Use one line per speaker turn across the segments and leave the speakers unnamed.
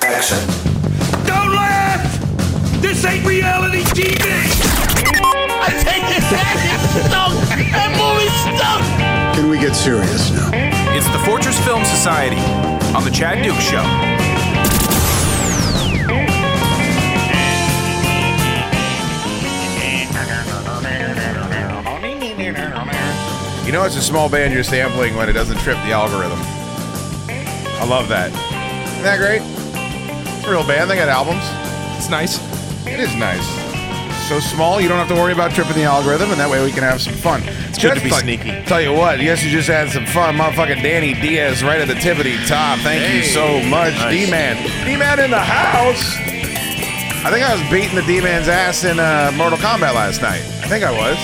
Jackson.
Don't laugh! This ain't reality TV! I take this back! It's stunk! That movie stunk!
Can we get serious now?
It's the Fortress Film Society on the Chad Duke Show.
You know, it's a small band you're sampling when it doesn't trip the algorithm. I love that. Isn't that great? It's a real band. They got albums.
It's nice.
It is nice. So small, you don't have to worry about tripping the algorithm, and that way we can have some fun. It's
good to be sneaky.
Tell you what, yes, you just had some fun. Motherfucking Danny Diaz right at the tippity top. Thank you so much,
nice.
D-Man. D-Man in the house. I think I was beating the D-Man's ass in uh, Mortal Kombat last night. I think I was.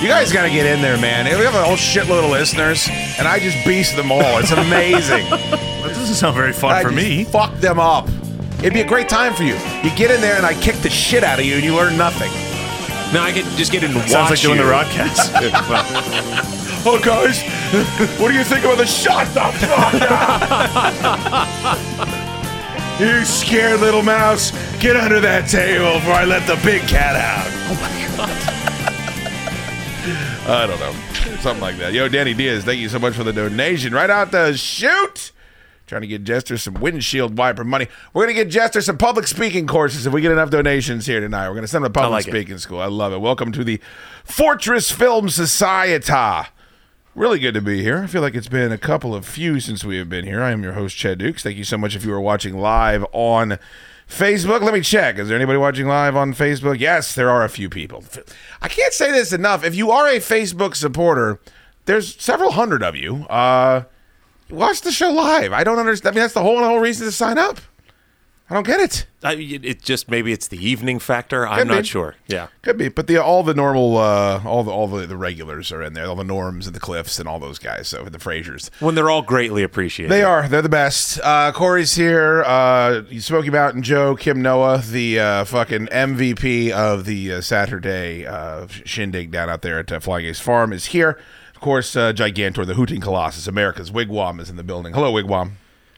You guys got to get in there, man. We have a whole shitload of listeners, and I just beast them all. It's amazing.
That doesn't sound very fun
I
for
just
me.
Fuck them up. It'd be a great time for you. You get in there and I kick the shit out of you and you learn nothing.
No, I could just get in and watch
Sounds like doing
you.
the Rodcast.
Oh, guys, what do you think about the shot the fuck up? you scared little mouse. Get under that table before I let the big cat out. Oh, my God. I don't know. Something like that. Yo, Danny Diaz, thank you so much for the donation. Right out the chute. Trying to get Jester some windshield wiper money. We're going to get Jester some public speaking courses if we get enough donations here tonight. We're going to send him to public
like it.
speaking school. I love it. Welcome to the Fortress Film Society. Really good to be here. I feel like it's been a couple of few since we have been here. I am your host, Chad Dukes. Thank you so much if you are watching live on Facebook. Let me check. Is there anybody watching live on Facebook? Yes, there are a few people. I can't say this enough. If you are a Facebook supporter, there's several hundred of you. Uh, watch the show live. I don't understand. I mean, that's the whole, whole reason to sign up. I don't get it.
I, it just maybe it's the evening factor. I'm
Could be.
not sure. Yeah.
Could be, but the all the normal, uh, all the all the, the regulars are in there. All the Norms and the Cliffs and all those guys. So the Frasers.
When they're all greatly appreciated.
They are. They're the best. Uh, Corey's here. Uh, Smoky Mountain Joe, Kim Noah, the uh, fucking MVP of the uh, Saturday uh, shindig down out there at uh, Flying Ace Farm is here. Of course, uh, Gigantor, the Hooting Colossus, America's Wigwam is in the building. Hello, Wigwam.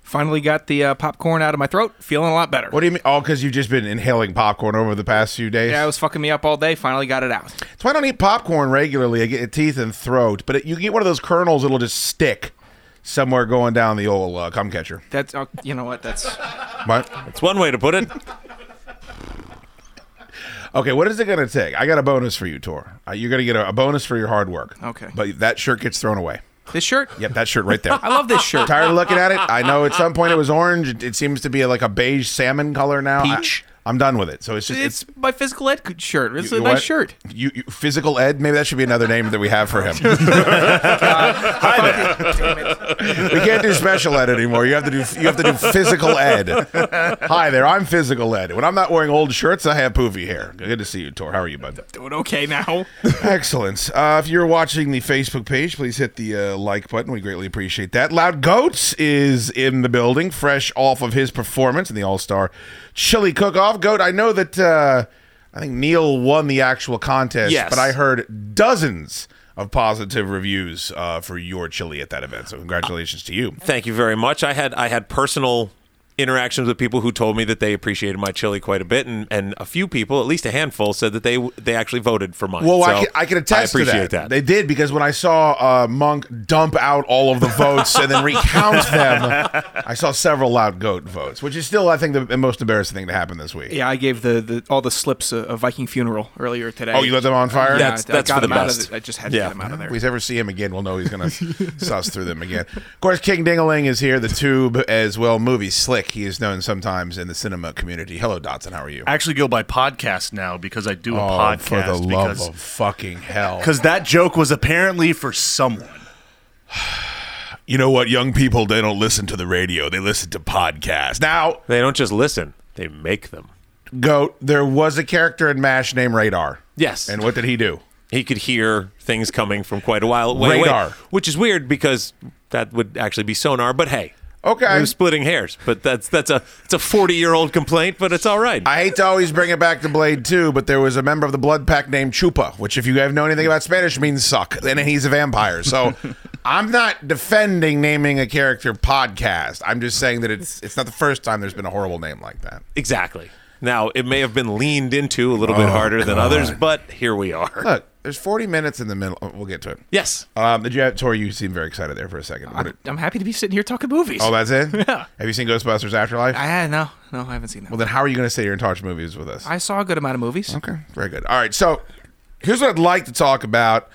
Finally got the uh, popcorn out of my throat. Feeling a lot better.
What do you mean? Oh, because you've just been inhaling popcorn over the past few days.
Yeah, it was fucking me up all day. Finally got it out.
That's why I don't eat popcorn regularly. I get teeth and throat, but it, you get one of those kernels, it'll just stick somewhere going down the old uh, cum catcher.
That's uh, you know what? That's
What?
It's one way to put it.
Okay, what is it going to take? I got a bonus for you, Tor. Uh, you're going to get a, a bonus for your hard work.
Okay.
But that shirt gets thrown away.
this shirt.
Yep, that shirt right there.
I love this shirt.
Tired of looking at it? I know at some point it was orange. It, it seems to be like a beige salmon color now. I-
Peach.
I'm done with it. So it's just
It's my physical ed co- shirt. It's
you
a
know
nice
what?
shirt.
You, you physical ed? Maybe that should be another name that we have for him. we can't do special ed anymore. You have to do you have to do physical ed. Hi there, I'm physical ed. When I'm not wearing old shirts, I have poofy hair. Good to see you, Tor. How are you, bud?
Doing okay now.
Excellent. Uh, if you're watching the Facebook page, please hit the uh, like button. We greatly appreciate that. Loud Goats is in the building, fresh off of his performance in the All Star Chili Cook Off. Goat, I know that uh, I think Neil won the actual contest,
Yes.
but I heard dozens of positive reviews uh, for your chili at that event. So congratulations to you.
Thank you very much. I had I had personal interactions with people who told me that they appreciated my chili quite a bit, and, and a few people, at least a handful, said that they they actually voted for mine.
Well,
So
I, can, I can attest
I appreciate
to that. They did because when I saw uh, Monk dump out all of the votes and then recount them, I saw several loud goat votes, which is still, I think, the most embarrassing thing to happen this week.
Yeah, I gave the, the all the slips a, a Viking funeral earlier today.
Oh, you let them on fire?
Yeah,
That's-
I,
that's
I
for
got
the
them out
best.
Of the, I just had to
Yeah.
get them out of
If
there.
we ever see him again, we'll know he's going to suss through them again. Of course, King Dingaling is here, the tube as well. Movie Slick, he is known sometimes in the cinema community. Hello, Dotson. How are you?
I actually go by podcast now because I do a
oh,
podcast
for the love
because
of fucking hell.
'cause that joke was apparently for someone.
You know what? Young people, they don't listen to the radio, they listen to podcasts. Now,
They don't just listen; they make them.
Goat, there was a character in MASH named Radar.
Yes.
And what did he do?
He could hear things coming from quite a while away,
Radar.
which is weird because that would actually be sonar. But hey,
Okay.
I'm splitting hairs, but that's that's a it's a 40 year old complaint, but it's all right.
I hate to always bring it back to Blade 2, but there was a member of the Blood Pack named Chupa, which, if you have know anything about Spanish, means suck, and he's a vampire. So I'm not defending naming a character podcast. I'm just saying that it's it's not the first time there's been a horrible name like that.
exactly. Now it may have been leaned into a little
Oh,
bit harder than others, but here we are.
Look, there's 40 minutes in the middle. oh, We'll get to it.
Yes.
Um, did you have, Tori, you seem very excited there for a second. What it-
I'm happy to be sitting here talking movies.
oh, that's it?
Yeah.
Have you seen Ghostbusters Afterlife?
I, no, no, I haven't seen that.
well, then how are you going to sit here and watch movies with us?
I saw a good amount of movies.
Okay, very good. All right, so here's what I'd like to talk about.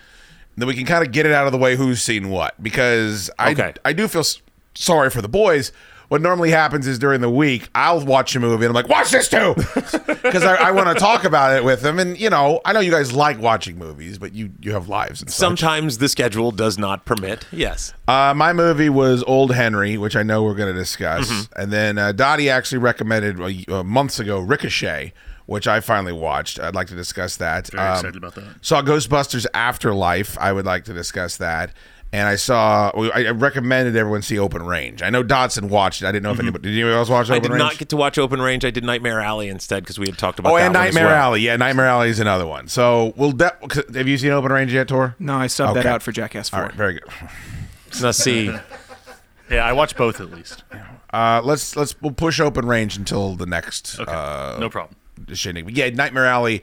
and Then we can kind of get it out of the way who's seen what because I
Okay.
I do feel s- sorry for the boys. What normally happens is during the week I'll watch a movie and I'm like, watch this too, because I, I want to talk about it with them. And you know, I know you guys like watching movies, but you you have lives and stuff.
Sometimes the schedule does not permit. Yes.
Uh, my movie was Old Henry, which I know we're going to discuss,
Mm-hmm.
and then uh, Dottie actually recommended uh, months ago Ricochet, which I finally watched. I'd like to discuss that. Um,
Very excited about that.
Saw Ghostbusters Afterlife. I would like to discuss that. And I saw. I I recommended everyone see Open Range. I know Dodson watched it. I didn't know if anybody. Did anybody else watch Open
Mm-hmm. I did
Range?
not get to watch Open Range. I did Nightmare Alley instead because we had talked about
oh,
that
and
one as
Nightmare
well.
Alley. Yeah, Nightmare Alley is another one. So we'll. De- have you seen Open Range yet, Tor?
No, I subbed that
Okay.
out for Jackass 4.
All right, very good.
Now see,
Yeah, I watched both at least.
Uh, let's let's we'll push Open Range until the next uh,
Okay, no problem.
shindig. But yeah, Nightmare Alley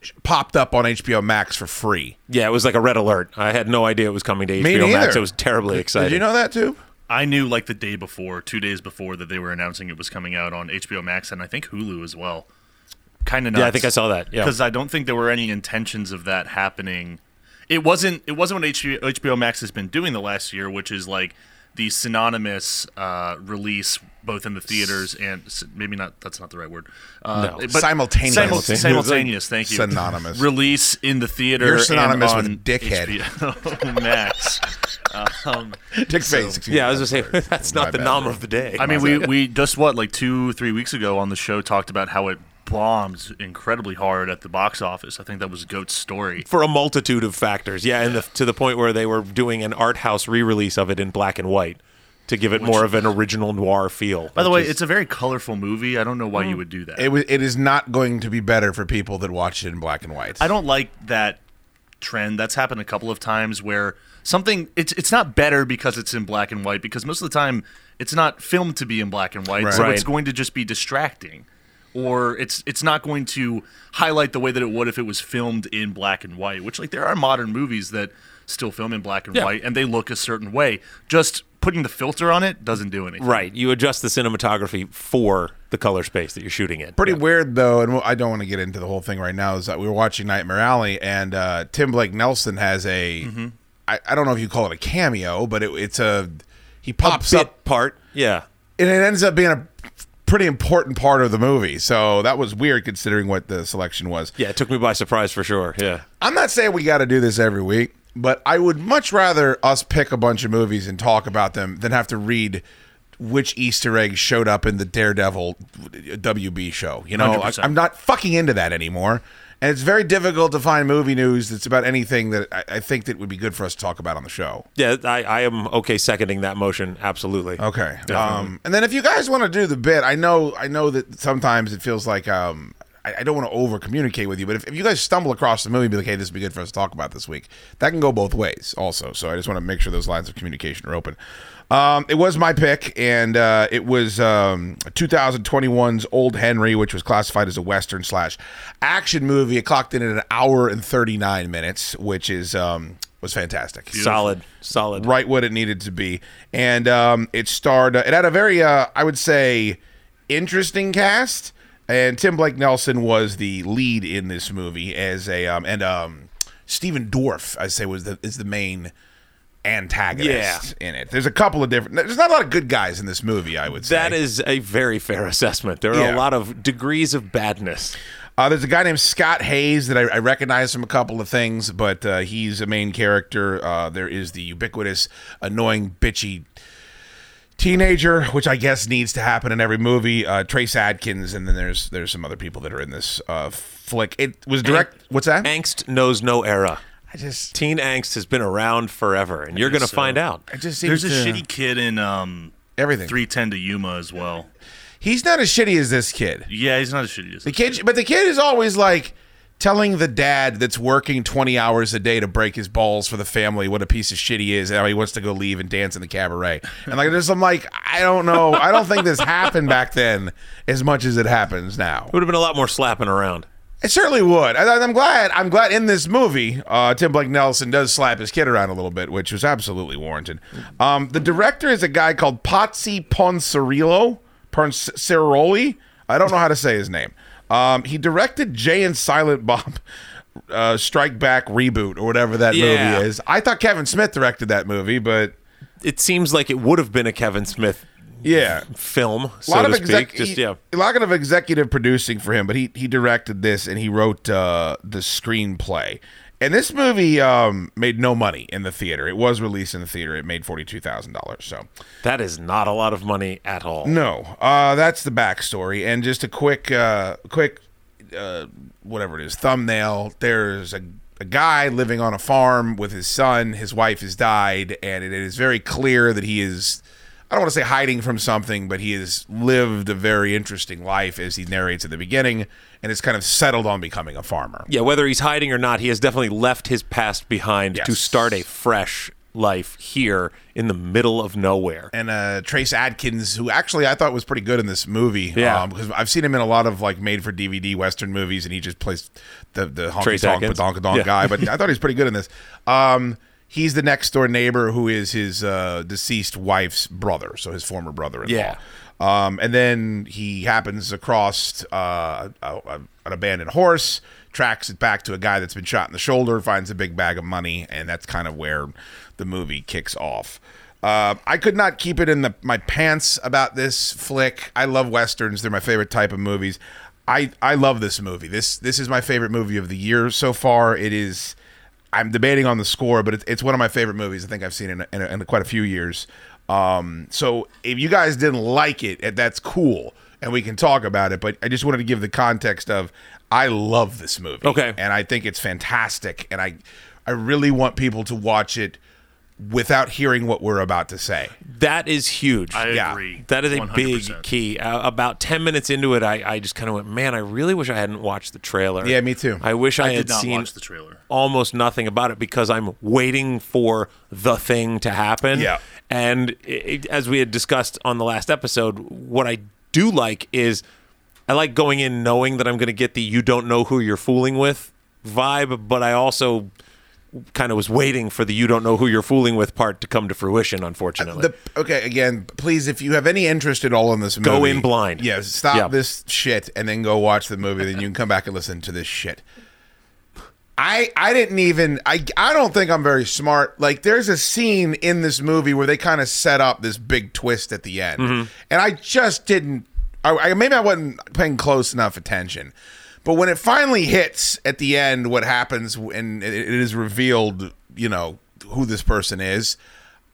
sh- popped up on HBO Max for free.
yeah, it was like a red alert. I had no idea it was coming to
Me
HBO Max.
neither.
I was terribly excited.
Did you know that too?
I knew like the day before, two days before, that they were announcing it was coming out on HBO Max and I think Hulu as well. Kind of nuts.
Yeah, I think I saw that. Yeah.
because I don't think there were any intentions of that happening. It wasn't. It wasn't what HBO, HBO Max has been doing the last year, which is like the synonymous uh, release both in the theaters and s- maybe not. That's not the right word. Uh,
No.
Simultaneous.
simul-
Simultaneous.
simultaneous. Thank you.
Synonymous.
Release in the theater.
You're synonymous
and
with
on
dickhead.
HBO Max. um,
Dick face. excuse
Yeah, I
me.
was gonna say that's
My
not the
bad.
nom of the day.
I mean, we, we just what like two three weeks ago on the show talked about how it bombs incredibly hard at the box office. I think that was Goat's story.
for a multitude of factors. Yeah, and the, to the point where they were doing an art house re-release of it in black and white to give it more of an original noir feel.
By the way, it's a very colorful movie. I don't know why you would do that.
It was. It is not going to be better for people that watch it in black and white.
I don't like that trend. That's happened a couple of times where something it's it's not better because it's in black and white because most of the time it's not filmed to be in black and white, so
Right.
it's going to just be distracting. Or it's it's not going to highlight the way that it would if it was filmed in black and white, which like there are modern movies that still film in black and
Yeah.
white and they look a certain way. Just putting the filter on it doesn't do anything.
right. You adjust the cinematography for the color space that you're shooting in.
Pretty weird though, and I don't want to get into the whole thing right now. Is that we were watching Nightmare Alley, and uh, Tim Blake Nelson has a. I, I don't know if you call it a cameo, but it, it's a. He pops
bit
up
part. Yeah.
and it ends up being a pretty important part of the movie. So that was weird considering what the selection was.
Yeah, it took me by surprise for sure. Yeah.
I'm not saying we got to do this every week, but I would much rather us pick a bunch of movies and talk about them than have to read which Easter egg showed up in the Daredevil WB show. You know, I,
100%.
I'm not fucking into that anymore. And it's very difficult to find movie news that's about anything that I, I think that would be good for us to talk about on the show.
Yeah, I, I am okay seconding that motion. Absolutely.
Okay. Um, and then if you guys want to do the bit, I know I know that sometimes it feels like um, I, I don't want to over communicate with you, but if, if you guys stumble across the movie and be like, hey, this would be good for us to talk about this week, that can go both ways also. So I just want to make sure those lines of communication are open. Um, it was my pick, and uh, it was um, 2021's Old Henry, which was classified as a Western slash action movie. It clocked in at an hour and 39 minutes, which is um, was fantastic.
Solid. Solid.
Right what it needed to be. And um, it starred, it had a very, uh, I would say, interesting cast. And Tim Blake Nelson was the lead in this movie as a, um, and um, Stephen Dorff, I say, was the, is the main antagonist in it. There's a couple of different, there's not a lot of good guys in this movie, I would say.
That is a very fair assessment. There are
Yeah.
a lot of degrees of badness.
Uh, there's a guy named Scott Hayes that I, I recognize from a couple of things, but uh, he's a main character. Uh, there is the ubiquitous, annoying, bitchy teenager, which I guess needs to happen in every movie. Uh, Trace Adkins, and then there's there's some other people that are in this uh, flick. It was direct. what's that?
Angst knows no era.
I just
Teen angst has been around forever, and you're going to
so.
find out.
uh, I just
There's
seems
a
to-
shitty kid in um
Everything.
310 to Yuma as well.
He's not as shitty as this kid.
Yeah, he's not as shitty as
The kid, but the kid is always like telling the dad that's working 20 hours a day to break his balls for the family what a piece of shit he is and how he wants to go leave and dance in the cabaret. And like there's some like I don't know. I don't think this happened back then as much as it happens now.
would have been a lot more slapping around.
It certainly would. I, I'm glad. I'm glad in this movie, uh, Tim Blake Nelson does slap his kid around a little bit, which was absolutely warranted. Um, the director is a guy called Pazzi Poncerillo, Ponceroli. I don't know how to say his name. Um, he directed Jay and Silent Bob uh, Strike Back reboot or whatever that
Yeah.
movie is. I thought Kevin Smith directed that movie, but
It seems like it would have been a Kevin Smith
yeah,
film,
a
so
lot
to
of exec-
speak. Just
he-
yeah.
a lot of executive producing for him, but he he directed this and he wrote uh, the screenplay. And this movie um, made no money in the theater. It was released in the theater. It made forty two thousand dollars. So
That is not a lot of money at all.
no, uh, that's the backstory. And just a quick, uh, quick, uh, whatever it is, thumbnail. There's a, a guy living on a farm with his son. His wife has died, and it is very clear that he is. I don't want to say hiding from something, but he has lived a very interesting life as he narrates at the beginning, and has kind of settled on becoming a farmer.
Yeah, whether he's hiding or not, he has definitely left his past behind to
Yes.
start a fresh life here in the middle of nowhere.
and uh, Trace Adkins, who actually I thought was pretty good in this movie.
Yeah.
because I've seen him in a lot of like made for DVD Western movies, and he just plays the the honky
Trace
tonk
Adkins?
donk donk
Yeah.
guy. But I thought he was pretty good in this. Um, he's the next door neighbor who is his uh, deceased wife's brother, so his former brother in law.
Yeah.
Um, and then he happens across uh, a, a- an abandoned horse, tracks it back to a guy that's been shot in the shoulder, finds a big bag of money, and that's kind of where the movie kicks off. Uh, I could not keep it in the, my pants about this flick. I love westerns; they're my favorite type of movies. I I love this movie. This this is my favorite movie of the year so far. It is. I'm debating on the score, but it's, it's one of my favorite movies. I think I've seen in in, in quite a few years. Um, so if you guys didn't like it, eh, that's cool, and we can talk about it. But I just wanted to give the context of I love this movie,
Okay.
and I think it's fantastic, and I I really want people to watch it without hearing what we're about to say.
That is huge.
I
yeah.
agree.
that is a
100%.
big key. Uh, about 10 minutes into it, I, I just kind of went, man, I really wish I hadn't watched the trailer.
Yeah, me too.
I wish I,
I
had
did not
seen
watch the trailer.
almost nothing about it because I'm waiting for the thing to happen.
Yeah.
And it, as we had discussed on the last episode, what I do like is I like going in knowing that I'm going to get the you don't know who you're fooling with vibe, but I also kind of was waiting for the you don't know who you're fooling with part to come to fruition, unfortunately.
The, okay, again, please, if you have any interest at all in this movie,
Go in blind.
Yeah, stop
Yeah.
this shit and then go watch the movie. then you can come back and listen to this shit. I I didn't even I I don't think I'm very smart. Like there's a scene in this movie where they kind of set up this big twist at the end,
Mm-hmm.
and I just didn't. I, I maybe I wasn't paying close enough attention. But when it finally hits at the end, what happens when it, it is revealed, you know, who this person is,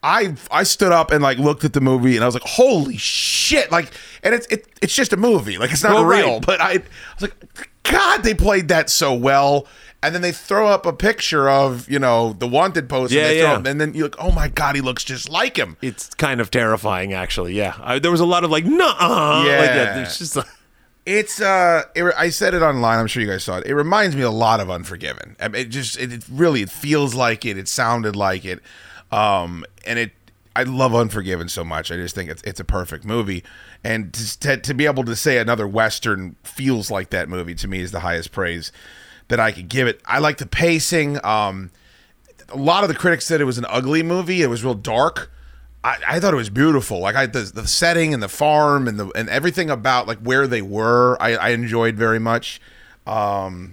I I stood up and like looked at the movie and I was like, holy shit! Like, and it's it, it's just a movie, like it's not
Well,
real.
right.
But I, I was like, God, they played that so well. And then they throw up a picture of you know the wanted post.
Yeah,
and, they
yeah.
Throw up, and then you're like, oh my God, he looks just like him.
it's kind of terrifying, actually. Yeah, I, there was a lot of like, nah,
Yeah.
like that. It's just like,
It's uh, it, re- I said it online. I'm sure you guys saw it. It reminds me a lot of Unforgiven. I mean, it just, it, it really, it feels like it. It sounded like it, um, and it. I love Unforgiven so much. I just think it's it's a perfect movie, and to to, to be able to say another western feels like that movie to me is the highest praise that I could give it. I like the pacing. Um, a lot of the critics said it was an ugly movie. It was real dark. I, I thought it was beautiful. Like I the, the setting and the farm and the and everything about like where they were, I, I enjoyed very much.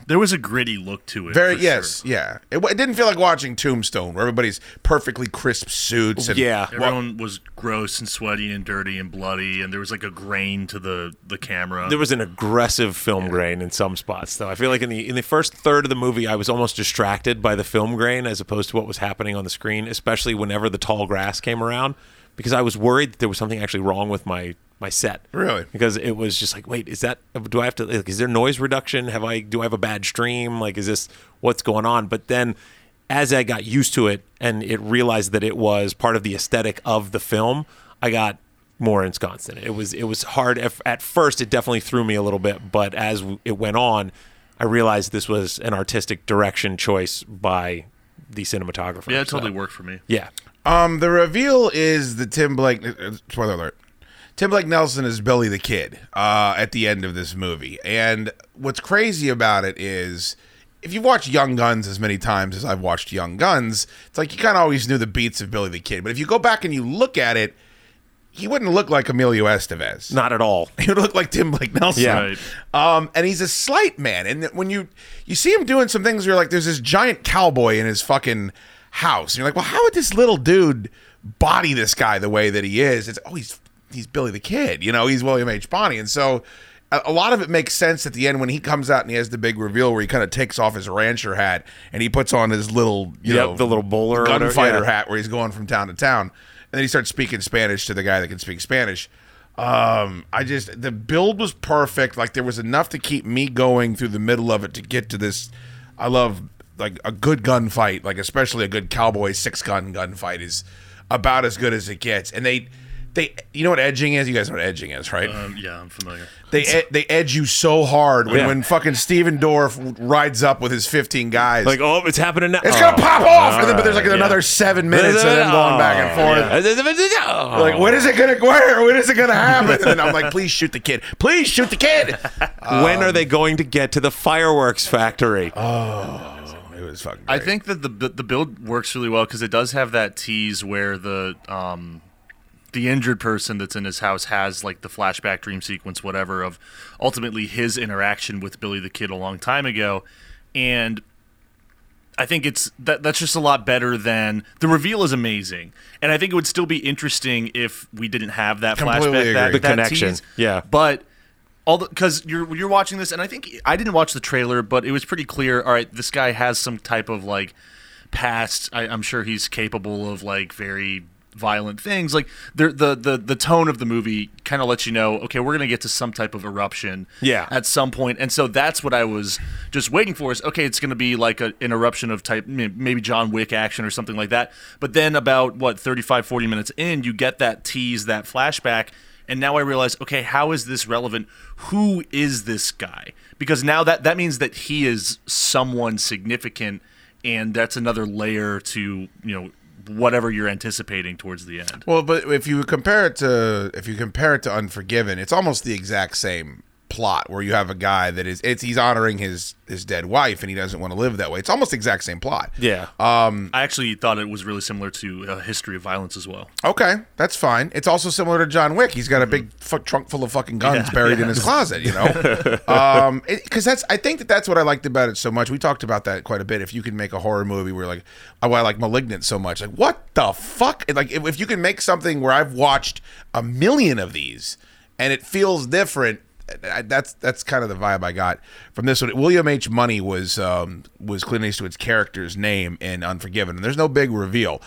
There was a gritty look to it.
Very
for
yes,
sure.
yeah. It, w- it didn't feel like watching Tombstone, where everybody's perfectly crisp suits. And,
Yeah.
Everyone was gross and sweaty and dirty and bloody, and there was like a grain to the the camera.
there was an aggressive film grain in some spots, though. I feel like in the in the first third of the movie, I was almost distracted by the film grain as opposed to what was happening on the screen, especially whenever the tall grass came around, because I was worried that there was something actually wrong with my my set.
Really?
Because it was just like, wait, is that do I have to? Like, is there noise reduction? Have I do I have a bad stream? Like, is this what's going on? But then. As I got used to it and it realized that it was part of the aesthetic of the film, I got more ensconced in it. It was it was hard at, at first. It definitely threw me a little bit, but as w- it went on, I realized this was an artistic direction choice by the cinematographer.
Yeah, it
So,
totally worked for me.
Yeah,
Um, the reveal is the Tim Blake. uh, Spoiler alert. Tim Blake Nelson is Billy the Kid uh, at the end of this movie, and what's crazy about it is, if you've watched Young Guns as many times as I've watched Young Guns, it's like you kind of always knew the beats of Billy the Kid. But if you go back and you look at it, he wouldn't look like Emilio Estevez.
not at all.
He would look like Tim Blake Nelson.
Yeah.
Right.
Um, and he's a slight man. And th- when you you see him doing some things, you're like, there's this giant cowboy in his fucking house. And you're like, well, how would this little dude body this guy the way that he is? It's oh, he's he's Billy the Kid. You know, he's William H. Bonney. And so a, a lot of it makes sense at the end when he comes out and he has the big reveal where he kind of takes off his rancher hat and he puts on his little you
Yep,
know
the little bowler or whatever,
gunfighter
yeah.
hat where he's going from town to town. And then he starts speaking Spanish to the guy that can speak Spanish. Um, I just the build was perfect. Like there was enough to keep me going through the middle of it to get to this. I love like a good gunfight, like especially a good cowboy six gun gunfight is about as good as it gets. And they they you know what edging is? You guys know what edging is, right?
Um, yeah, I'm familiar.
They ed- they edge you so hard when,
Yeah.
when fucking Steven Dorff rides up with his fifteen guys.
Like, oh, it's happening now.
it's
Oh.
gonna pop off, and then, but
Alright,
there's like
yeah.
another seven minutes of them going back and forth.
Oh.
Like, when is it gonna where? When is it gonna happen? And I'm like, please shoot the kid. Please shoot the kid.
when are they going to get to the fireworks factory?
It was fucking.
I
great.
think that the the build works really well because it does have that tease where the um the injured person that's in his house has like the flashback dream sequence whatever of ultimately his interaction with Billy the Kid a long time ago and I think it's that that's just a lot better than the reveal is amazing and I think it would still be interesting if we didn't have that
Completely
flashback that,
agree.
The
that
connection,
tease.
yeah.
but all because you're you're watching this, and I think I didn't watch the trailer, but it was pretty clear. All right, this guy has some type of like past. I, I'm sure he's capable of like very violent things. Like the the the the tone of the movie kind of lets you know, okay, we're gonna get to some type of eruption,
Yeah.
at some point, and so that's what I was just waiting for. Is okay, it's gonna be like a, an eruption of type may- maybe John Wick action or something like that. But then about what 35, 40 minutes in, you get that tease, that flashback. And now I realize, okay, how is this relevant? Who is this guy? Because now that that means that he is someone significant, and that's another layer to you know whatever you're anticipating towards the end.
Well, but if you compare it to if you compare it to Unforgiven, it's almost the exact same plot where you have a guy that is it's he's honoring his his dead wife and he doesn't want to live that way. It's almost the exact same plot.
yeah.
I actually thought it was really similar to uh, History of Violence as well.
Okay, that's fine. It's also similar to John Wick. He's got a big fu- trunk full of fucking guns buried in his closet, you know. um, because that's I think that that's what I liked about it so much. We talked about that quite a bit. If you can make a horror movie where like, oh, I like *Malignant* so much, like what the fuck? And, Like if, if you can make something where I've watched a million of these and it feels different. I- That's that's kind of the vibe I got from this one. William H. Money was um, was Clint Eastwood's character's name in Unforgiven, and there's no big reveal,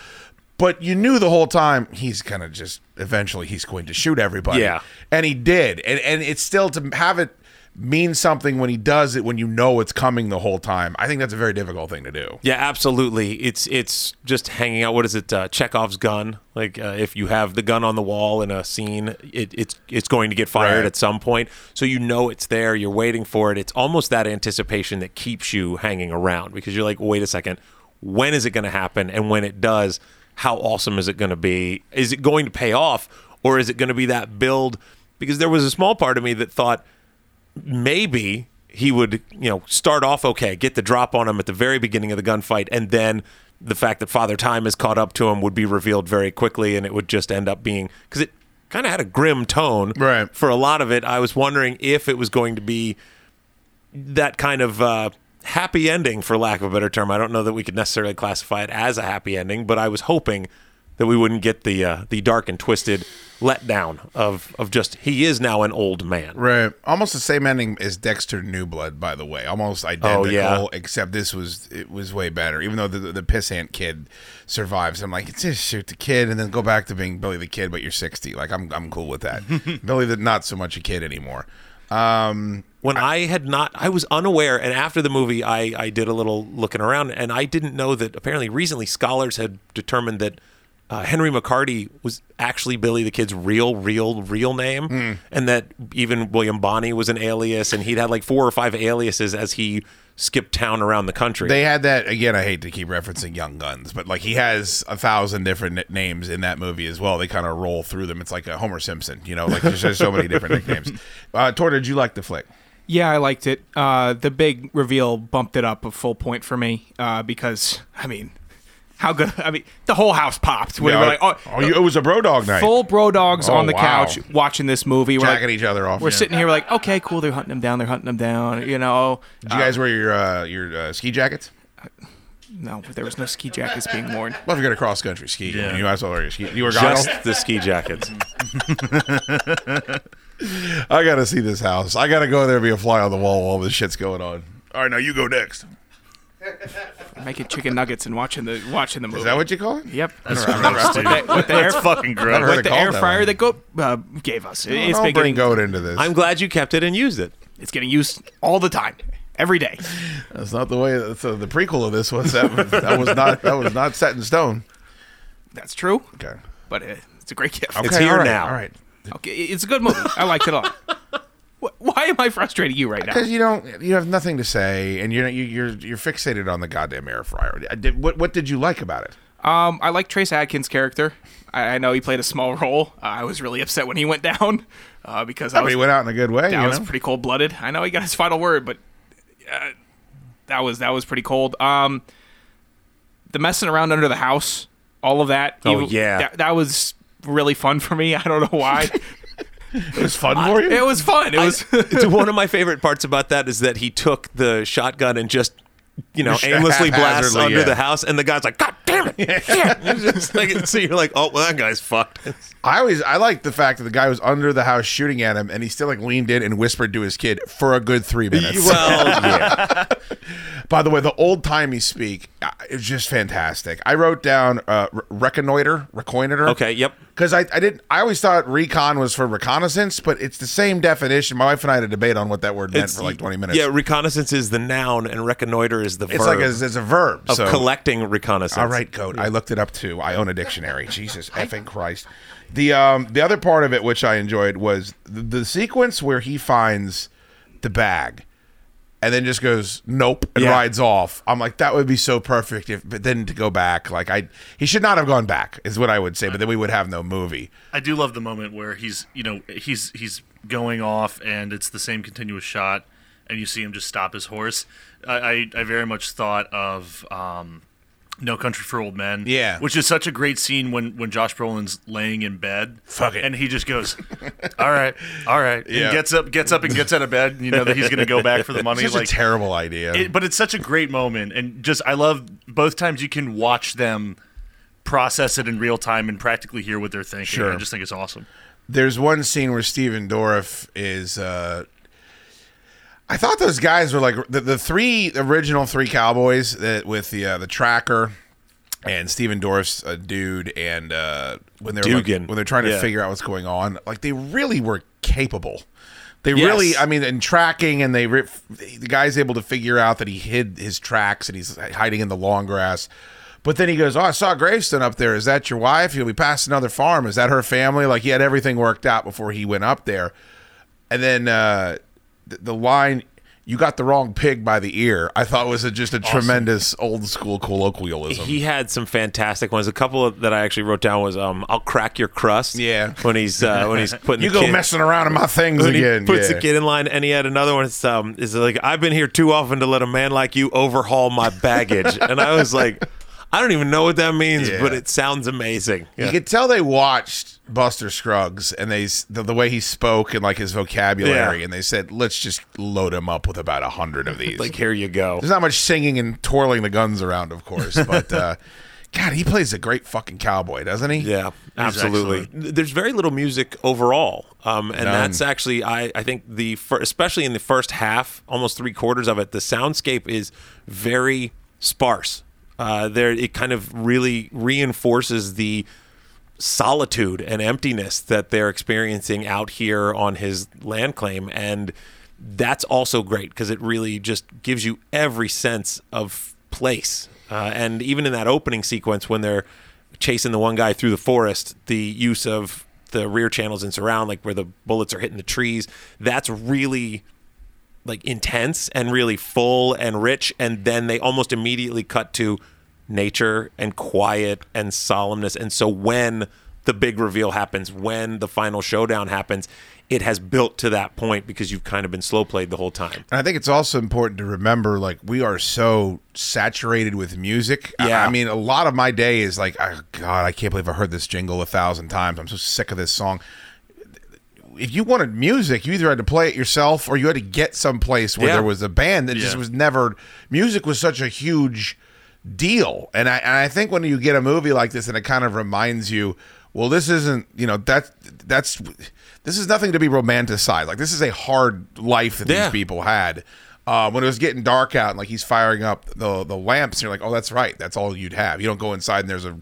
but you knew the whole time he's gonna just eventually he's going to shoot everybody.
Yeah.
and he did, and and it's still to have it mean something when he does it when you know it's coming the whole time. I think that's a very difficult thing to do.
Yeah, absolutely. It's it's just hanging out. What is it? Uh, Chekhov's gun. Like uh, if you have the gun on the wall in a scene, it, it's it's going to get fired
Right.
at some point. So you know it's there. You're waiting for it. It's almost that anticipation that keeps you hanging around because you're like, wait a second, when is it going to happen? And when it does, how awesome is it going to be? Is it going to pay off, or is it going to be that build? Because there was a small part of me that thought maybe he would, you know, start off okay, get the drop on him at the very beginning of the gunfight, and then the fact that Father Time has caught up to him would be revealed very quickly, and it would just end up being because it kind of had a grim tone
Right.
for a lot of it. I was wondering if it was going to be that kind of uh, happy ending, for lack of a better term. I don't know that we could necessarily classify it as a happy ending, but I was hoping that we wouldn't get the uh, the dark and twisted letdown of of just he is now an old man.
Right. Almost the same ending as Dexter New Blood, by the way. Almost identical,
Oh, yeah.
except this was it was way better. Even though the the, the pissant kid survives, I'm like, just shoot the kid and then go back to being Billy the Kid, but you're 60. Like I'm I'm cool with that. Billy the not so much a kid anymore. Um,
when I, had not I was unaware and after the movie I I did a little looking around and I didn't know that apparently recently scholars had determined that uh, Henry McCarty was actually Billy the Kid's real, real, real name,
Hmm.
and that even William Bonney was an alias, and he'd had like four or five aliases as he skipped town around the country.
They had that again. I hate to keep referencing Young Guns, but like he has a thousand different ni- names in that movie as well. They kind of roll through them. It's like a Homer Simpson, you know. Like there's just so many different nicknames. Uh, Tor, did you like the flick?
Yeah, I liked it. Uh, the big reveal bumped it up a full point for me uh, because, I mean, how good? I mean, the whole house popped. We were like, oh,
you- it was a bro dog night.
full bro dogs
Oh,
on the
wow.
couch watching this movie. We're
jacking
like,
each other off.
we're
Yeah.
sitting here, we're like, okay, cool. They're hunting them down. They're hunting them down. You know,
Did you guys wear your uh, your uh, ski jackets?
no, there was no ski jackets being worn.
Well, if you're gonna cross country ski,
Yeah.
you might as well wear your ski. You were
just the ski jackets.
I gotta see this house. I gotta go there and be a fly on the wall while all this shit's going on. All right, now you go next.
Making chicken nuggets and watching the watching the movie.
Is that what you call it?
Yep.
That's gross, dude.
that- with the
That's
air-
fucking
Never
gross.
heard
With
it
the
called
air
that
fryer
one.
that Go uh, gave us. It- it's
Don't
been getting
bring goat into this.
I'm glad you kept it and used it.
it's getting used all the time, every day.
That's not the way. That's uh, the prequel of this was. That, was- that was not. That was not set in stone.
That's true.
Okay.
But uh, it's a great gift.
It's here
all right,
now.
All right.
Okay, it's a good movie. I liked it all. Wh- Why am I frustrating you right now?
Because you don't. You have nothing to say, and you're you, you're you're fixated on the goddamn air fryer. I did- what what did you like about it?
Um, I like Trace Adkins' character. I, I know he played a small role. Uh, I was really upset when he went down uh, because I
I mean,
was,
it Oh, went out in a good way.
that
you
was
know?
pretty cold blooded. I know he got his final word, but uh, that was that was pretty cold. Um, the messing around under the house, all of that.
Oh, yeah.
that, that was really fun for me. I don't know why.
it was fun for you.
it was fun. It was.
It's one of my favorite parts about that is that he took the shotgun and just you know
Just
aimlessly blasts
haphazardly,
under
yeah.
the house, and the guy's like, "God damn it!" Shit." It's just like- so you're like, "Oh, well, that guy's fucked."
I always I liked the fact that the guy was under the house shooting at him, and he still like leaned in and whispered to his kid for a good three minutes.
well, yeah.
By the way, the old timey speak uh, is just fantastic. I wrote down uh, re- reconnoiter, reconnoiter.
Okay, yep.
Because I, I didn't. I always thought recon was for reconnaissance, but it's the same definition. My wife and I had a debate on what that word meant for like twenty minutes.
Yeah, reconnaissance is the noun, and reconnoiter is the
it's
verb
like a, it's a verb.
of
so.
collecting reconnaissance.
All right, code. I looked it up too. I own a dictionary. Jesus effing Christ. The um the other part of it which I enjoyed was the, the sequence where he finds the bag and then just goes nope and
Yeah.
rides off. I'm like that would be so perfect if but then to go back like I he should not have gone back is what I would say, but then we would have no movie.
I do love the moment where he's, you know, he's he's going off, and it's the same continuous shot, and you see him just stop his horse. I I, I very much thought of um, No Country for Old Men,
Yeah.
which is such a great scene when when Josh Brolin's laying in bed,
Fuck it.
and he just goes, "All right, all right,"
Yeah.
and gets up, gets up, and gets out of bed. And you know that he's going to go back for the money.
It's just
like
a terrible idea.
it, but it's such a great moment and just i love both times you can watch them process it in real time and practically hear what they're thinking
Sure.
i just think it's awesome
there's one scene where Steven Dorff is. Uh, I thought those guys were like the, the three the original three cowboys that with the uh, the tracker and Steven Dorff's a dude and uh, when they're like,
Dugan.
when they're trying to
Yeah.
figure out what's going on, like they really were capable. They
Yes.
really, I mean, in tracking, and they re- the guy's able to figure out that he hid his tracks and he's hiding in the long grass. But then he goes, "Oh, I saw a gravestone up there. Is that your wife? You'll be past another farm. Is that her family?" Like he had everything worked out before he went up there. And then uh, the, the line, "You got the wrong pig by the ear," I thought was a, just a tremendous old school colloquialism.
He had some fantastic ones. A couple of, that I actually wrote down was um, "I'll crack your crust."
Yeah.
when he's uh, when he's putting
you
the
go
kid-
messing around in my things
when
again.
He puts
yeah.
the kid in line, and he had another one. It's um, is like I've been here too often to let a man like you overhaul my baggage, and I was like, I don't even know what that means,
Yeah.
but it sounds amazing.
You
Yeah.
could tell they watched Buster Scruggs and they s- the, the way he spoke and like his vocabulary,
Yeah.
and they said, "Let's just load him up with about a hundred of these."
like here you go.
There's not much singing and twirling the guns around, of course, but uh, God, he plays a great fucking cowboy, doesn't he?
Yeah, absolutely. There's very little music overall, um, and that's actually I, I think the fir- especially in the first half, almost three quarters of it, the soundscape is very sparse. Uh, there, it kind of really reinforces the solitude and emptiness that they're experiencing out here on his land claim and that's also great because it really just gives you every sense of place uh, and even in that opening sequence when they're chasing the one guy through the forest, the use of the rear channels and surround, like where the bullets are hitting the trees, that's really like intense and really full and rich. And then they almost immediately cut to nature and quiet and solemnness. And so when the big reveal happens, when the final showdown happens, it has built to that point because you've kind of been slow played the whole time.
And I think it's also important to remember, like we are so saturated with music. I-
Yeah.
I, mean, a lot of my day is like, oh God, I can't believe I heard this jingle a thousand times. I'm so sick of this song. If you wanted music, you either had to play it yourself or you had to get someplace where
Yeah.
there was a band that just
Yeah.
was never. Music was such a huge deal, and I and I think when you get a movie like this, and it kind of reminds you, well, this isn't you know that that's this is nothing to be romanticized. Like this is a hard life that
Yeah.
these people had. Uh, when it was getting dark out and like he's firing up the the lamps, and you're like, oh, that's right, that's all you'd have. You don't go inside and there's a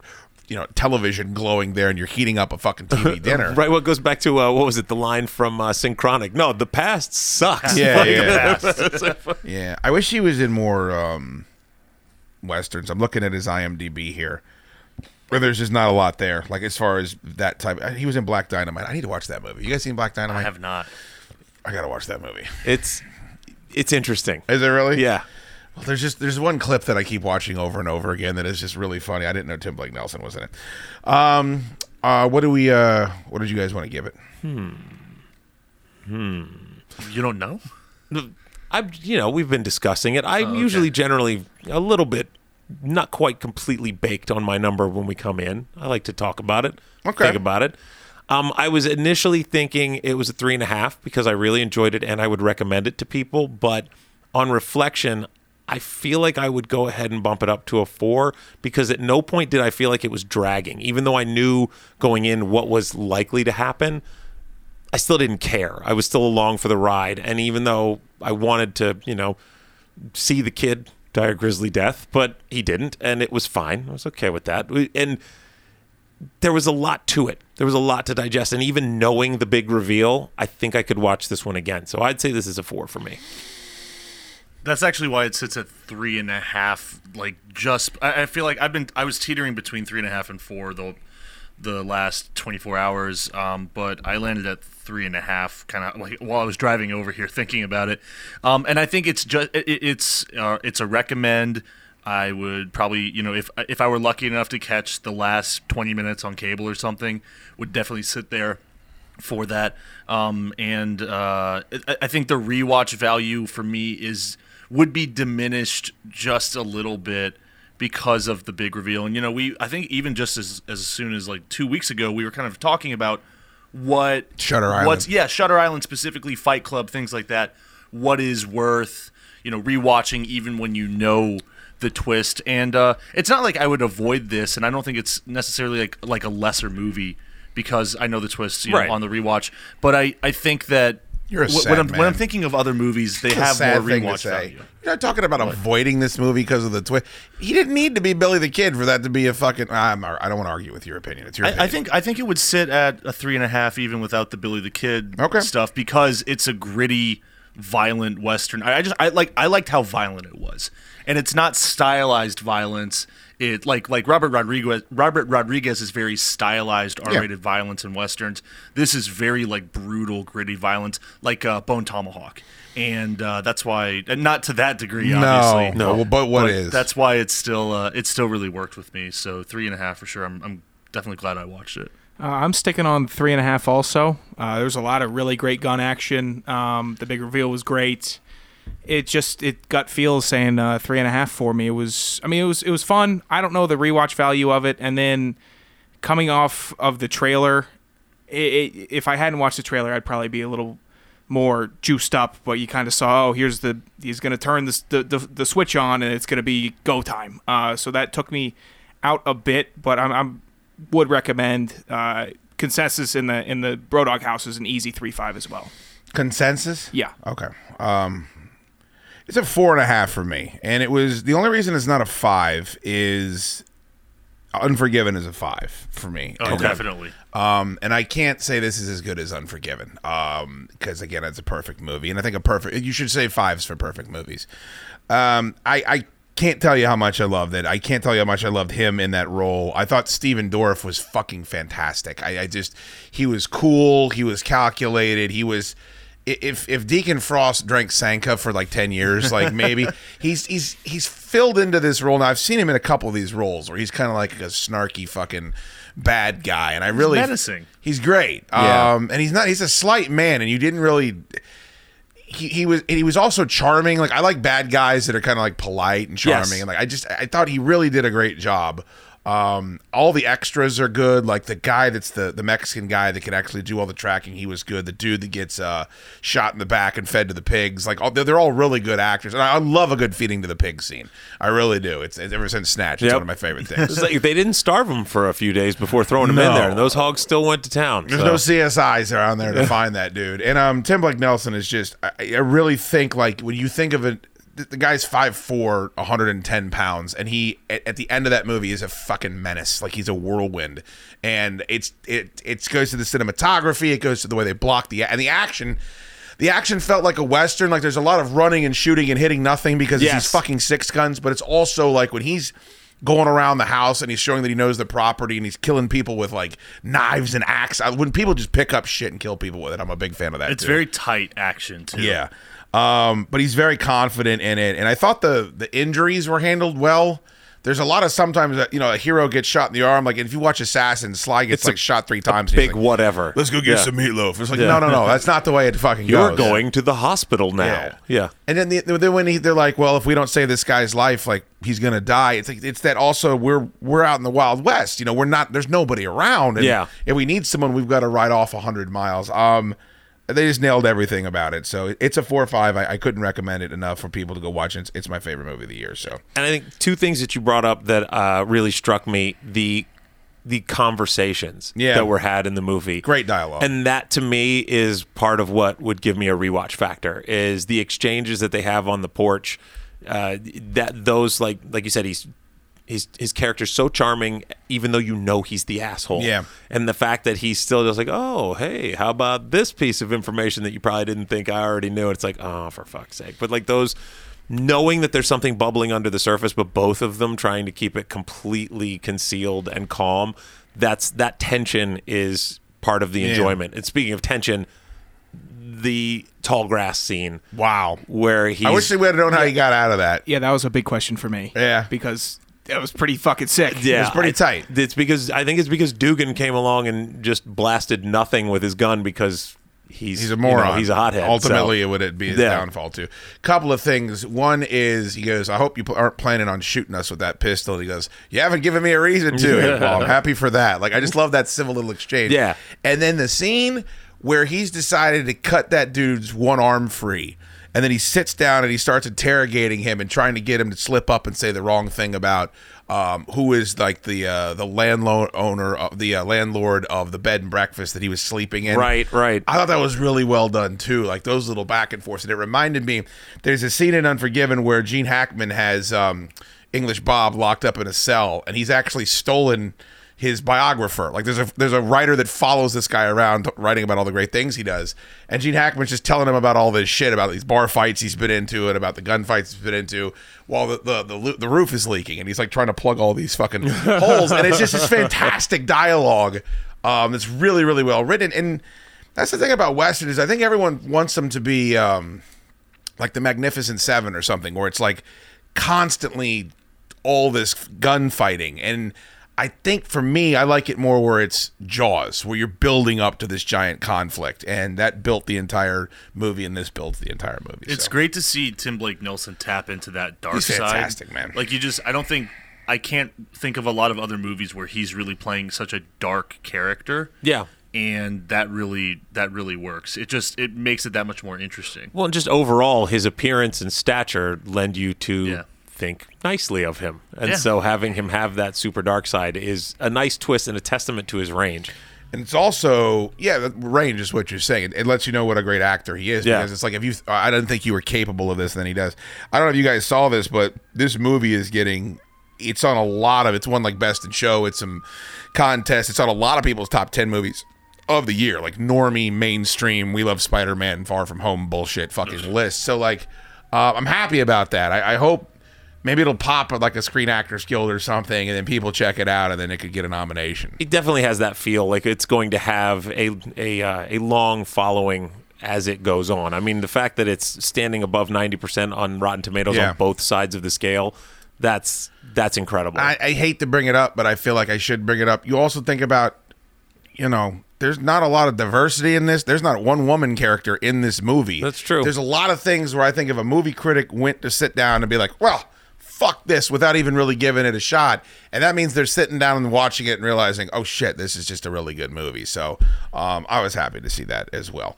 you know television glowing there, and you're heating up a fucking TV dinner.
Right. What goes back to uh, what was it? The line from uh, Synchronic. No, the past sucks.
Yeah,
Like,
yeah.
that's-
Yeah, I wish he was in more um, westerns. I'm looking at his IMDb here, where there's just not a lot there. Like as far as that type, he was in Black Dynamite. I need to watch that movie. You guys seen Black Dynamite?
I have not.
I gotta watch that movie.
it's it's interesting.
Is it really?
Yeah.
Well, there's just there's one clip that I keep watching over and over again that is just really funny. I didn't know Tim Blake Nelson was in it. Um, uh, what do we? Uh, what did you guys want to give it?
You don't know?
I you know we've been discussing it. I'm usually generally a little bit not quite completely baked on my number when we come in. I like to talk about it,
Okay.
think about it. Um, I was initially thinking it was a three and a half because I really enjoyed it and I would recommend it to people. But on reflection, I feel like I would go ahead and bump it up to a four because at no point did I feel like it was dragging, even though I knew going in what was likely to happen. I still didn't care. I was still along for the ride. And even though I wanted to, you know, see the kid die a grisly death, but he didn't. And it was fine. I was okay with that. We- And there was a lot to it. There was a lot to digest. And even knowing the big reveal, I think I could watch this one again. So I'd say this is a four for me.
That's actually why it sits at three and a half. Like just, I, I feel like I've been, I was teetering between three and a half and four the, the last twenty four hours. Um, but I landed at three and a half, kind of like while I was driving over here thinking about it. Um, and I think it's just, it, it- it's, uh, it's a recommend. I would probably, you know, if if I were lucky enough to catch the last twenty minutes on cable or something, would definitely sit there for that. Um, and uh, I, I think the rewatch value for me is would be diminished just a little bit because of the big reveal. And you know, we I think even just as as soon as like two weeks ago, we were kind of talking about what
Shutter Island.
What's yeah, Shutter Island specifically, Fight Club, things like that. What is worth, you know, rewatching even when you know the twist. And uh, it's not like I would avoid this, and I don't think it's necessarily like like a lesser movie because I know the twist you know,
Right.
on the rewatch. But I I think that
You're a
wh- when,
sad
I'm, when
man.
I'm thinking of other movies, they
It's a
have
sad
more
thing to
rewatch
say.
value.
You're not talking about avoiding this movie because of the twist. He didn't need to be Billy the Kid for that to be a fucking. I'm, I don't want to argue with your opinion. It's your opinion.
I, I think I think it would sit at a three and a half even without the Billy the Kid
Okay.
stuff because it's a gritty, violent western. I, I just I like I liked how violent it was, and it's not stylized violence. It like like Robert Rodriguez Robert Rodriguez is very stylized R-rated violence in westerns. This is very like brutal, gritty violence, like uh, Bone Tomahawk, and uh, that's why and not to that degree. obviously.
no, Well, but what
But
is?
That's why it's still uh, it still really worked with me. So three and a half for sure. I'm, I'm definitely glad I watched it.
Uh, I'm sticking on three and a half. Also, uh, there was a lot of really great gun action. Um, the big reveal was great. It just it gut feels saying uh, three and a half for me. It was I mean it was it was fun. I don't know the rewatch value of it, and then coming off of the trailer, i i if I hadn't watched the trailer, I'd probably be a little more juiced up. But you kind of saw, oh, here's the he's going to turn this, the, the the switch on, and it's going to be go time. Uh, so that took me out a bit, but I'm, I'm would recommend uh, consensus in the in the Brodog House is an easy three five as well.
consensus.
Yeah.
Okay. Um, it's a four and a half for me, and it was the only reason it's not a five is Unforgiven is a five for me.
Oh,
And,
definitely.
Um, and I can't say this is as good as Unforgiven, um, because again, it's a perfect movie, and I think a perfect. You should say fives for perfect movies. Um, I I can't tell you how much I loved it. I can't tell you how much I loved him in that role. I thought Steven Dorff was fucking fantastic. I, I just he was cool. He was calculated. He was. i- If if Deacon Frost drank Sanka for like ten years, like maybe he's he's he's filled into this role now. I've seen him in a couple of these roles where he's kind of like a snarky fucking bad guy, and I really
menacing.
He's great.
Yeah.
Um, and he's not. He's a slight man, and you didn't really. He, he was and he was also charming. Like I like bad guys that are kind of like polite and charming.
Yes.
And like I just I thought he really did a great job. Um, all the extras are good. Like the guy that's the the Mexican guy that can actually do all the tracking. He was good. The dude that gets uh, shot in the back and fed to the pigs. Like all, they're, they're all really good actors. And I, I love a good feeding to the pig scene. I really do. It's, it's ever since Snatch. It's
Yep.
one of my favorite things.
It's like they didn't starve him for a few days before throwing him in
No.
there, and those hogs still went to town.
There's
so.
no CSIs around there to find that dude. And um, Tim Blake Nelson is just, I, I really think, like, when you think of it, th- the guy's 5'4, 110 pounds, and he, at, at the end of that movie, is a fucking menace. Like, he's a whirlwind. And it's, it, it goes to the cinematography, it goes to the way they block the, and the action. The action felt like a western. Like there's a lot of running and shooting and hitting nothing because it's
Yes.
these fucking six guns. But it's also like when he's going around the house and he's showing that he knows the property and he's killing people with like knives and axe. I, when people just pick up shit and kill people with it, I'm a big fan of that.
It's
too.
very tight action too.
yeah. Um, but he's very confident in it, and I thought the the injuries were handled well. There's a lot of sometimes that you know a hero gets shot in the arm. Like if you watch Assassin, Sly gets
It's a-
like shot three times. and he's
Big
like,
whatever.
Let's go get
Yeah.
some meatloaf. It's like no, no, no. That's not the way it fucking
You're
goes.
going to the hospital now. Yeah.
And then, the, then when he, they're like, well, if we don't save this guy's life, like he's gonna die. It's like it's that also we're we're out in the wild west. You know, we're not there's nobody around. And
Yeah.
If we need someone, we've got to ride off hundred miles. Um, they just nailed everything about it. So it's a four or five. I, I couldn't recommend it enough for people to go watch. It's it's my favorite movie of the year. So
And I think two things that you brought up that uh, really struck me the the conversations
Yeah.
that were had in the movie.
Great dialogue.
And that to me is part of what would give me a rewatch factor is the exchanges that they have on the porch. Uh, that those like like you said he's his his character's so charming even though you know he's the asshole.
Yeah.
And the fact that he's still just like, "Oh, hey, how about this piece of information that you probably didn't think I already knew?" It's like, "Oh, for fuck's sake." But like those knowing that there's something bubbling under the surface, but both of them trying to keep it completely concealed and calm, that's that tension is part of the enjoyment. And speaking of tension, the tall grass scene
wow.
where he
I wish they would have known how he got out of that.
Yeah, that was a big question for me.
Yeah.
because that was pretty fucking sick.
Yeah,
was pretty
I-
tight.
It's because I think it's because Dugan came along and just blasted nothing with his gun because he's
he's a
you know,
moron.
he's a hothead. so-
Ultimately, it would be his
Yeah.
downfall too. Couple of things. One is he goes, "I hope you pl- aren't planning on shooting us with that pistol." And he goes, "You haven't given me a reason to." Well, I'm happy for that. Like I just love that civil little exchange.
Yeah.
And then the scene where he's decided to cut that dude's one arm free. And then he sits down and he starts interrogating him and trying to get him to slip up and say the wrong thing about um, who is like the uh, the landlord owner of the uh, landlord of the bed and breakfast that he was sleeping in.
Right, right.
I thought that was really well done too. Like those little back and forths, and it reminded me. There's a scene in Unforgiven where Gene Hackman has um, English Bob locked up in a cell, and he's actually stolen his biographer. Like there's a there's a writer that follows this guy around writing about all the great things he does, and Gene Hackman's just telling him about all this shit about these bar fights he's been into and about the gunfights he's been into, while the the, the lo- the roof is leaking, and he's like trying to plug all these fucking holes, and it's just this fantastic dialogue. Um, it's really really well written and that's the thing about westerns. I think everyone wants them to be um, like the Magnificent Seven or something, where it's like constantly all this gunfighting. And I think for me, I like it more where it's Jaws, where you're building up to this giant conflict, and that built the entire movie, and this builds the entire movie.
It's
so.
great to see Tim Blake Nelson tap into that dark
He's
side.
fantastic, man.
Like you just, I don't think I can't think of a lot of other movies where he's really playing such a dark character.
Yeah.
and that really that really works. It just it makes it that much more interesting.
Well, and just overall, his appearance and stature lend you to
Yeah.
think nicely of him, and
Yeah.
so having him have that super dark side is a nice twist and a testament to his range.
And it's also, yeah, the range is what you're saying. It, it lets you know what a great actor he is.
Yeah.
Because it's like, if you, I didn't think you were capable of this, and then he does. I don't know if you guys saw this, but this movie is getting, it's on a lot of, it's won like Best in Show, it's some contests, it's on a lot of people's top 10 movies of the year, like normie, mainstream, we love Spider Man, Far From Home bullshit fucking list. So, like, uh, I'm happy about that. I, I hope Maybe it'll pop at like a Screen Actors Guild or something, and then people check it out, and then it could get a nomination.
It definitely has that feel. Like it's going to have a a uh, a long following as it goes on. I mean, the fact that it's standing above ninety percent on Rotten Tomatoes
Yeah.
on both sides of the scale, that's that's incredible.
I, I hate to bring it up, but I feel like I should bring it up. You also think about, you know, there's not a lot of diversity in this. There's not one woman character in this movie.
That's true.
There's a lot of things where I think if a movie critic went to sit down and be like, well, fuck this without even really giving it a shot. And that means they're sitting down and watching it and realizing, oh shit, this is just a really good movie. So um, I was happy to see that as well.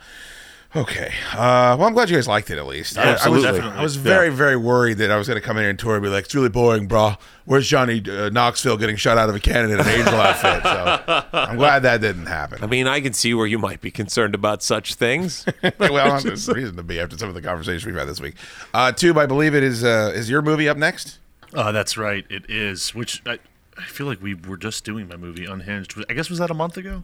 Okay. Uh, well, I'm glad you guys liked it at least. I-
Absolutely.
I, was, I was very, very worried that I was going to come in here and tour and be like, it's really boring, bro. Where's Johnny uh, Knoxville getting shot out of a cannon in an angel outfit? So I'm glad that didn't
I
happen.
mean, I can see where you might be concerned about such things.
well, I'm- there's reason to be after some of the conversations we've had this week. Uh, Tube, I believe it is uh, is your movie up next?
Uh, that's right. It is. Which I, I feel like we were just doing my movie Unhinged. I guess was that a month ago?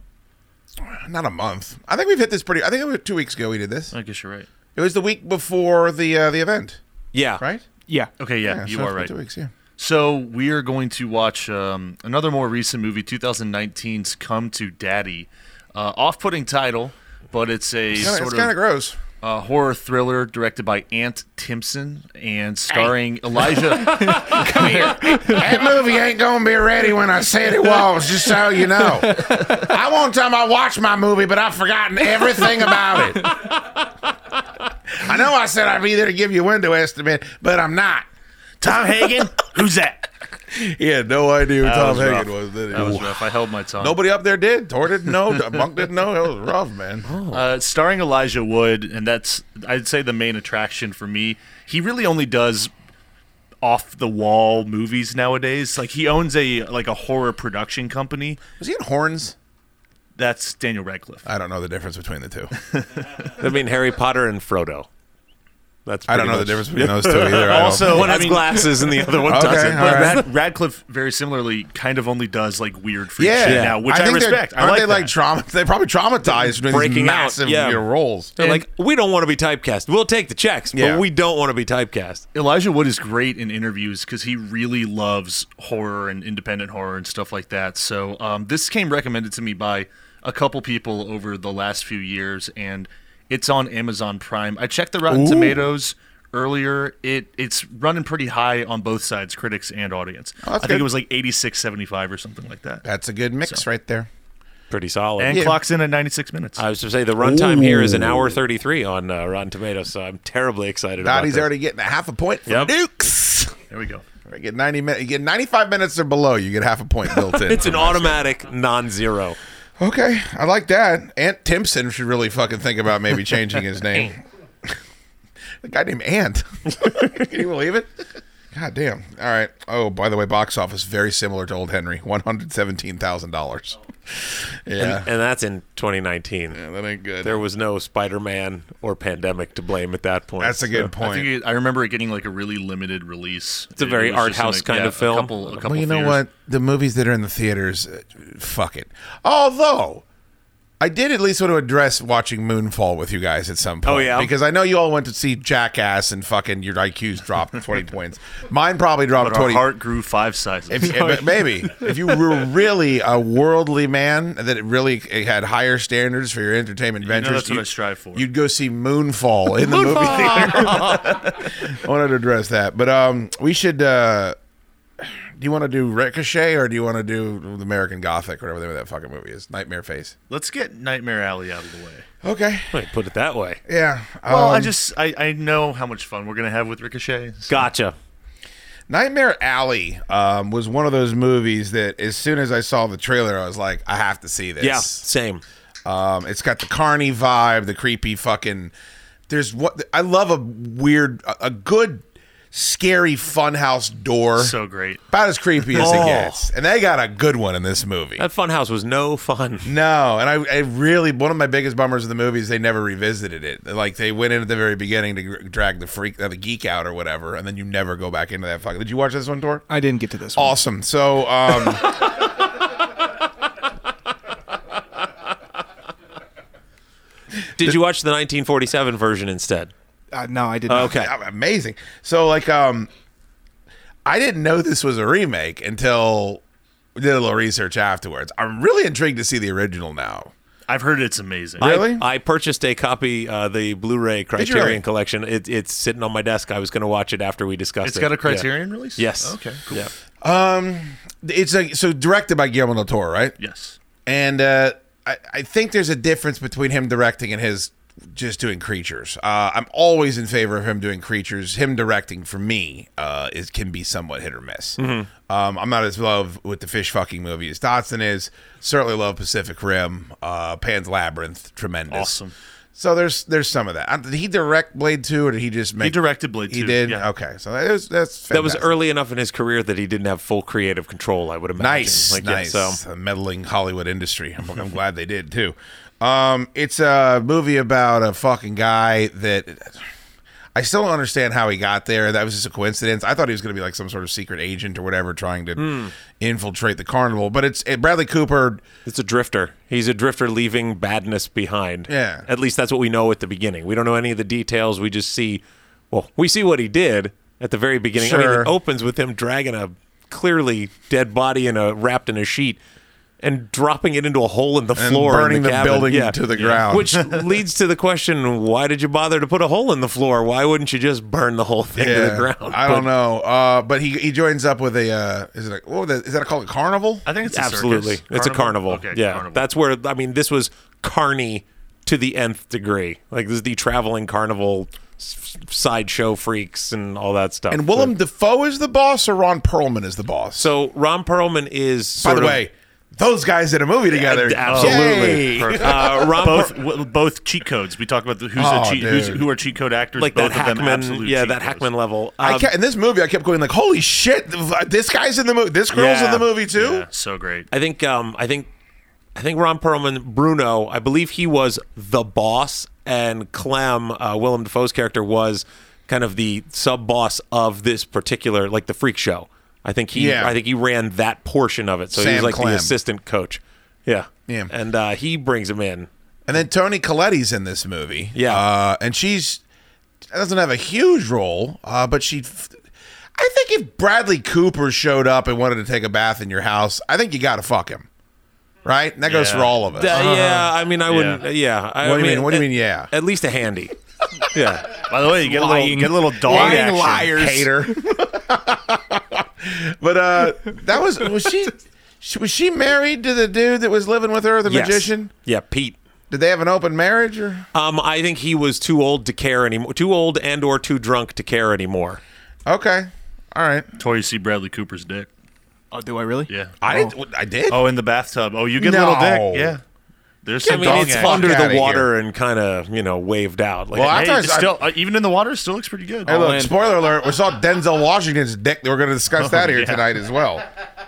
Not a month. I think we've hit this pretty. I think it was two weeks ago we did this.
I guess you're right.
It was the week before the uh, the event,
yeah,
right?
Yeah.
Okay, yeah,
Yeah,
you
so it's
are
been
right.
Two weeks, yeah.
So we are going to watch um, another more recent movie, 2019's "Come to Daddy." Uh, off-putting title, but it's a
Kinda-
sort
it's kind of
of
gross.
uh, horror thriller directed by Ant Timpson and starring Elijah.
That movie ain't gonna be ready when I said it was, just so you know. I one time I watched my movie, but I've forgotten everything about it. I know I said I'd be there to give you a window estimate, but I'm not.
Tom Hagen, who's that?
He had no idea who Tom
was rough.
Hagen was, did he?
That was rough. I held my tongue.
Nobody up there did. Tor didn't know. Monk didn't know. That was rough, man.
Uh, starring Elijah Wood, and that's I'd say the main attraction for me. He really only does off the wall movies nowadays. Like he owns a like a horror production company.
Was he in horns?
That's Daniel Radcliffe.
I don't know the difference between the two.
I mean, Harry Potter and Frodo. That's
I don't
pretty
know the
much-
difference between those two either. I
Also-
don't-
One
I
has
mean-
glasses and the other one
Okay,
doesn't.
all right.
Rad- Radcliffe very similarly kind of only does like weird freak
yeah,
shit now, which I,
think they're-
respect. I
Aren't
like
they like
that.
trauma? They probably traumatized with these
Breaking out,
massive
yeah.
you know, roles.
They're like, we don't want to be typecast. We'll take the checks,
Yeah.
but we don't want to be typecast.
Elijah Wood is great in interviews because he really loves horror and independent horror and stuff like that. So um, this came recommended to me by a couple people over the last few years, and it's on Amazon Prime. I checked the Rotten Tomatoes earlier. It it's running pretty high on both sides, critics and audience. I
Oh, that's
think
good.
it was like eighty six seventy five or something like that,
That's a good mix right there.
Pretty solid.
and clocks in at ninety six minutes.
I was to say the runtime here is an hour thirty-three on uh, Rotten Tomatoes, so I'm terribly excited about
Dottie's
this.
already getting a half a point for
Yep.
Dukes.
there we go.
Right, get ninety minutes. You get ninety-five minutes or below, you get half a point built in.
It's an automatic non-zero.
okay. I like that. Ant Timpson should really fucking think about maybe changing his name. the guy named Ant. Can you believe it? God damn. All right. Oh, by the way, box office very similar to Old Henry, one hundred seventeen thousand dollars. Yeah,
And that's in 2019.
that ain't good.
There was no Spider-Man or pandemic to blame at that point.
That's a
so-
good
I
point.
think it, I remember it getting like a really limited release. It's
a very art house kind of film.
A couple, a couple
well, you know
theaters.
what? The movies that are in the theaters, uh, fuck it. Although, I did at least want to address watching Moonfall with you guys at some point.
Oh, yeah?
Because I know you all went to see Jackass and fucking your IQs dropped 20 points. Mine probably dropped
But
20.
our heart grew five sizes.
If, if- maybe if you were really a worldly man that it really had higher standards for your entertainment ventures,
that's what
you-
I strive for.
You'd go see Moonfall in the movie theater. I wanted to address that, but um, we should. Uh, do you want to do Ricochet or do you want to do the American Gothic, whatever the name of that fucking movie is? Nightmare Face.
Let's get Nightmare Alley out of the way.
Okay.
Wait, put it that way.
Yeah.
Well, Oh, I
um,
just I, I know how much fun we're gonna have with Ricochet.
Gotcha.
Nightmare Alley um, was one of those movies that, as soon as I saw the trailer, I was like, I have to see this.
Yeah, same.
Um, it's got the carny vibe, the creepy fucking. There's what I love a weird, a a good, scary funhouse door.
So great.
about as creepy as
Oh.
it gets, and they got a good one in this movie.
That funhouse was no fun.
No, and I, I really one of my biggest bummers of the movie is they never revisited it. Like they went in at the very beginning to gr- drag the freak, uh, the geek out or whatever, and then you never go back into that fucking. Did you watch this one,
Uh,
Tor?
I didn't get to this one.
Awesome. So, um,
Did you watch the 1947 version instead?
Oh,
Uh, no, I did not.
Okay.
amazing. So like um I didn't know this was a remake until we did a little research afterwards. I'm really intrigued to see the original now.
I've heard it's amazing.
I-
Really?
I, purchased a copy, uh, the Blu-ray
you
Criterion
really?
Collection. It, it's sitting on my desk. I was going to watch it after we discussed
it's
it.
got a
Yeah.
Criterion release.
Yes.
Okay. Cool.
Yeah.
It's like so directed by Guillermo del Toro, right?
Yes.
And uh, I, I think there's a difference between him directing and his just doing creatures. Uh, I'm always in favor of him doing creatures. Him directing for me uh, is can be somewhat hit or miss. Um, I'm not as love with the fish fucking movie as Dotson is. Certainly love Pacific Rim, uh, Pan's Labyrinth, tremendous.
Awesome.
So there's there's some of that. Uh, Did he direct Blade Two, or did he just make?
directed Blade
He
2,
did.
yeah.
Okay, so that was, that's
That was
fantastic.
early enough in his career that he didn't have full creative control. I would imagine.
Nice,
Like, yeah,
nice.
so
A meddling Hollywood industry. I'm, I'm glad they did too. Um, it's a movie about a fucking guy that I still don't understand how he got there. That was just a coincidence. I thought he was going to be like some sort of secret agent or whatever, trying to
Hmm.
infiltrate the carnival. But it's it, Bradley Cooper.
it's a drifter. He's a drifter leaving badness behind.
Yeah.
At least that's what we know at the beginning. We don't know any of the details. We just see, well, we see what he did at the very beginning. I mean,
Sure.
it opens with him dragging a clearly dead body in a wrapped in a sheet. And dropping it into a hole in the
And
floor, in
burning the
cabin.
building
Yeah.
to the ground.
which leads to the question: Why did you bother to put a hole in the floor? Why wouldn't you just burn the whole thing to the ground?
I don't
But-
know. Uh, but he he joins up with a uh, is it a, what was that- is that called a carnival?
I think it's a circus.
Absolutely, it's a carnival.
Okay,
yeah,
carnival.
that's where I mean, this was carny to the nth degree. Like this is the traveling carnival s- s- sideshow freaks and all that stuff.
And Willem Dafoe is the boss, or Ron Perlman is the boss.
So Ron Perlman is
by
sort
the
of-
way, those guys in a movie together.
Uh, absolutely.
Yay!
uh, Ron
both
Per-
w- both cheat codes. We talk about the, who's
Oh,
a cheat, who's,
dude.
who are cheat code actors.
like
both
that
of them
Hackman,
absolute
yeah,
cheat
that
codes.
Hackman level.
I
Um,
kept, in this movie, I kept going like, "Holy shit! This guy's in the movie. This girl's in
Yeah.
the movie too."
Yeah, so great.
I think um, I think I think Ron Perlman, Bruno, I believe he was the boss, and Clem, uh, Willem Dafoe's character, was kind of the sub boss of this particular, like the freak show. I think he,
Yeah.
I think he ran that portion of it, so he was
Sam
like
Clem.
the assistant coach. Yeah,
Yeah.
and uh, he brings him in.
And then Tony Colletti's in this movie.
Yeah.
uh, and she's doesn't have a huge role, uh, but she. I think if Bradley Cooper showed up and wanted to take a bath in your house, I think you got to fuck him, right? And that goes
Yeah.
for all of us.
Uh, yeah, I mean, I wouldn't. Yeah, I,
Uh-huh. What
I
do you mean? What do you
at-
mean, yeah?
at least a handy. Yeah,
By the way, you get a little,
Lying.
get a little
uh,
dog
Lying
action.
liars, hater. but uh, that was was she, she was she married to the dude that was living with her, the
Yes.
magician?
Yeah, Pete.
Did they have an open marriage or?
Um, I think he was too old to care anymore, too old and or too drunk to care anymore.
Okay. All right.
Toy, you see Bradley Cooper's dick.
Oh, do I really?
Yeah.
I did. I did.
Oh, in the bathtub. Oh, you get
No.
a little dick. Yeah. There's
I
some
mean,
dog
it's
action.
fuck
under
outta
the
here.
water and kind of you know waved out. Like,
Well, I
Hey,
thought-
it's still uh, even in the water, it still looks pretty good.
Hey, look,
in.
spoiler alert. We saw Denzel Washington's dick. We're going to discuss that here
Oh, yeah.
tonight as well.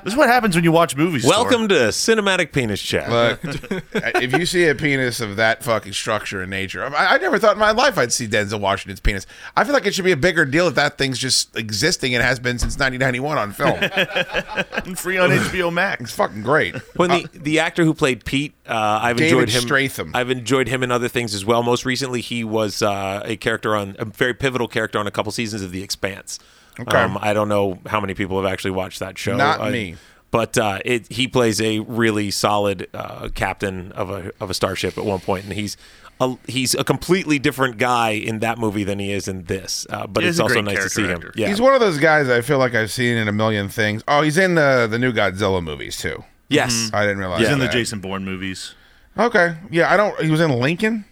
This is what happens when you watch movies.
welcome to cinematic penis chat.
But uh, if you see a penis of that fucking structure and nature, I, I never thought in my life I'd see Denzel Washington's penis. I feel like it should be a bigger deal if that thing's just existing and has been since 1991 on film.
to free on HBO
it's
Max.
fucking great.
when the, the actor who played Pete, uh, I've
Uh, David
enjoyed him.
Stratham.
I've enjoyed him in other things as well. Most recently, he was uh, a character on a very pivotal character on a couple seasons of The Expanse. Um,
Okay.
I don't know how many people have actually watched that show.
Not
I-
me.
But uh, it, he plays a really solid uh, captain of a of a starship at one point, and he's a, he's a completely different guy in that movie than he is in this. Uh, but
He
it's
is a
also
great
nice to see
character
him.
actor.
Yeah,
He's one of those guys I feel like I've seen in a million things. Oh, he's in the the new Godzilla movies too.
yes.
I didn't realize.
He's in the
that.
Jason Bourne movies.
Okay. Yeah, I don't. He was in Lincoln.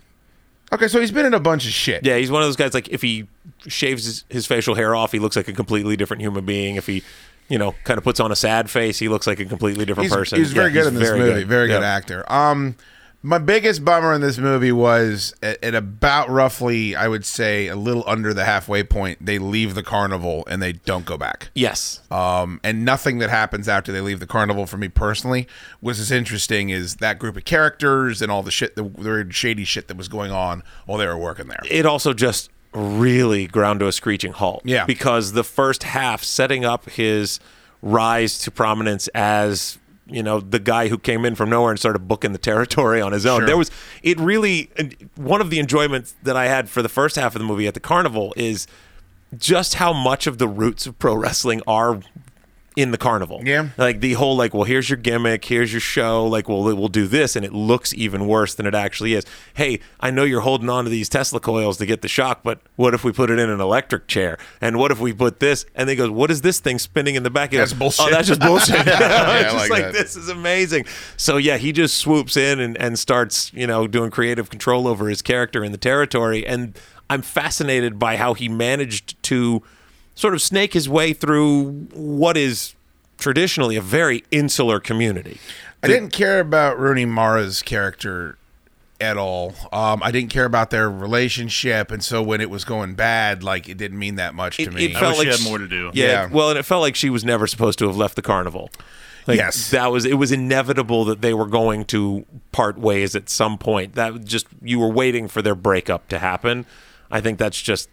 Okay, so he's been in a bunch of shit.
Yeah, he's one of those guys. Like if he shaves his, his facial hair off, he looks like a completely different human being. If he, you know, kind of puts on a sad face, he looks like a completely different
he's,
person.
he's very
Yeah,
good in this
very
movie. Very good
Yeah.
actor. Um, my biggest bummer in this movie was at, at about roughly, I would say, a little under the halfway point. They leave the carnival and they don't go back.
Yes,
Um, and nothing that happens after they leave the carnival for me personally was as interesting as that group of characters and all the shit, the weird shady shit that was going on while they were working there.
it also just really ground to a screeching halt.
Yeah.
Because the first half, setting up his rise to prominence as, you know, the guy who came in from nowhere and started booking the territory on his own. There was, it really, and one of the enjoyments that I had for the first half of the movie at the carnival is just how much of the roots of pro wrestling are in the carnival.
Yeah.
Like the whole like, well, here's your gimmick, here's your show, like well we'll do this and it looks even worse than it actually is. Hey, I know you're holding on to these Tesla coils to get the shock, but what if we put it in an electric chair? And what if we put this? And they goes, What is this thing spinning in the back? He
That's
goes,
bullshit.
Oh, that's just bullshit.
I like
It's just like,
that.
this is amazing. So yeah, he just swoops in and, and starts, you know, doing creative control over his character in the territory. And I'm fascinated by how he managed to sort of snake his way through what is traditionally a very insular community.
I didn't care about Rooney Mara's character at all. Um, I didn't care about their relationship, and so when it was going bad, like it didn't mean that much to
It,
me.
it felt
wish
like
he had
sh-
more to do.
Yeah,
Yeah.
Well, and it felt like she was never supposed to have left the carnival. Like,
Yes.
that was it. Was inevitable that they were going to part ways at some point. That was just you were waiting for their breakup to happen. I think that's just.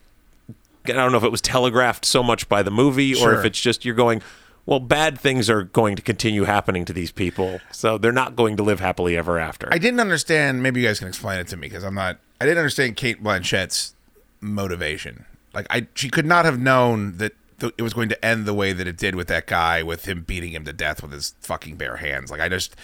I don't know if it was telegraphed so much by the movie, or
Sure.
if it's just you're going. Well, bad things are going to continue happening to these people, so they're not going to live happily ever after.
I didn't understand. Maybe you guys can explain it to me because I'm not. I didn't understand Kate Blanchett's motivation. Like I, she could not have known that th- it was going to end the way that it did with that guy, with him beating him to death with his fucking bare hands. Like I just,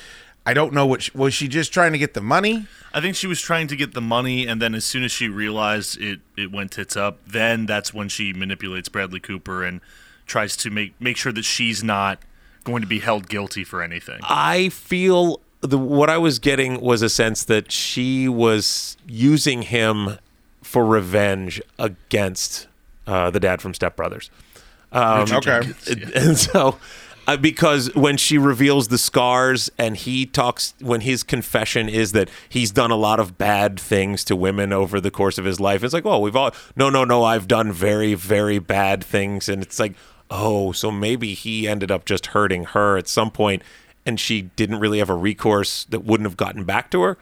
I don't know what she, was she just trying to get the money.
I think she was trying to get the money, and then as soon as she realized it, it went tits up. Then that's when she manipulates Bradley Cooper and tries to make make sure that she's not going to be held guilty for anything.
I feel the what I was getting was a sense that she was using him for revenge against uh, the dad from Step Brothers.
okay,
It- And so, uh, because when she reveals the scars and he talks, when his confession is that he's done a lot of bad things to women over the course of his life, it's like, oh, we've all, no, no, no, I've done very, very bad things. And it's like, oh, so maybe he ended up just hurting her at some point and she didn't really have a recourse that wouldn't have gotten back to her.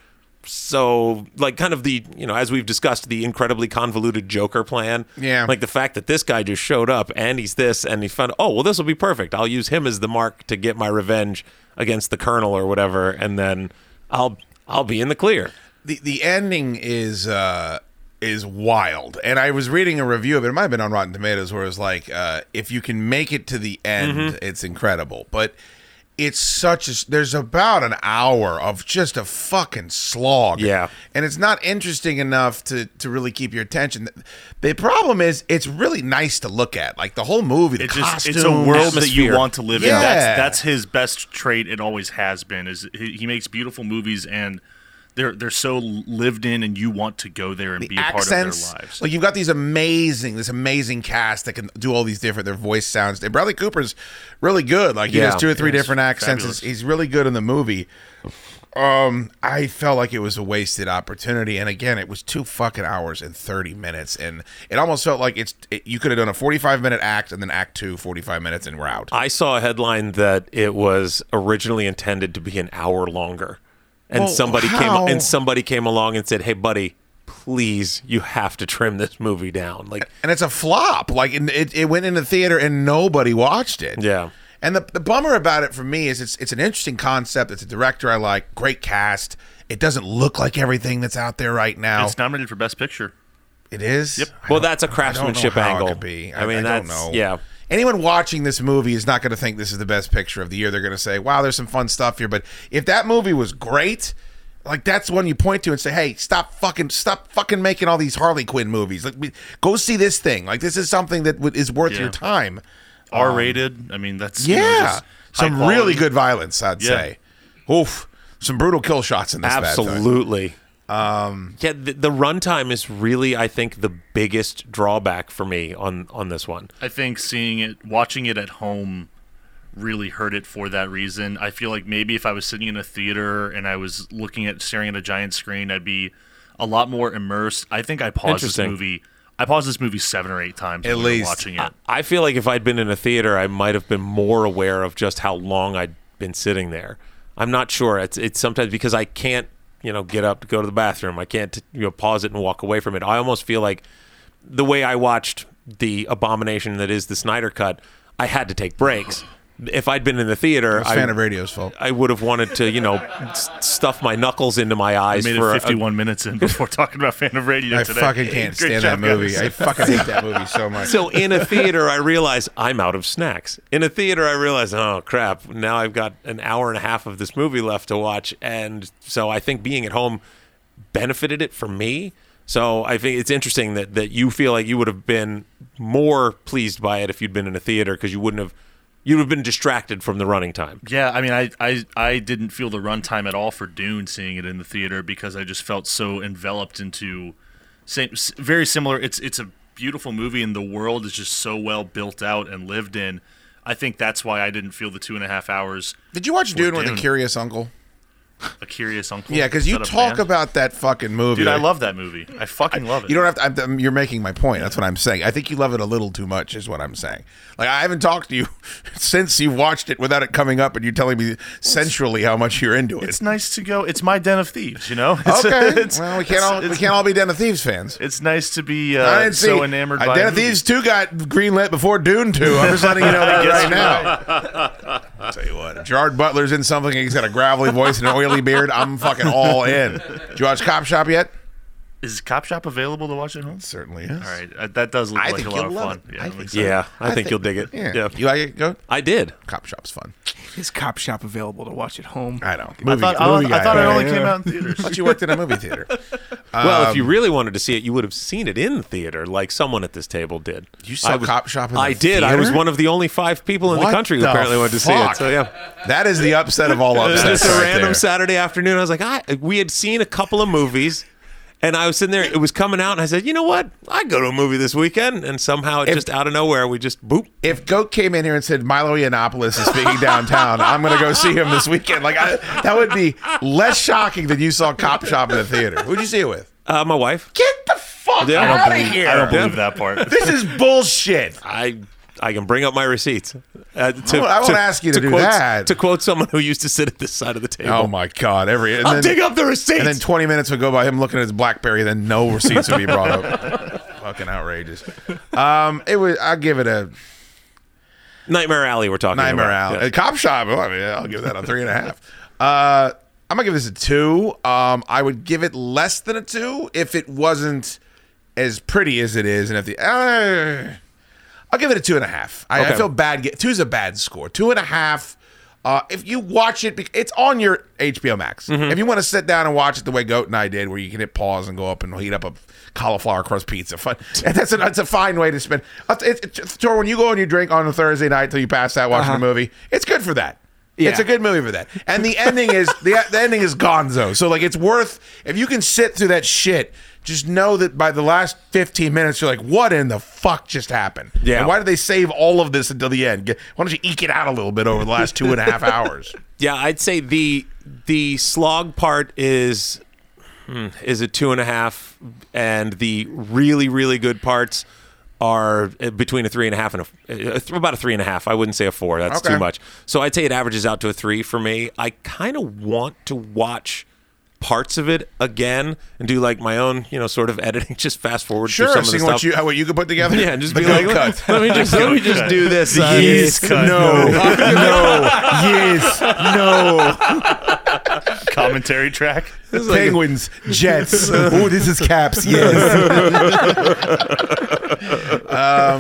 So, like, kind of the, you know, as we've discussed, the incredibly convoluted Joker plan.
Yeah.
Like, the fact that this guy just showed up and he's this and he found, oh, well, this will be perfect. I'll use him as the mark to get my revenge against the colonel or whatever. And then I'll. I'll be in the clear.
the the ending is uh is wild and i was reading a review of it it might have been on rotten tomatoes where it was like uh if you can make it to the end
Mm-hmm.
it's incredible but it's such a there's about an hour of just a fucking slog
Yeah.
and it's not interesting enough to to really keep your attention the problem is it's really nice to look at like the whole movie the
It just
costumes,
it's a world that
atmosphere.
you want to live
Yeah.
in. That's that's his best trait. It always has been. Is he, he makes beautiful movies and they're they're so lived in, and you want to go there and be a
accents.
part of their lives.
Like you've got these amazing, this amazing cast that can do all these different their voice sounds. And Bradley Cooper's really good. Like he
Yeah.
has two or three
Yes,
different accents.
fabulous.
He's really good in the movie. Um, I felt like it was a wasted opportunity, and again, it was two fucking hours and thirty minutes, and it almost felt like it's it, you could have done a forty-five minute act and then act two, 45 minutes, and we're out.
I saw a headline that it was originally intended to be an hour longer, and
Well,
somebody
Oh, how?
came and somebody came along and said, "Hey, buddy, please, you have to trim this movie down." Like,
and it's a flop. Like it, it, it went in the theater and nobody watched it.
Yeah.
And the, the bummer about it for me is it's it's an interesting concept. It's a director I like, great cast. It doesn't look like everything that's out there right now.
It's nominated for best picture.
It is.
Yep.
I
Well,
don't-
that's
I
a
don't know
craftsmanship
how it
angle.
could be.
I
I,
mean,
I
that's-
don't know.
yeah.
Anyone watching this movie is not going to think this is the best picture of the year. They're going to say, "Wow, there's some fun stuff here." But if that movie was great, like that's one you point to and say, "Hey, stop fucking, stop fucking making all these Harley Quinn movies. Like, we- go see this thing. Like, this is something that would- is worth
Yeah.
your time."
R rated. I mean, that's you know,
Um, Yeah,
just high
some
quality.
really good violence, I'd
Yeah.
say. Oof, some brutal kill shots in this. bad thing.
absolutely. Um, yeah, the, the runtime is really, I think, the biggest drawback for me on on this one.
I think seeing it, watching it at home, really hurt it for that reason. I feel like maybe if I was sitting in a theater and I was looking at staring at a giant screen, I'd be a lot more immersed. I think I paused this
Interesting.
movie. I paused this movie seven or eight times
At
when we were
least. uh,
watching it.
I feel like if I'd been in a theater, I might have been more aware of just how long I'd been sitting there. I'm not sure. It's it's sometimes because I can't, you know, get up to go to the bathroom. I can't, you know, pause it and walk away from it. I almost feel like the way I watched the abomination that is the Snyder cut, I had to take breaks. if I'd been in the theater,
It's fan of
I,
radio's fault.
I would have wanted to, you know, s- stuff my knuckles into my eyes
Made
for
it
a-
51 minutes in before talking about Phantom Radio
I
today.
fucking can't
Great
stand that
job, guys.
movie. I fucking hate that movie so much.
so in a theater, I realize I'm out of snacks. In a theater, I realize, oh crap, now I've got an hour and a half of this movie left to watch, and so I think being at home benefited it for me. So I think it's interesting that that you feel like you would have been more pleased by it if you'd been in a theater because you wouldn't have you would have been distracted from the running time.
Yeah, I mean, I, I I didn't feel the runtime at all for Dune seeing it in the theater because I just felt so enveloped into same s- very similar. It's it's a beautiful movie and the world is just so well built out and lived in. I think that's why I didn't feel the two and a half hours.
Did you watch Dune with the
Dune.
Curious Uncle?
A Curious Uncle.
Yeah, because
Is
you
that a
talk
band?
about that fucking movie.
Dude, I love that movie. I fucking love it.
You don't have to. I'm, I'm- you're making my point. That's what I'm saying. I think you love it a little too much, is what I'm saying. Like I haven't talked to you since you watched it without it coming up, and you telling me sensually how much you're into it.
it's nice to go. It's my den of thieves, you know. It's,
Okay.
it's-
well, we can't all we
it's-
can't all be Den of Thieves fans.
It's nice to be
I
uh,
didn't see
so enamored
uh,
by
Den
a
of
movie.
Thieves two got greenlit before Dune two. I'm just letting you know that right now. I'll tell you what, Gerard Butler's in something. He's got a gravelly voice and an oily beard. I'm fucking all in. Did you watch Cop Shop yet?
Is Cop Shop available to watch at home?
Certainly is.
All right, uh, that does look
I
like
think
a
you'll
lot of
love it.
fun. Yeah,
I
I'm
think
excited.
Yeah, I, think, you'll dig it.
Yeah.
yeah.
You like it? Go.
I did.
Cop Shop's fun.
Is Cop Shop available to watch at home?
I know.
I thought, I, I thought it only came out in theaters.
But you worked in a movie theater.
Well, if
Um,
you really wanted to see it, you would have seen it in theater, like someone at this table did.
You saw
I was-
Cop Shop in the
I did. I was
theater?
one of the only five people in
What
the country who
the
apparently wanted to see
fuck?
it. So yeah,
That is the upset of all
it was
upsets.
just a
right
random
there.
Saturday afternoon. I was like, I we had seen a couple of movies. And I was sitting there, it was coming out, and I said, you know what? I go to a movie this weekend. And somehow it just out of nowhere, we just boop.
If Goat came in here and said Milo Yiannopoulos is speaking downtown, I'm going to go see him this weekend. Like I, that would be less shocking than you saw Cop Shop in the theater. Who'd you see it with?
Uh, my wife.
Get the fuck
Yeah. I don't
out of
believe-
here!
I don't believe that part.
This is bullshit.
I I can bring up my receipts. Uh, to,
won't- I won't ask you to do
quote,
that.
To quote someone who used to sit at this side of the table.
Oh my god! Every and
I'll
then,
dig up the receipts.
and then 20 minutes would go by him looking at his BlackBerry. Then no receipts would be brought up. Fucking outrageous. Um, it was. I give it a
Nightmare Alley, we're talking
Nightmare
about.
Alley.
Yeah.
Uh, Cop Shop. Well, I mean, I'll give that a three and a half. Uh, I'm gonna give this a two. Um, I would give it less than a two if it wasn't as pretty as it is, and if the uh, I'll give it a two and a half. I, I
Okay.
feel bad. ge- Two's a bad score. Two and a half. Uh, if you watch it, bec- it's on your HBO Max. If you want to sit down and watch it the way Goat and I did, where you can hit pause and go up and heat up a cauliflower crust pizza, fun. And that's a, that's a fine way to spend. uh, It's, it's, it's- Tor, when you go and you drink on a Thursday night till you pass out watching a movie, it's good for that. It's a
Yeah.
good movie for that. And the ending is the, the ending is Gonzo. So like it's worth if you can sit through that shit. Just know that by the last 15 minutes, you're like, what in the fuck just happened?
Yeah.
And why did they save all of this until the end? Get- Why don't you eke it out a little bit over the last two and a half hours?
Yeah, I'd say the the slog part is hmm, is a two and a half, and the really really good parts are uh, between a three and a half and a uh, th- about a three and a half. I wouldn't say a four. That's
Okay.
too much. So I'd say it averages out to a three for me. I kind of want to watch parts of it again and do like my own you know sort of editing just fast forward through some
Sure,
of the
seeing
stuff
what you how, what you could put together.
yeah and just
The
be
good
like let, let me just let me just do this uh,
yeast cut.
No, no, yes, no.
Commentary track.
Penguins, Jets. oh, this is Caps. Yes. um,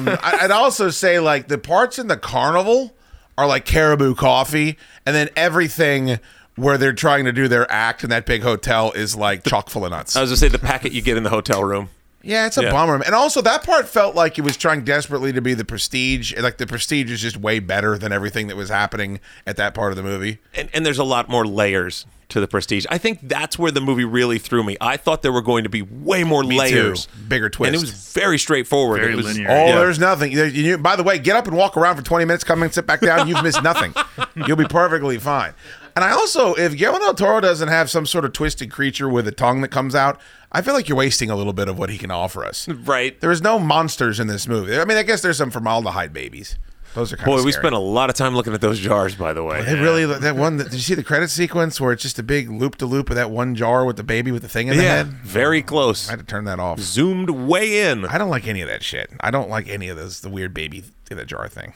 I- I'd also say like the parts in the carnival are like Caribou Coffee, and then everything where they're trying to do their act in that big hotel is like chock full of nuts.
I was gonna say the packet you get in the hotel room
Yeah, it's a
Uh, Yeah.
bummer. And also, that part felt like it was trying desperately to be the prestige. Like, the prestige is just way better than everything that was happening at that part of the movie.
and, and there's a lot more layers to the prestige. I think that's where the movie really threw me. I thought there were going to be way more
too.
layers,
Bigger
and it
twist.
was very straightforward.
Very
it was,
linear.
Oh,
Yeah.
there's nothing. There- you- by the way, get up and walk around for 20 minutes, come and sit back down. You've missed nothing. You'll be perfectly fine. And I also, if Guillermo del Toro doesn't have some sort of twisted creature with a tongue that comes out, I feel like you're wasting a little bit of what he can offer us.
right?
There is no monsters in this movie. I mean, I guess there's some formaldehyde babies. Those are kind
Boy,
of
we spent a lot of time looking at those jars. By the way,
It really that one. That, did you see the credit sequence where it's just a big loop de loop of that one jar with the baby with the thing in the
yeah,
head?
very close.
I had to turn that off.
Zoomed way in.
I don't like any of that shit. I don't like any of those the weird baby in a jar thing.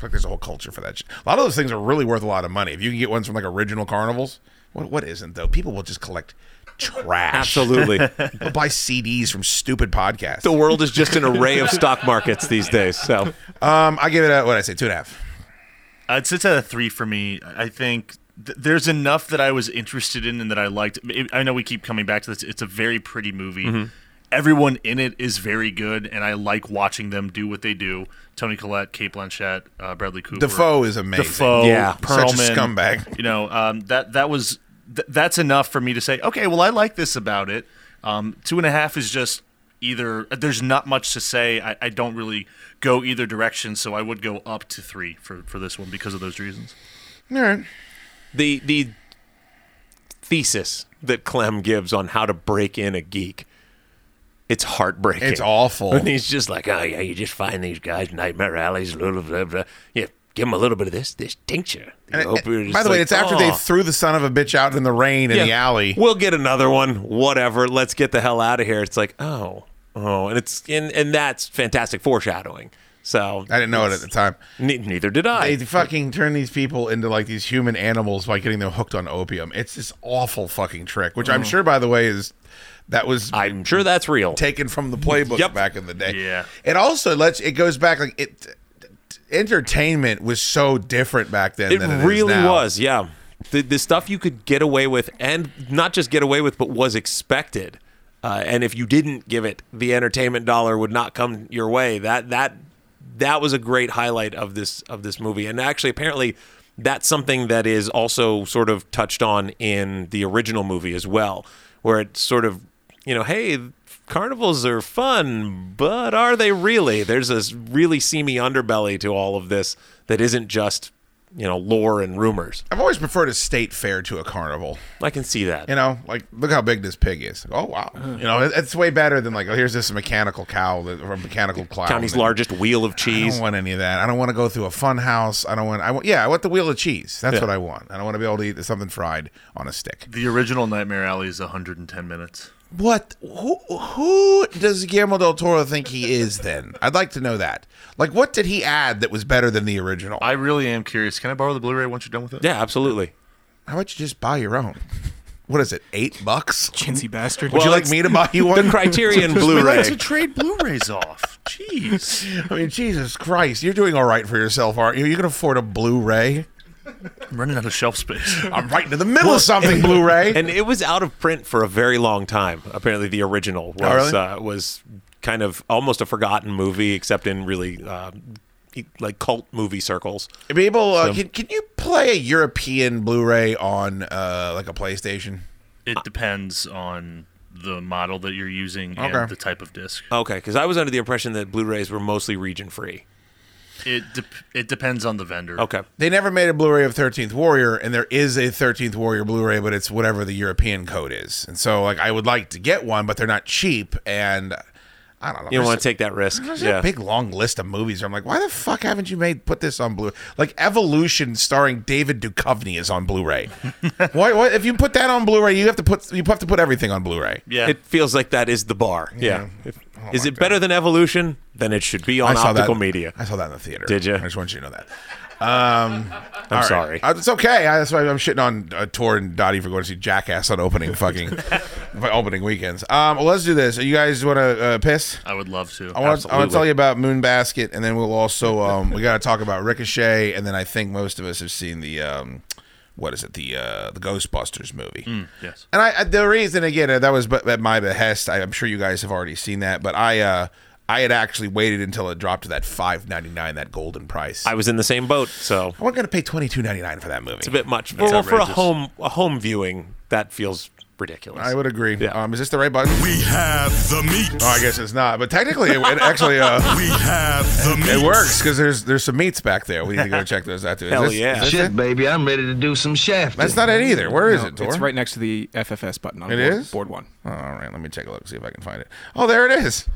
Like there's a whole culture for that. Shit. A lot of those things are really worth a lot of money. If you can get ones from like original carnivals, what what isn't though? People will just collect trash.
Absolutely.
They'll buy CDs from stupid podcasts.
the world is just an array of stock markets these days. So
Um, I give it a what I say two and a half.
Uh, it sits at a three for me. I think th- there's enough that I was interested in and that I liked. It- I know we keep coming back to this. It's a very pretty movie.
Mm-hmm.
Everyone in it is very good, and I like watching them do what they do. Tony Collette, Kate Blanchett, uh, Bradley Cooper.
Defoe is amazing.
Defoe,
Yeah.
Such a
Perlman,
scumbag.
You know um, that that was th- that's enough for me to say, okay, well, I like this about it. Um, two and a half is just either there's not much to say. I, I don't really go either direction, so I would go up to three for for this one because of those reasons.
All right.
the the thesis that Clem gives on how to break in a geek, it's heartbreaking.
It's awful.
And he's just like, oh yeah, you just find these guys nightmare alleys, blah blah blah. blah. Yeah, give them a little bit of this, this tincture.
And-
You hope you're
and-
just
by the way,
like,
it's after they
"Oh."
threw the son of a bitch out in the rain in the
Yeah.
alley.
We'll get another one. Whatever. Let's get the hell out of here. It's like, oh, oh, and it's and and that's fantastic foreshadowing. So
I didn't know it at the time.
ne- neither did I.
They fucking turn these people into like these human animals by getting them hooked on opium. It's this awful fucking trick, which
Mm.
I'm sure, by the way, is that was
I'm sure that's real.
taken from the playbook
Yep.
back in the day.
Yeah.
It also lets it goes back like it. t- t- Entertainment was so different back then.
it
than is
really
now.
was, yeah. The, the stuff you could get away with, and not just get away with, but was expected. Uh, and if you didn't give it, the entertainment dollar would not come your way. That that that was a great highlight of this of this movie. And actually, apparently, that's something that is also sort of touched on in the original movie as well, where it sort of you know, hey, carnivals are fun, but are they really? There's this really seamy underbelly to all of this that isn't just, you know, lore and rumors.
I've always preferred a state fair to a carnival.
I can see that.
You know, like look how big this pig is. Oh wow!
Uh.
You know, it- it's way better than like oh here's this mechanical cow that- or a mechanical clown.
County's
that-
largest wheel of
I
cheese.
don't want any of that. I don't want to go through a fun house. I don't want. I want. Yeah, I want the wheel of cheese. That's
Yeah.
what I want. I don't want to be able to eat something fried on a stick.
The original Nightmare Alley is 110 minutes.
What? Who? Who does Guillermo del Toro think he is? Then I'd like to know that. Like, what did he add that was better than the original?
I really am curious. Can I borrow the Blu-ray once you're done with it?
Yeah, absolutely.
How about you just buy your own? What is it? Eight bucks? Would
Chintzy bastard.
you
Well,
like
it's-
me to buy you
The
one?
Criterion
We like to
Blu-ray.
trade Blu-rays off. Jeez.
I mean, Jesus Christ, you're doing all right for yourself, aren't you? You can afford a Blu-ray.
I'm running out of shelf space.
I'm right into the middle of something Blu-ray.
And it was out of print for a very long time. Apparently, the original was
Oh, really?
uh, was kind of almost a forgotten movie, except in really uh, like cult movie circles.
People, uh, can, can you play a European Blu-ray on uh, like a PlayStation?
It depends on the model that you're using
Okay.
and the type of disc.
Okay, because I was under the impression that Blu-rays were mostly region-free.
It de- it depends on the vendor.
Okay.
They never made a Blu-ray of Thirteenth Warrior, and there is a Thirteenth Warrior Blu-ray, but it's whatever the European code is. And so, like, I would like to get one, but they're not cheap, and I don't know.
You don't
There's
want
a-
to take that risk.
There's
Yeah.
a big long list of movies. Where I'm like, why the fuck haven't you made put this on Blu? Like Evolution, starring David Duchovny, is on Blu-ray. why, why? If you put that on Blu-ray, you have to put you have to put everything on Blu-ray.
Yeah.
It feels like that is the bar. Yeah. If- is
oh my
it better than Evolution? Then it should be on optical
that.
media.
I saw that in the theater.
Did ya?
I just want you to know that. Um, all right.
sorry.
Uh, it's okay. I, that's why I'm shitting on uh, Tor and Dottie for going to see Jackass on opening fucking opening weekends. Um, well, let's do this. You guys want to uh, piss?
I would love to.
I want to I want
Absolutely.
to tell you about Moonbasket, and then we'll also um, we got to talk about Ricochet, and then I think most of us have seen the um, what is it the uh, the Ghostbusters movie.
Mm.
yes.
And I, I the reason again uh, that was but at my behest. I, I'm sure you guys have already seen that, but I uh I had actually waited until it dropped to that 5.99 that golden price. I,
I was in the same boat, so
wasn't going to pay 22.99 for that movie.
it's a bit much. Well, for a
outrageous.
home a home viewing, that feels ridiculous.
I would agree.
Yeah.
Um, is this the right button?
We have the meat.
Oh, I guess it's not, but technically, it, it actually uh,
We have the meat.
it works because there's there's some meats back there. We need to go check those out too. Is
Hell
this-
yeah.
is this it?
baby. I'm ready to do some shafting.
That's not it either. Where is it? Tor?
It's right next to the FFS button on
It
board,
is?
board one.
All right, let me take a look, see if I can find it. Oh, there it is.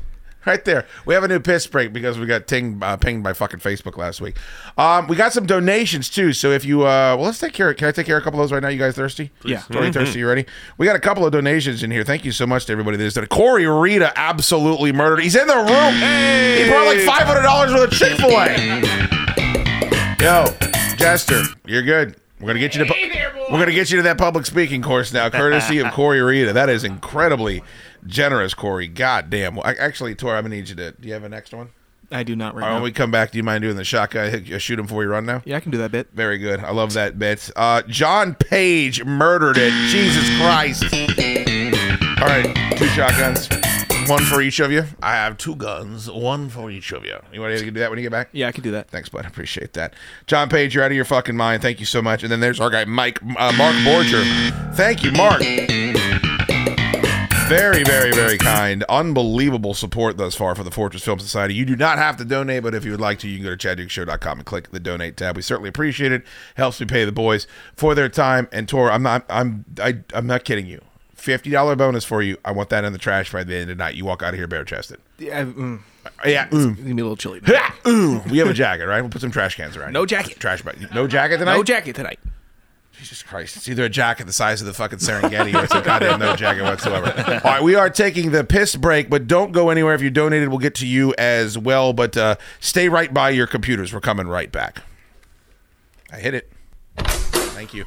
Right there. We have a new piss break because we got ting, uh, pinged by fucking Facebook last week. Um, we got some donations too. So if you, uh, well, let's take care. Can I take care of a couple of those right now? You guys thirsty?
Yeah.
Tori, thirsty. You ready? We got a couple of donations in here. Thank you so much to everybody that is donated. Corey Rita absolutely murdered. He's in the room. He brought like five hundred dollars worth of Chick Fil A. Yo, Jester, you're good. We're gonna get you to pu- we're gonna get you to that public speaking course now, courtesy of Corey Rita. That is incredibly generous, Corey. God damn. Well, I, actually, Tor, I'm gonna need you to. Do you have a next one?
I do not right
All right,
now.
when we come back, do you mind doing the shotgun hit- uh, shoot him for you run now?
yeah, I can do that bit.
Very good. I love that bit. Uh, John Page murdered it. Jesus Christ. All right, two shotguns, one for each of you. I have two guns, one for each of you. You want to do that when you get back?
Yeah, I can do that.
Thanks, bud. I appreciate that. John Page, you're out of your fucking mind. Thank you so much. And then there's our guy, Mike, uh, Mark Borger. Thank you, Mark. Very, very, very kind. Unbelievable support thus far for the Fortress Film Society. You do not have to donate, but if you would like to, you can go to chaddukeshow.com and click the donate tab. We certainly appreciate it. Helps me pay the boys for their time. And Tor, I'm not, I'm, I, I'm not kidding you. Fifty dollar bonus for you. I want that in the trash by the end of the night. You walk out of here bare chested.
Yeah, I- mm,
Yeah. mm.
it's gonna be a little chilly.
Ha! Ooh, we have a jacket, right? We'll put some trash cans around.
No
you.
jacket.
Trash bag. No jacket tonight.
no jacket tonight.
Jesus Christ! It's either a jacket the size of the fucking Serengeti or it's a goddamn no jacket whatsoever. All right, we are taking the piss break, but don't go anywhere. If you donated, we'll get to you as well. But uh, stay right by your computers. We're coming right back. I hit it. Thank you.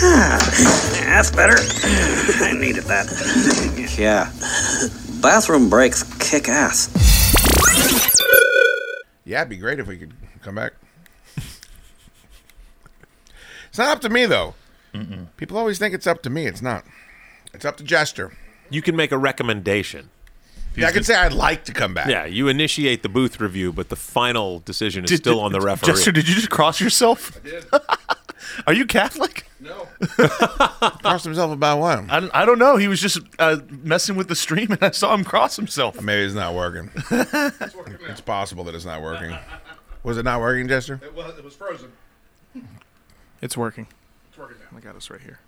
That's better. I needed that. yeah. Bathroom breaks kick ass.
Yeah, it'd be great if we could come back. it's not up to me though. People always think it's up to me. It's not. It's up to Jester.
You can make a recommendation.
Yeah, I could say I'd like to come back.
Yeah, you initiate the booth review, but the final decision is
Did-
still on the
did-
referee.
Jester, did you just cross yourself? I did. Are you Catholic?
Crossed himself about one.
I don't, I don't know. He was just uh, messing with the stream, and I saw him cross himself.
Maybe it's not working. it's possible that it's not working. Was it not working, Jester?
It's working. It's working now. I got this right here.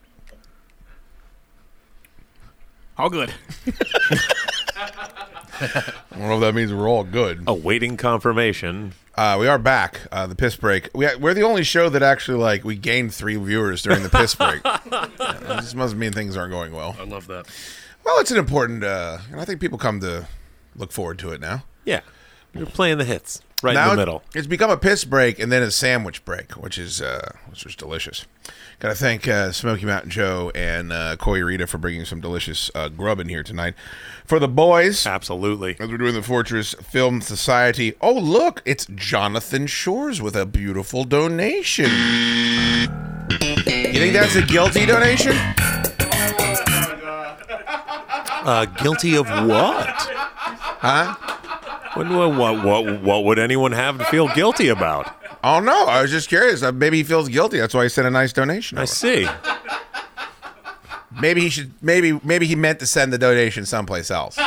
All good.
I don't know if that means we're all good.
Oh.
Awaiting confirmation.
Uh, we are back. Uh, the piss break. We, we're the only show that actually like we gained three viewers during the piss break. Yeah, this must mean things aren't going well.
I love that.
Well, it's an important. Uh, and I think people come to look forward to it now.
Yeah, you're playing the hits right
now
in the
it-
middle.
It's become a piss break and then a sandwich break, which is uh, which was delicious. Got to thank uh, Smoky Mountain Joe and uh, Coy Rita for bringing some delicious uh, grub in here tonight for the boys.
Ah. Absolutely.
As we're doing the Fortress Film Society. Oh, look, it's Jonathan Shores with a beautiful donation. You think that's a guilty donation?
Uh, guilty of what? Huh? What, what, what, what, what would anyone have to feel guilty about?
Oh no, I was just curious. Uh, Maybe he feels guilty. That's why he sent a nice donation.
I
over.
see.
Maybe he should. Maybe maybe he meant to send the donation someplace else.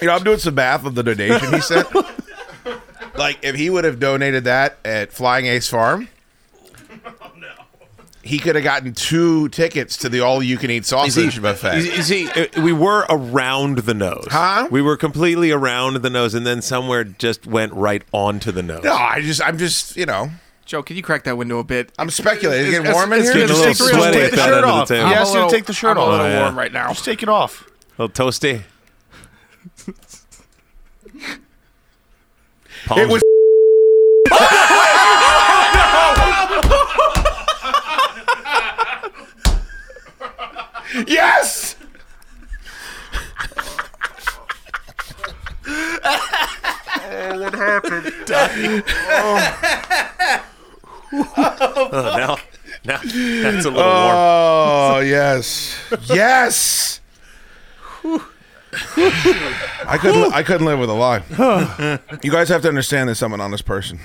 you know, I'm doing some math of the donation he sent. like, if he would have donated that at Flying Ace Farm, he could have gotten two tickets to the all-you-can-eat sausage buffet.
You see, uh, we were around the nose.
Huh?
We were completely around the nose, and then somewhere just went right onto the nose.
no, I just, I'm just, you know,
Joe, can you crack that window a bit?
I'm speculating. Is it
It's-
warm in
it's
here?
getting
Just
a little
take the- just
sweaty
take
at
the
that
shirt
end of the
off.
table.
He
I'm
asked you to take the shirt
I'm a
off.
little
yeah.
warm right now.
Oh, Just take it off.
little toasty.
It was. yes.
happened?
Oh, now, now that's a little warm.
Oh yes, yes. I couldn't. I couldn't live with a lie. You guys have to understand that I'm an honest person.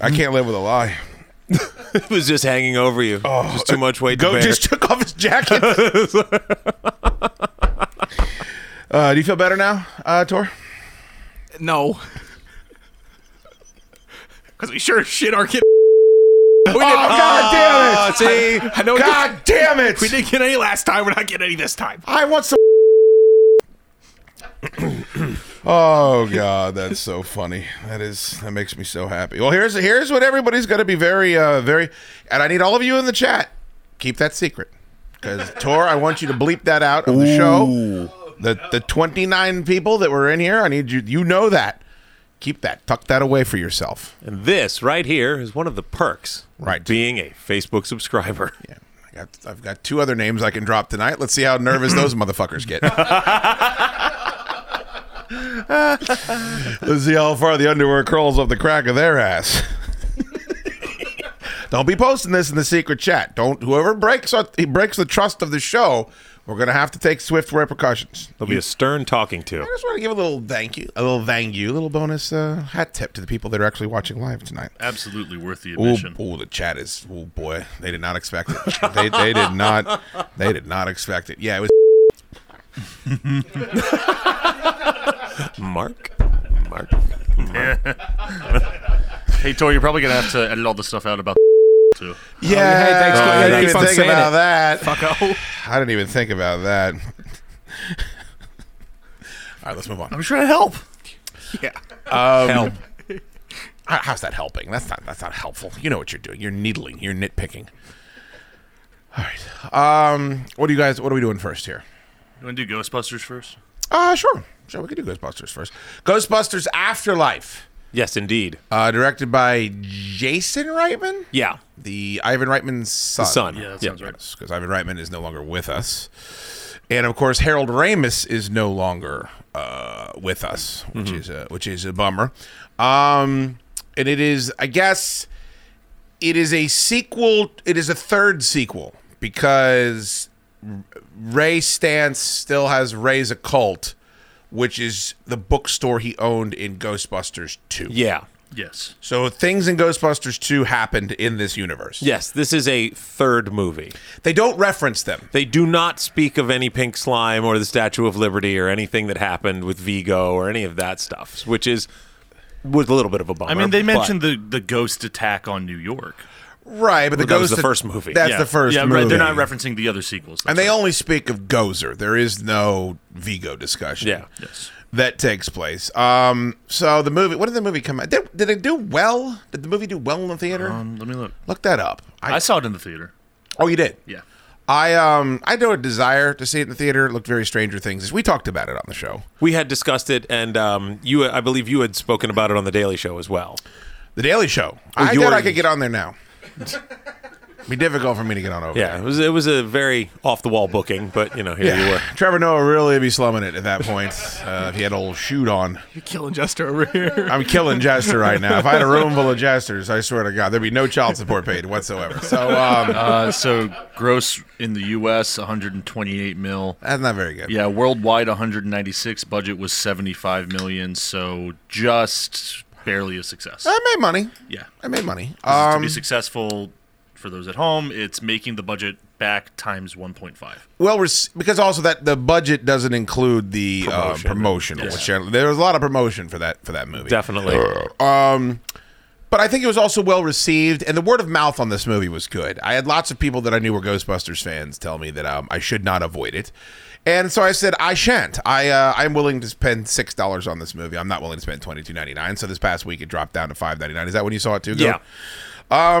I can't live with a lie.
It was just hanging over you. just too much weight. to
Goat
bear.
oh, just took off his jacket. uh, do you feel better now, uh, Tor?
No. Because we sure as shit are getting. We didn't,
Oh, God damn it!
Oh, see, I know we didn't-
God damn it!
we didn't get any last time. We're not getting any this time.
I want some. oh god, that's so funny. That is that makes me so happy. Well, here's here's what everybody's going to be very uh very, and I need all of you in the chat. Keep that secret, because Tor, I want you to bleep that out of the show. The the 29 people that were in here, I need you. You know that. Keep that. Tuck that away for yourself.
And this right here is one of the perks. of
Right.
Being a Facebook subscriber.
Yeah, I got, I've got two other names I can drop tonight. Let's see how nervous those motherfuckers get. Let's see how far the underwear crawls up the crack of their ass. Don't be posting this in the secret chat. Don't whoever breaks our, he breaks the trust of the show. We're gonna have to take swift repercussions.
There'll be a stern talking to.
I just want to give a little thank you, a little thank you, a little bonus uh, hat tip to the people that are actually watching live tonight.
Absolutely worth the
Oh,
admission.
oh, the chat is. Oh boy, they did not expect it. they, they did not. They did not expect it. Yeah, it was.
Mark. Mark.
Hey, Tor, you're probably gonna have to edit all the stuff out about too.
Yeah,
hey, thanks for-
I
yeah,
didn't
keep
even
on
think
saying
about
it.
that.
Fucko.
I didn't even think about that. All right, let's move on.
I'm trying to help.
How-
Help.
How's that helping? That's not. That's not helpful. You know what you're doing. You're needling. You're nitpicking. All right. Um, what do you guys? What are we doing first here?
You want to do Ghostbusters first?
Uh sure. Sure, we could do Ghostbusters first. Ghostbusters Afterlife,
Yes, indeed.
uh, directed by Jason Reitman.
Yeah.
the Ivan Reitman's son.
The son.
Yeah, that sounds right.
Because Ivan Reitman is no longer with us. And of course, Harold Ramis is no longer uh, with us, which
Mm-hmm.
is a, which is a bummer. Um, and it is, I guess, it is a sequel. It is a third sequel because Ray Stance still has Ray's occult, which is the bookstore he owned in Ghostbusters Two.
Yeah.
Yes.
So things in Ghostbusters Two happened in this universe.
Yes, this is a third movie.
They don't reference them.
They do not speak of any pink slime or the Statue of Liberty or anything that happened with Vigo or any of that stuff, which is was a little bit of a bummer.
I mean, they
but-
mentioned the, the ghost attack on New York.
Right, but the
that was
ghost
the first movie.
That's
yeah.
the first
Yeah,
movie.
right. They're not referencing the other sequels.
and
that's
they
right.
only speak of Gozer. There is no Vigo discussion.
Yeah.
Yes.
That takes place. Um, so the movie. What did the movie come out? Did, did it do well? Did the movie do well in the theater?
Um, let me look.
Look that up. I,
I saw it in the theater.
oh, you did.
Yeah.
I um I do a desire to see it in the theater. It looked very Stranger Things. We talked about it on the show.
we had discussed it, and um, you, I believe, you had spoken about it on the Daily Show as well.
The Daily Show.
Oh,
I
yours.
thought I could get on there now. Be difficult for me to get on over.
Yeah,
there.
it was it was a very off the wall booking, but you know, here you were.
Trevor Noah really be slumming it at that point uh, if he had a little shoot on.
You're killing Jester over here.
I'm killing Jester right now. If I had a room full of Jesters, I swear to God, there'd be no child support paid whatsoever. So um,
Uh, so gross in the U.S. 128 mil.
that's not very good.
Yeah, worldwide 196. Budget was 75 million. So just barely a success.
I made money.
Yeah.
I made money.
to be
Um,
successful for those at home, it's making the budget back times 1.5.
well, we're, s- because also that the budget doesn't include the promotion,
Promotion.
um, promotional, which uh, there was a lot of promotion for that for that movie.
Definitely.
Um, but I think it was also well received, and the word of mouth on this movie was good. I had lots of people that I knew were Ghostbusters fans tell me that um, I should not avoid it, and so I said I shan't. I uh, I'm willing to spend six dollars on this movie. I'm not willing to spend twenty two ninety nine. So this past week it dropped down to five ninety nine. Is that when you saw it too? Gil?
Yeah.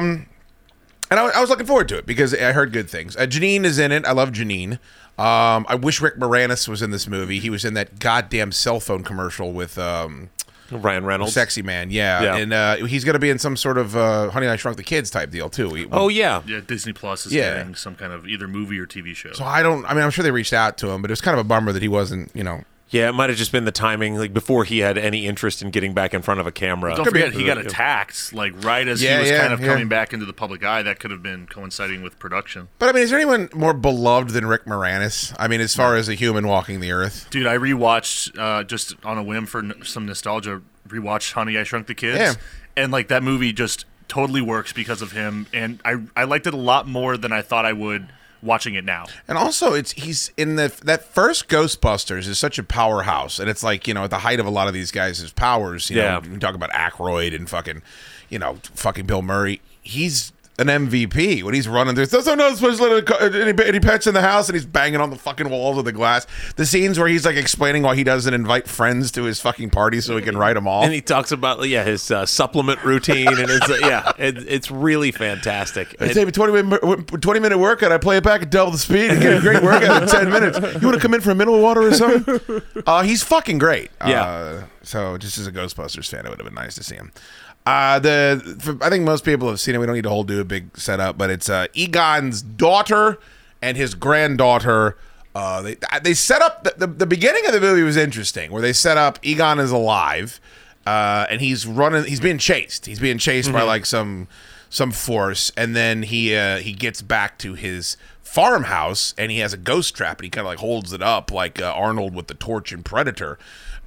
And I, I was looking forward to it because I heard good things. Uh, Janine is in it. I love Janine. Um, I wish Rick Moranis was in this movie. He was in that goddamn cell phone commercial with um,
Ryan Reynolds.
Sexy Man, yeah,
Yeah.
and uh, he's gonna be in some sort of uh, Honey I Shrunk the Kids type deal too. He-
Oh yeah.
Yeah, Disney Plus is
Yeah.
getting some kind of either movie or TV show.
so I don't. I mean, I'm sure they reached out to him, but it was kind of a bummer that he wasn't, you know,
Yeah, it might have just been the timing, like before he had any interest in getting back in front of a camera.
Don't forget, he got attacked like right as
Yeah,
he was
yeah,
kind of
yeah.
coming back into the public eye. That could have been coinciding with production.
But I mean, is there anyone more beloved than Rick Moranis? I mean, as far as a human walking the earth.
Dude, I rewatched uh, just on a whim for n- some nostalgia. Rewatched Honey, I Shrunk the Kids,
Yeah.
and like that movie just totally works because of him. And I I liked it a lot more than I thought I would watching it now.
And also, it's he's in the that first Ghostbusters is such a powerhouse, and it's like you know at the height of a lot of these guys' powers. You
Yeah.
know, we talk about Aykroyd and fucking, you know, fucking Bill Murray. He's an MVP when he's running through. There's no supposed to let any, any, any pets in the house, and he's banging on the fucking walls of the glass. The scenes where he's like explaining why he doesn't invite friends to his fucking party so he can write them all.
And he talks about yeah his uh, supplement routine and it's uh, yeah it, it's really fantastic.
I
And-
take a 20 minute, 20 minute workout, I play it back at double the speed and get a great workout in 10 minutes. You want to come in for a mineral water or something? Uh, he's fucking great.
Yeah.
Uh, so, just as a Ghostbusters fan, it would have been nice to see him. Uh, the for, I think most people have seen it. We don't need to whole do a big setup, but it's uh, Egon's daughter and his granddaughter. Uh, they they set up the, the, the beginning of the movie was interesting, where they set up Egon is alive, uh, and he's running. He's being chased. He's being chased by like some some force, and then he uh, he gets back to his farmhouse, and he has a ghost trap, and he kind of like holds it up like uh, Arnold with the torch and Predator.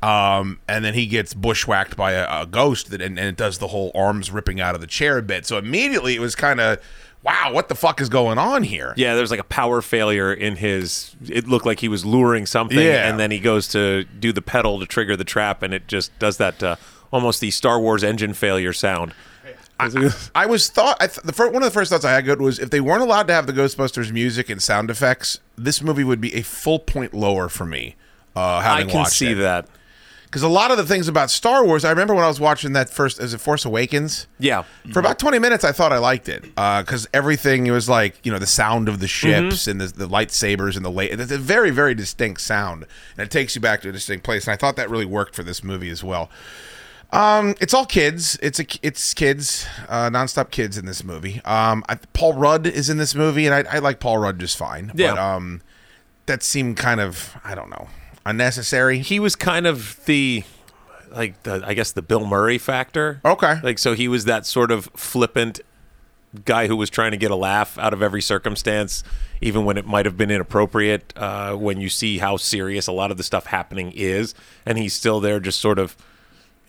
Um, and then he gets bushwhacked by a, a ghost, that, and, and it does the whole arms ripping out of the chair bit. So immediately it was kind of, wow, what the fuck is going on here?
Yeah, there's like a power failure in his. It looked like he was luring something,
Yeah.
and then he goes to do the pedal to trigger the trap, and it just does that uh, almost the Star Wars engine failure sound.
I was thought I th- the fir- one of the first thoughts I had good was if they weren't allowed to have the Ghostbusters music and sound effects, this movie would be a full point lower for me. Uh,
I
having
can
watched
see
it.
that.
because a lot of the things about Star Wars, I remember when I was watching that first, is it Force Awakens?
Yeah.
For about 20 minutes, I thought I liked it because everything it was like, you know, the sound of the ships and the, the lightsabers and the la- It's a very, very distinct sound. And it takes you back to a distinct place. And I thought that really worked for this movie as well. Um, it's all kids. It's a, it's kids, uh, nonstop kids in this movie. Um, I, Paul Rudd is in this movie, and I, I like Paul Rudd just fine.
Yeah.
But, um, that seemed kind of, I don't know, unnecessary.
He was kind of the, like the I guess the Bill Murray factor.
Okay.
Like so, he was that sort of flippant guy who was trying to get a laugh out of every circumstance, even when it might have been inappropriate. Uh, when you see how serious a lot of the stuff happening is, and he's still there, just sort of,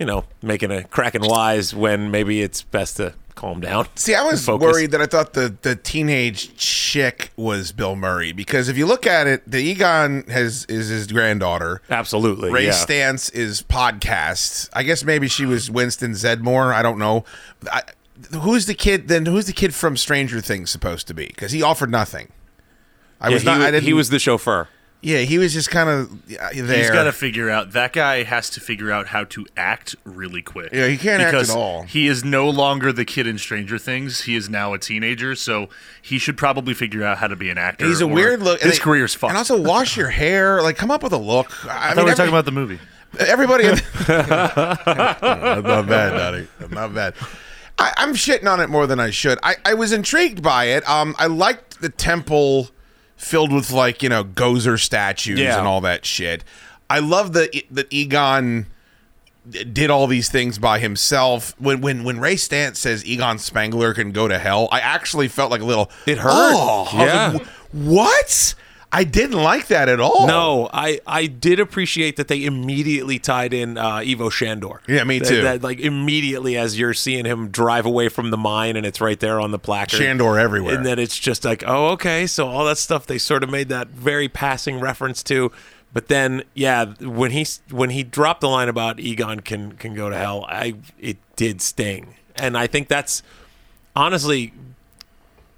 you know, making a cracking wise when maybe it's best to calm down.
See, I was
Focus.
worried that I thought the, the teenage chick was Bill Murray because if you look at it, the Egon has is his granddaughter.
Absolutely,
Ray
yeah.
Stance is podcast. I guess maybe she was Winston Zedmore. I don't know. I, who's the kid? Then who's the kid from Stranger Things supposed to be? Because he offered nothing. I
Yeah,
was
he,
not.
wa-
I didn't,
he was the chauffeur.
Yeah, he was just kind of there.
He's got to figure out. That guy has to figure out how to act really quick.
Yeah, he can't act at
Because
all.
He is no longer the kid in Stranger Things. He is now a teenager, so he should probably figure out how to be an actor.
He's a
or
weird look. and
His
they-
career's fucked.
And also, wash your hair. Like, come up with a look. I,
I
mean,
thought we were
every-
talking about the movie.
Everybody, not bad, Donnie. Not bad. I, I'm shitting on it more than I should. I, I was intrigued by it. Um, I liked the temple filled with like you know Gozer statues
Yeah.
and all that shit. I love the e, that Egon did all these things by himself. When when when Ray Stantz says Egon Spangler can go to hell, I actually felt like a little.
It hurt.
Oh, I was
Yeah.
like, "Wh- what? I didn't like that at all.
No, I, I did appreciate that they immediately tied in uh, Evo Shandor.
Yeah, me
That-
too.
that, like immediately as you're seeing him drive away from the mine, and it's right there on the placard.
Shandor everywhere.
and then it's just like, oh, okay. So all that stuff they sort of made that very passing reference to, but then yeah, when he s- when he dropped the line about Egon can can go to hell, I it did sting, and I think that's honestly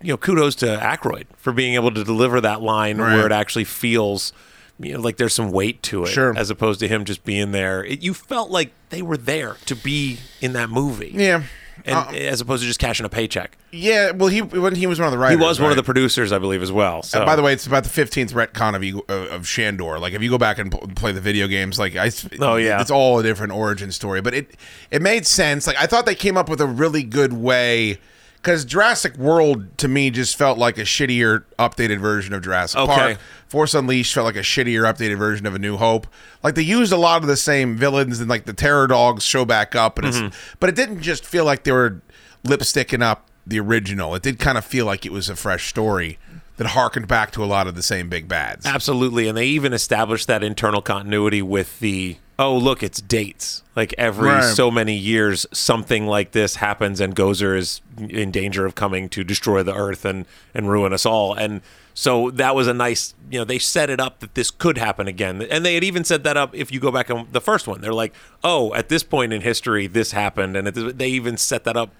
you know, kudos to Aykroyd for being able to deliver that line where it actually feels you know, like there's some weight to it,
Sure.
as opposed to him just being there. It, you felt like they were there to be in that movie,
Yeah.
and
Uh,
as opposed to just cashing a paycheck.
Yeah, well, he when he was one of the
He
writers.
was one of oh. the
right?
producers, I believe, as well. So,
And by the way, it's about the fifteenth retcon of Eagle- uh, of Shandor. Like, if you go back and pl- play the video games, like I, s-
Oh, yeah.
it's all a different origin story. But it it made sense. Like I thought they came up with a really good way because Jurassic World to me just felt like a shittier updated version of Jurassic
Okay.
Park. Force Unleashed felt like a shittier updated version of A New Hope. Like they used a lot of the same villains and like the terror dogs show back up, and it's but it didn't just feel like they were lipsticking up the original. It did kind of feel like it was a fresh story that harkened back to a lot of the same big bads.
Absolutely, and they even established that internal continuity with the oh look, it's dates. Like every
Right.
so many years, something like this happens, and Gozer is in danger of coming to destroy the Earth and and ruin us all. And so that was a nice, you know, they set it up that this could happen again, and they had even set that up. If you go back on the first one, they're like, oh, at this point in history, this happened, and at this, they even set that up.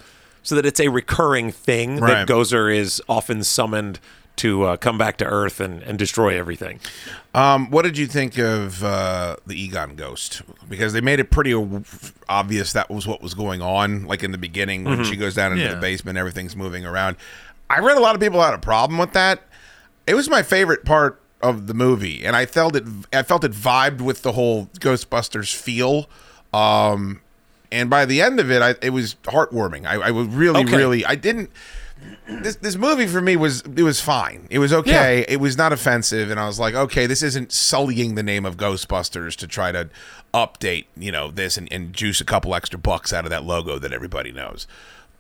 So that it's a recurring thing
Right.
that Gozer is often summoned to uh, come back to Earth and, and destroy everything.
Um, what did you think of uh, the Egon ghost? Because they made it pretty o- obvious that was what was going on. Like in the beginning, when she goes down into
Yeah.
the basement, everything's moving around. I read a lot of people had a problem with that. It was my favorite part of the movie, and I felt it. I felt it vibed with the whole Ghostbusters feel. Um, and by the end of it, I, it was heartwarming. I, I was really,
Okay.
really. I didn't this this movie for me was it was fine. It was okay. It was not offensive, and I was like, okay, this isn't sullying the name of Ghostbusters to try to update you know this and, and juice a couple extra bucks out of that logo that everybody knows.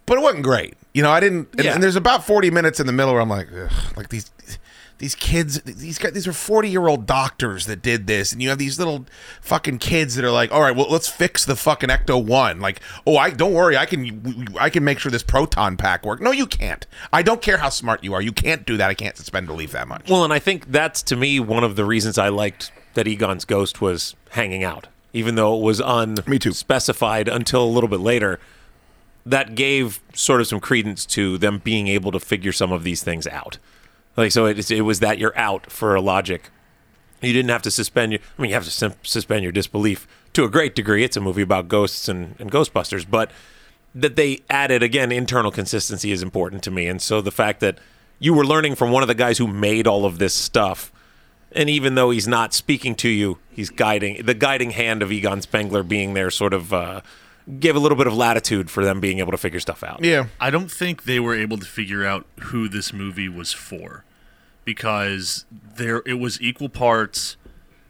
But it wasn't great. You know, I didn't. And,
Yeah.
and there's about 40 minutes in the middle where I'm like, ugh, like these. These kids, these guys, these are forty-year-old doctors that did this, and you have these little fucking kids that are like, "All right, well, let's fix the fucking Ecto One." Like, oh, I don't worry, I can, I can make sure this proton pack work. No, you can't. I don't care how smart you are, you can't do that. I can't suspend belief that much.
Well, and I think that's to me one of the reasons I liked that Egon's ghost was hanging out, even though it was
Me too.
unspecified until a little bit later. That gave sort of some credence to them being able to figure some of these things out. Like so, it, it was that you're out for logic. You didn't have to suspend your. I mean, you have to sim- suspend your disbelief to a great degree. It's a movie about ghosts and, and Ghostbusters, but that they added again internal consistency is important to me and so the fact that you were learning from one of the guys who made all of this stuff and even though he's not speaking to you he's guiding the guiding hand of egon spengler being there sort of uh, gave a little bit of latitude for them being able to figure stuff out
Yeah,
I don't think they were able to figure out who this movie was for because there it was equal parts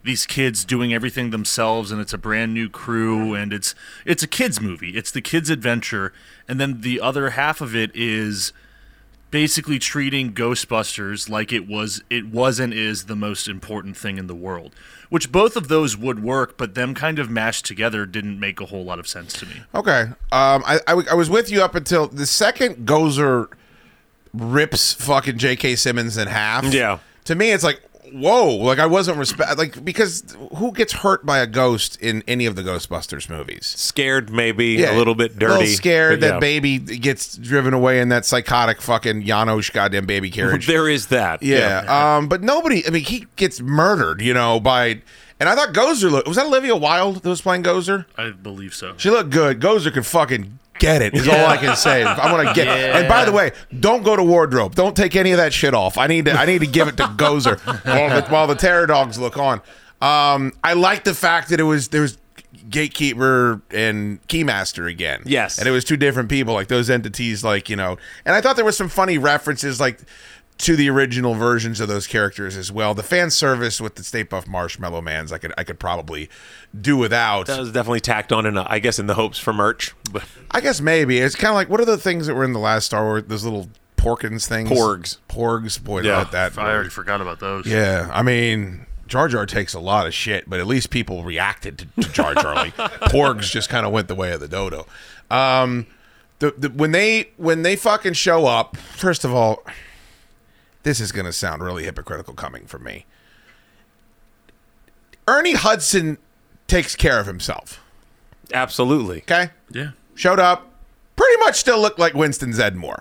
these kids doing everything themselves and it's a brand new crew and it's it's a kids movie. It's the kids adventure and then the other half of it is basically treating Ghostbusters like it was it was and is the most important thing in the world. Which both of those would work, but them kind of mashed together didn't make a whole lot of sense to me.
Okay. Um, I, I, w- I was with you up until the second Gozer rips fucking J.K. Simmons in half.
Yeah.
To me, it's like, whoa. Like, I wasn't respect. Like, because who gets hurt by a ghost in any of the Ghostbusters movies?
scared maybe a little bit dirty
A little scared
but
that
yeah.
baby gets driven away in that psychotic fucking Janosch goddamn baby carriage.
there is that
Yeah. Um, but nobody. I mean, he gets murdered, you know, by. And I thought Gozer looked. Was that Olivia Wilde that was playing Gozer?
I believe so.
She looked good. Gozer could fucking get it. Is all I can say. I want to get.
Yeah.
And by the way, don't go to wardrobe. Don't take any of that shit off. I need to. I need to give it to Gozer while the, while the terror dogs look on. Um, I like the fact that it was there was gatekeeper and keymaster again.
Yes.
and it was two different people. Like those entities. Like you know. And I thought there was some funny references like. To the original versions of those characters as well. The fan service with the Stay Puft Marshmallow Man's, I could I could probably do without.
that was definitely tacked on in a, i guess in the hopes for merch but
I guess maybe it's kind of like what are the things that were in the last Star Wars? Those little Porkins things,
Porgs.
Porgs. Boy,
Yeah,
yeah, that.
I already forgot about those.
Yeah, I mean, Jar Jar takes a lot of shit, but at least people reacted to, to Jar Jar. like Porgs just kind of went the way of the dodo. Um, the, the when they when they fucking show up, first of all, this is gonna sound really hypocritical coming from me. Ernie Hudson takes care of himself.
absolutely
Okay
Yeah.
showed up, pretty much still looked like Winston Zedmore.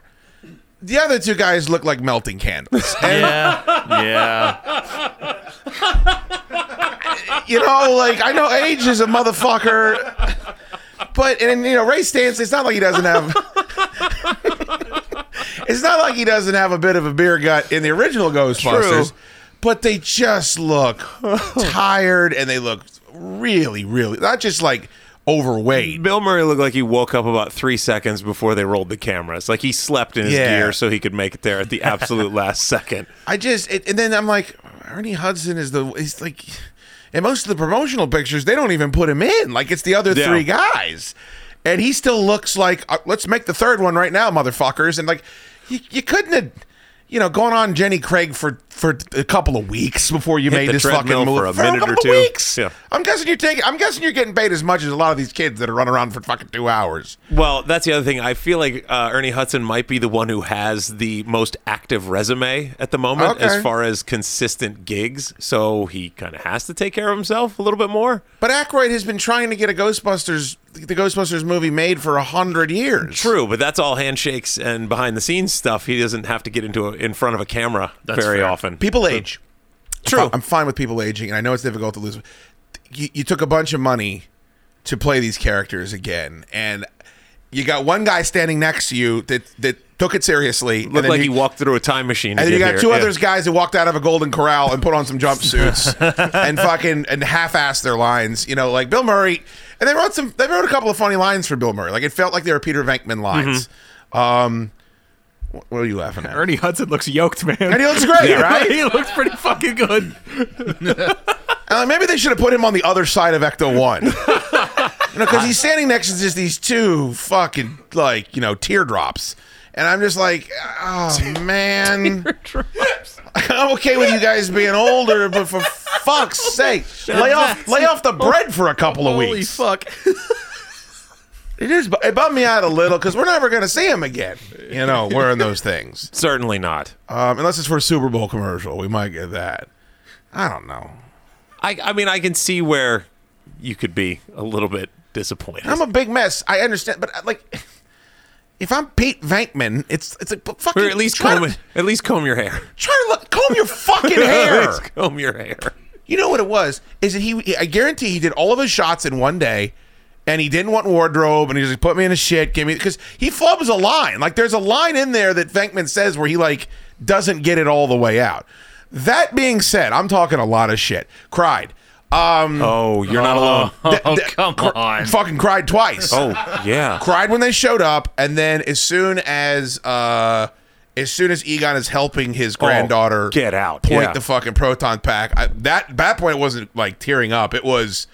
The other two guys look like melting candles. And,
Yeah.
you know, like I know age is a motherfucker, but and you know, Ray Stance. It's not like he doesn't have. it's not like he doesn't have a bit of a beer gut in the original Ghostbusters,
True.
but they just look tired and they look really, really not just like overweight.
Bill Murray looked like he woke up about three seconds before they rolled the cameras. Like he slept in his
Yeah.
gear so he could make it there at the absolute last second.
I just it, and then I'm like, Ernie Hudson is the he's like, and most of the promotional pictures they don't even put him in. Like it's the other
Yeah.
three guys, and he still looks like uh, let's make the third one right now, motherfuckers. And like, you, you couldn't have. You know, going on Jenny Craig for for a couple of weeks before you
Hit
made
the
this fucking
treadmill
move
for a minute
couple
or
of
two.
Weeks.
Yeah.
I'm guessing you're taking. I'm guessing you're getting paid as much as a lot of these kids that are running around for fucking two hours.
Well, that's the other thing. I feel like uh, Ernie Hudson might be the one who has the most active resume at the moment
Okay.
as far as consistent gigs. So he kind of has to take care of himself a little bit more.
But Aykroyd has been trying to get a Ghostbusters, the Ghostbusters movie made for a hundred years.
True, but that's all handshakes and behind the scenes stuff. He doesn't have to get into a, in front of a camera
That's
very
fair.
often.
People age.
True.
I'm fine with people aging, and I know it's difficult to lose. You, you took a bunch of money to play these characters again, and you got one guy standing next to you that that took it seriously. and
Looked
then
like
you-
he walked through a time machine. to
and then you
get
got
here.
two
Yeah.
others guys who walked out of a golden corral and put on some jumpsuits and fucking and half-assed their lines. You know, like Bill Murray, and they wrote some. They wrote a couple of funny lines for Bill Murray. Like it felt like they were Peter Venkman lines.
Mm-hmm.
Um, wh- what are you laughing at?
Ernie Hudson looks yoked, man.
And he looks great, right?
he looks pretty fucking good.
Uh, maybe they should have put him on the other side of Ecto One. you know, because he's standing next to just these two fucking like you know teardrops, and I'm just like, oh man. I'm okay with you guys being older, but for fuck's sake, lay off lay off the bread for a couple of
Holy
weeks.
fuck!
It is it bummed me out a little because we're never gonna see him again. You know, wearing those things,
Certainly not.
um, unless it's for a Super Bowl commercial, we might get that. I don't know.
I, I mean, I can see where you could be a little bit disappointed.
I'm a big mess. I understand, but uh, like, if I'm Pete Venkman, it's it's like but fucking
or at least
try
comb,
to,
at least comb your hair.
try to look, comb your fucking
At
hair.
least comb your hair.
You know what it was? Is that he? I guarantee he did all of his shots in one day, and he didn't want wardrobe, and he just like, put me in a shit, give me because he flubs a line. Like there's a line in there that Venkman says where he like doesn't get it all the way out. That being said, I'm talking a lot of shit. Cried. Um,
Oh, you're not alone.
Oh, come on.
fucking cried twice.
Oh, yeah.
cried when they showed up, and then as soon as uh as soon as Egon is helping his granddaughter
Oh, get out,
point
yeah.
the fucking proton pack. I, that that point it wasn't like tearing up. It was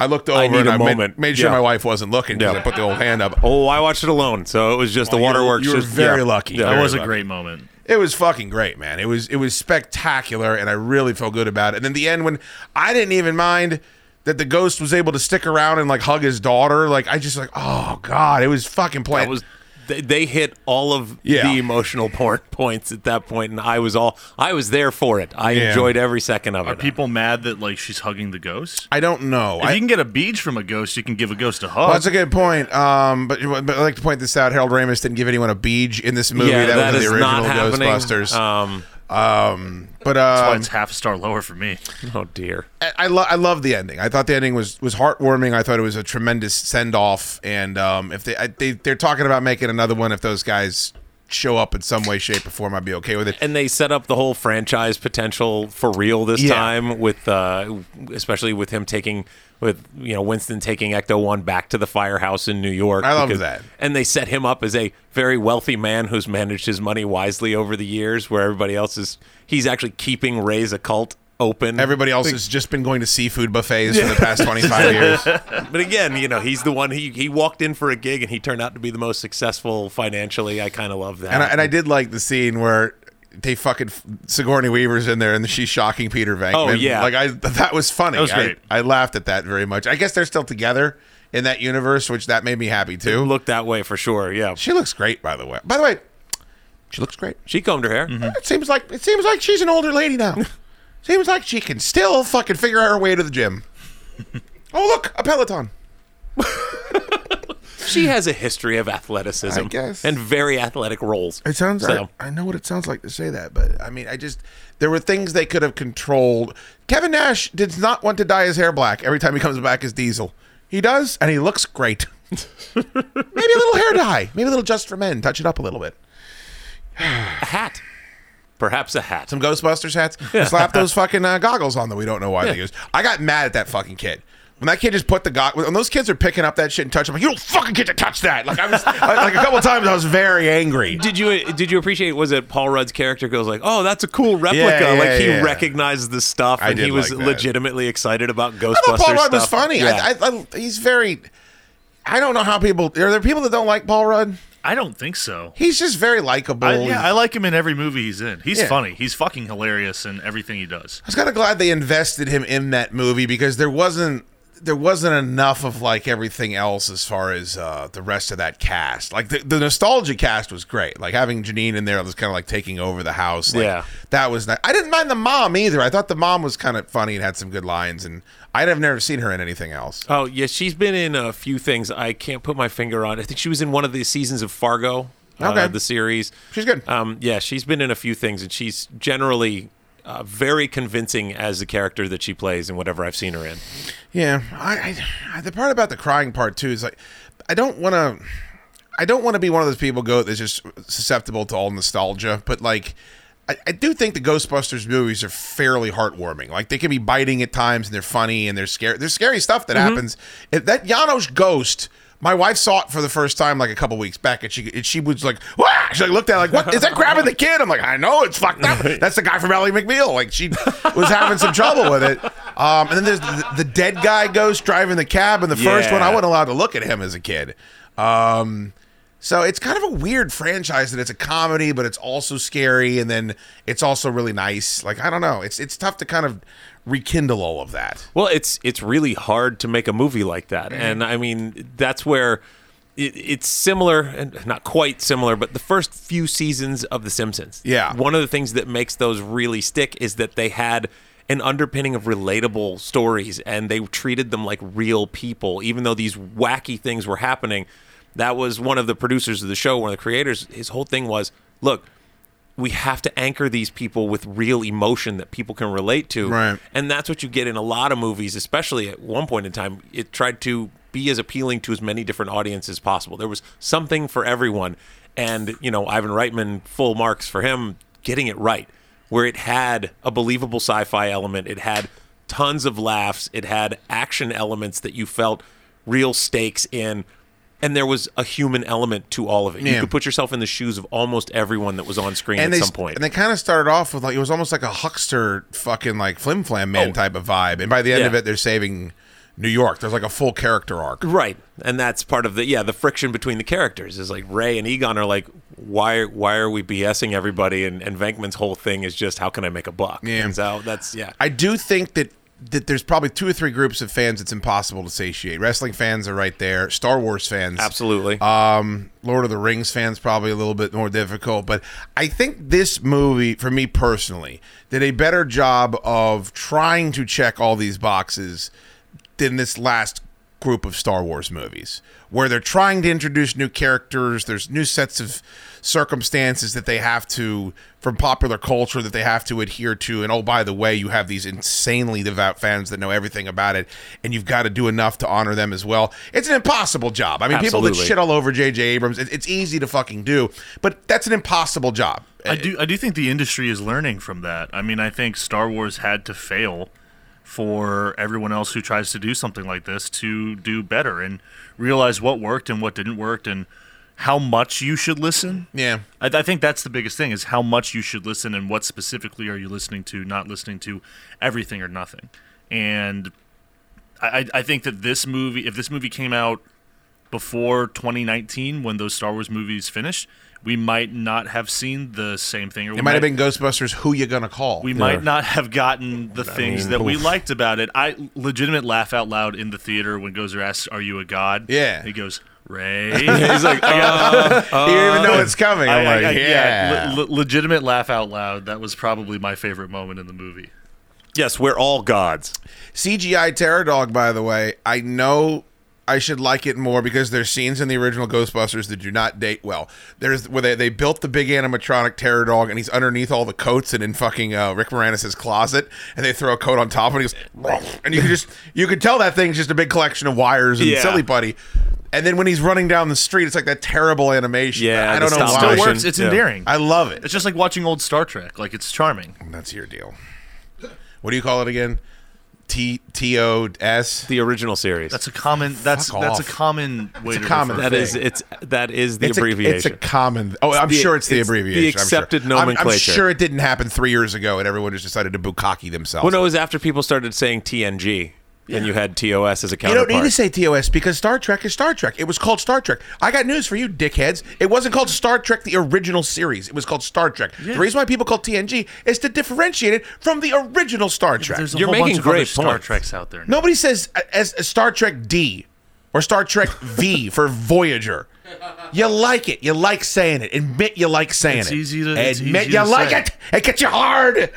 I looked over
need
and
a
I made-
moment.
Made, sure
Yeah.
my wife wasn't looking because
Yeah.
I put the old hand up.
Oh, I watched it alone, so it was just the
you were-
waterworks.
you were
just-
very lucky.
Yeah.
I
That was a
lucky.
great moment.
It was fucking great, man. It was it was spectacular, and I really felt good about it. And then the end when I didn't even mind that the ghost was able to stick around and like hug his daughter. Like I just like oh god, it was fucking playing.
That was they, they hit all of
Yeah.
the emotional por- points at that point, and I was all I was there for it. I
Yeah.
enjoyed every second of
Are
it.
people mad that like she's hugging the ghost?
I don't know.
If
I,
you can get a beach from a ghost, you can give a ghost a hug.
Well, Oh, that's a good point. Um, but, but I'd like to point this out. Harold Ramis didn't give anyone a beej in this movie.
yeah,
that,
that
was
is
in the
not
original
happening.
Ghostbusters.
Um,
um, but
That's why
um,
it's half a star lower for me.
oh dear.
I, I, lo- I love the ending. I thought the ending was was heartwarming. I thought it was a tremendous send off. And um, if they, I, they they're talking about making another one, if those guys show up in some way, shape, or form, I'd be okay with it.
and they set up the whole franchise potential for real this
Yeah.
time with uh especially with him taking with you know Winston taking Ecto 1 back to the firehouse in New York
I loved that.
and they set him up as a very wealthy man who's managed his money wisely over the years where everybody else is he's actually keeping Ray's occult open
Everybody else has just been going to seafood buffets for the past twenty five years.
but again you know he's the one he he walked in for a gig and he turned out to be the most successful financially I kind of love that
And I, and I did like the scene where they fucking Sigourney Weaver's in there and she's shocking Peter Venkman.
Oh, yeah.
like I that was funny.
That was
I-
great.
I, laughed at that very much. I guess they're still together in that universe, which that made me happy too.
looked that way for sure yeah
she looks great, by the way. By the way, she looks great.
she combed her hair
It seems like it seems like she's an older lady now. seems like she can still fucking figure out her way to the gym. oh look, a Peloton.
She has a history of athleticism
I guess.
and very athletic roles.
It sounds.
So-
I, I know what it sounds like to say that, but I mean, I just there were things they could have controlled. Kevin Nash does not want to dye his hair black every time he comes back as Diesel. He does, and he looks great. maybe a little hair dye, maybe a little just for men. Touch it up a little bit.
a hat. Perhaps a hat.
Some Ghostbusters hats. Slap those fucking uh, goggles on that we don't know why they use. I got mad at that fucking kid. When that kid just put the god, when those kids are picking up that shit and touching, I'm like, you don't fucking get to touch that. Like I was, like a couple times, I was very angry.
Did you uh, did you appreciate? Was it Paul Rudd's character goes like, "Oh, that's a cool replica."
Yeah, yeah,
like he
yeah.
recognizes the stuff,
I
and he
did
was
like that.
legitimately excited about Ghostbusters.
I thought Paul Rudd was
stuff.
funny.
Yeah.
I, I, I, he's very. I don't know how people. Are there people that don't like Paul Rudd?
I don't think so.
He's just very likable.
I, yeah, I like him in every movie he's in. He's
Yeah.
funny. He's fucking hilarious in everything he does.
I was kind of glad they invested him in that movie because there wasn't there wasn't enough of like everything else as far as uh, the rest of that cast. Like the, the nostalgia cast was great. Like having Janine in there was kind of like taking over the house. Like,
Yeah.
that was nice. I didn't mind the mom either. I thought the mom was kind of funny and had some good lines. And I'd have never seen her in anything else.
oh yeah, she's been in a few things. I can't put my finger on. I think she was in one of the seasons of Fargo,
Okay.
uh, the series.
She's good.
Um, yeah, she's been in a few things, and she's generally uh, very convincing as the character that she plays in whatever I've seen her in.
Yeah, I, I the part about the crying part too is like I don't want to I don't want to be one of those people go that's just susceptible to all nostalgia, but like I, I do think the Ghostbusters movies are fairly heartwarming. Like they can be biting at times and they're funny and they're scary. There's scary stuff that happens. If that Janos ghost my wife saw it for the first time like a couple weeks back, and she and she was like, "Wah!" She like looked at it like, "What is that grabbing the kid?" I'm like, "I know it's fucked up. That's the guy from Ally McBeal." Like she was having some trouble with it. Um, and then there's the, the dead guy ghost driving the cab in the first
Yeah.
one. I wasn't allowed to look at him as a kid. Um, so it's kind of a weird franchise that it's a comedy, but it's also scary, and then it's also really nice. Like I don't know, it's it's tough to kind of rekindle all of that.
Well, it's it's really hard to make a movie like that, and I mean that's where it, it's similar and not quite similar, but the first few seasons of The Simpsons.
Yeah.
one of the things that makes those really stick is that they had an underpinning of relatable stories, and they treated them like real people, even though these wacky things were happening. That was one of the producers of the show, one of the creators. His whole thing was, look. We have to anchor these people with real emotion that people can relate to
Right.
and that's what you get in a lot of movies especially at one point in time it tried to be as appealing to as many different audiences as possible there was something for everyone and you know ivan reitman full marks for him getting it right where it had a believable sci-fi element it had tons of laughs it had action elements that you felt real stakes in and there was a human element to all of it.
Yeah.
You could put yourself in the shoes of almost everyone that was on screen at
they,
some point.
And they kind of started off with like it was almost like a huckster fucking like flim flam man type of vibe. And by the end
Oh. Yeah.
of it, they're saving New York. There's like a full character arc.
Right, and that's part of the yeah the friction between the characters is like Ray and Egon are like why why are we BSing everybody and and Venkman's whole thing is just how can I make a buck
Yeah.
and so that's yeah
I do think that that there's probably two or three groups of fans it's impossible to satiate. Wrestling fans are right there. Star Wars fans,
absolutely
Um, Lord of the Rings fans probably a little bit more difficult, but I think this movie, for me personally, did a better job of trying to check all these boxes than this last group of Star Wars movies, where they're trying to introduce new characters. There's new sets of circumstances that they have to, from popular culture, that they have to adhere to. And oh, by the way, you have these insanely devout fans that know everything about it, and you've got to do enough to honor them as well. It's an impossible job. I mean, people that
Absolutely.
shit all over J.J. Abrams, it, it's easy to fucking do, but that's an impossible job.
I do I do think the industry is learning from that. I mean, I think Star Wars had to fail for everyone else who tries to do something like this to do better and realize what worked and what didn't work and how much you should listen.
Yeah.
I, I think that's the biggest thing is how much you should listen and what specifically are you listening to, not listening to everything or nothing. And I, I- I think that this movie, if this movie came out before 2019, when those Star Wars movies finished, we might not have seen the same thing. Or
It might have been Ghostbusters. Who you gonna call?
We might not have gotten the things that we liked about it. I legitimate laugh out loud in the theater when Gozer asks, "Are you a god?"
Yeah. "Uh,
he goes, "Ray." He's like,
you don't even know
Uh,
it's coming. I'm like, yeah.
le- le- legitimate laugh out loud. That was probably my favorite moment in the movie.
yes we're all gods
CGI Terror Dog, by the way, I know I should like it more because there's scenes in the original Ghostbusters that do not date well. There's where they, they built the big animatronic Terror Dog and he's underneath all the coats and in fucking uh, Rick Moranis' closet, and they throw a coat on top and he goes, "Ruff," and you could just you could tell that thing's just a big collection of wires and
Yeah.
silly putty. And then when he's running down the street, it's like that terrible animation.
Yeah,
I don't
the
know
stop
why.
Still
motion.
works. It's
Yeah.
endearing.
I love it.
it's just like watching old Star Trek. Like it's charming.
That's your deal. What do you call it again? T T O S.
The original series.
That's a common. That's
Fuck
that's
off.
a common way
a
to
common
refer
that is
thing.
it's that is the
It's a,
abbreviation.
it's a common. Oh, I'm
the-
sure it's the
it's the
abbreviation. I'm sure.
accepted
I'm- I'm,
nomenclature.
sure it didn't happen three years ago, and everyone just decided to bukkake themselves.
well, no, it was after people started saying TNG, and you had TOS as a
You
counterpart.
don't need to say TOS because Star Trek is Star Trek. It was called Star Trek. I got news for you, dickheads. It wasn't called Star Trek, the original series. It was called Star Trek. The reason why people call it TNG is to differentiate it from the original Star
to.
Trek.
There's a
You're
whole
making
bunch of other
great
Star
points.
Treks out there. now.
Nobody says uh, as as Star Trek D or Star Trek V for Voyager. You like it. You like saying it. Admit you like saying
It's
it.
easy to-
Admit
it's easy
you
to
like
say.
it. It gets you hard.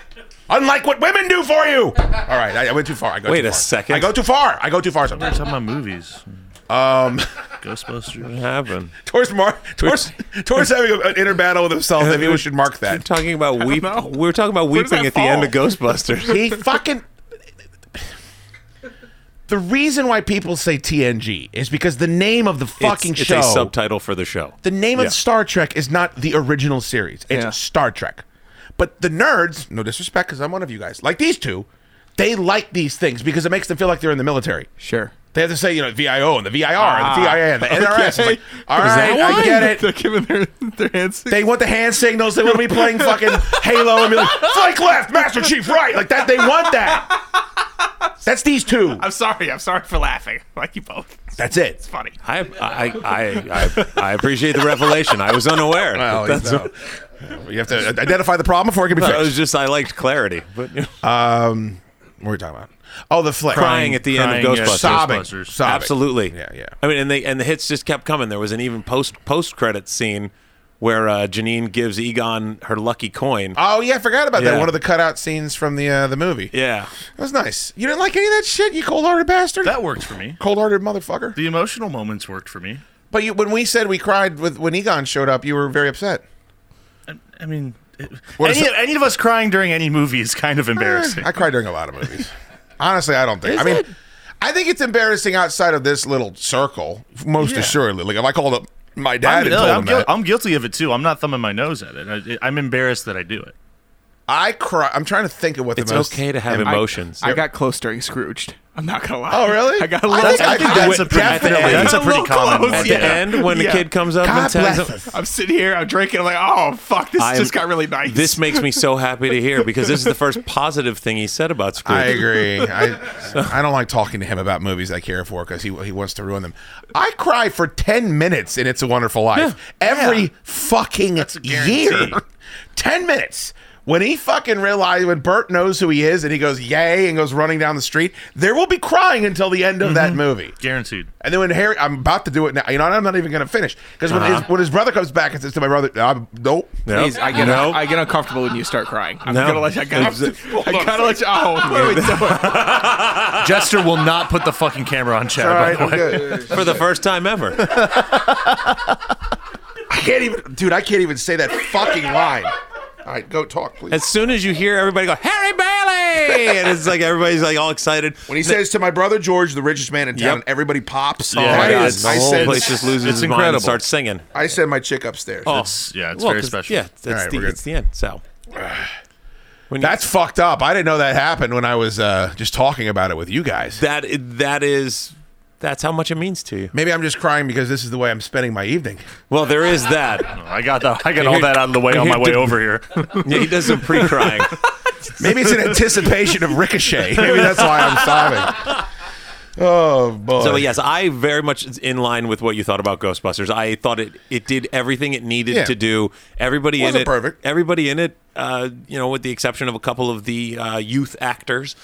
Unlike what women do for you. All right, I, I went too far. I go
Wait
too
a
far.
second.
I go too far. I go too far sometimes.
We're talking about movies. Um, Ghostbusters.
Happen.
Tor's Mark. Tor's, Tor's having a- an inner battle with himself. Maybe we should mark
We're
that.
talking about weep. We were talking about
does
weeping
that
at the end of
fall?
Ghostbusters.
He fucking. The reason why people say TNG is because the name of the fucking
it's,
show.
It's a subtitle for the show.
The name
Yeah.
of Star Trek is not the original series. It's
Yeah.
Star Trek. But the nerds, no disrespect, because I'm one of you guys, like these two, they like these things because it makes them feel like they're in the military.
Sure. Ah,
They have to say, you know, VIO and the VIR and the VIA and the NRS. It's like,
okay.
all right, I get it.
They're giving their, their hands.
They want the hand signals. They want to be playing fucking Halo and be like, Flank left, Master Chief right. Like that, they want that. That's these two.
I'm sorry. I'm sorry for laughing. Like you both. It's
That's it.
funny.
I, I, I, I, I appreciate the revelation. I was unaware.
Well,
That's
you, know, Oh, you have to identify the problem before it can be
I
fixed.
was just I liked clarity, but
What are we talking about? Oh, the flick.
crying at the end of
Crying, yeah.
Ghostbusters.
sobbing,
Ghostbusters.
sobbing.
Absolutely.
Yeah, yeah.
I mean, and they and the hits just kept coming. There was an even post post credit scene where uh, Janine gives Egon her lucky coin.
Oh yeah, I forgot about
Yeah.
that. One of the cutout scenes from the uh, the movie.
yeah,
That was nice. You didn't like any of that shit, you cold hearted bastard.
That worked for me.
cold hearted motherfucker.
The emotional moments worked for me.
But you, when we said we cried with when Egon showed up, you were very upset.
I, I mean, it,
What is
any,
it- Eh,
any of us crying during any movie is kind of embarrassing.
I cry during a lot of movies. Honestly, I don't think. I mean, I think it's embarrassing outside of this little circle, most assuredly. Like if I called up my dad
I'm,
and
no,
told
I'm,
him
guil-
that,
I'm guilty of it too. I'm not thumbing my nose at it. I, I'm embarrassed that I do it.
I cry. I'm trying to think of what the
it's
most.
okay to have emotions.
I got close during Scrooged. I'm not gonna lie.
Oh, really?
I got a
I
little.
think I
think
did
that's a pretty,
definitely.
that's a pretty
Little
common
close,
one.
At
yeah.
the end, when the
Yeah.
kid comes up
God
and tells
bless
him,
us.
I'm sitting here. I'm drinking. I'm like, oh fuck, this
I'm-
just got really nice.
This makes me so happy to hear because this is the first positive thing he said about Scrooge.
I agree. I I don't like talking to him about movies I care for because he he wants to ruin them. I cry for ten minutes in It's a Wonderful Life every fucking year. ten minutes. When he fucking realized when Bert knows who he is and he goes yay and goes running down the street, there will be crying until the end of that
Mm-hmm.
movie.
Guaranteed.
And then when Harry, I'm about to do it now. You know, I'm not even going to finish because when, his, when his brother comes back and says to my brother, I'm, "Nope,
Uh-huh. Nope.
Please, I get
Nope.
I get uncomfortable when you start crying. I'm
No.
gonna let you. I gotta, I gotta let you. Oh, what are we doing?
Jester will not put the fucking camera on Chad.
all right,
by
I'm
the way.
good."
for the first time ever.
I can't even, dude. I can't even say that fucking line. All right, go talk, please.
As soon as you hear everybody go, Harry Bailey, and it's like everybody's like all excited.
When he says to my brother George, the richest man in town,
Yep.
and everybody pops.
Oh my
I,
God,
is-
the
I
whole
send,
place just loses
it's
its mind
incredible.
and starts singing. Oh.
I send my chick upstairs.
Oh,
It's- yeah, it's
Well,
very
'cause-
special.
Yeah, that's
right, we're
the,
good.
it's the end. So when you-
That's fucked up. I didn't know that happened when I was uh, just talking about it with you guys.
that i- that is that's how much it means to you.
Maybe I'm just crying because this is the way I'm spending my evening.
Well, there is that.
I got the, I got all that out of the way on my way over here.
Yeah, he does some pre-crying.
Maybe it's an anticipation of Ricochet. Maybe that's why I'm sobbing. Oh boy!
so yes, I very much is in line with what you thought about Ghostbusters. I thought it it did everything it needed
Yeah.
to do. Everybody in
Wasn't
it,
perfect.
everybody in it, uh, you know, with the exception of a couple of the uh, youth actors.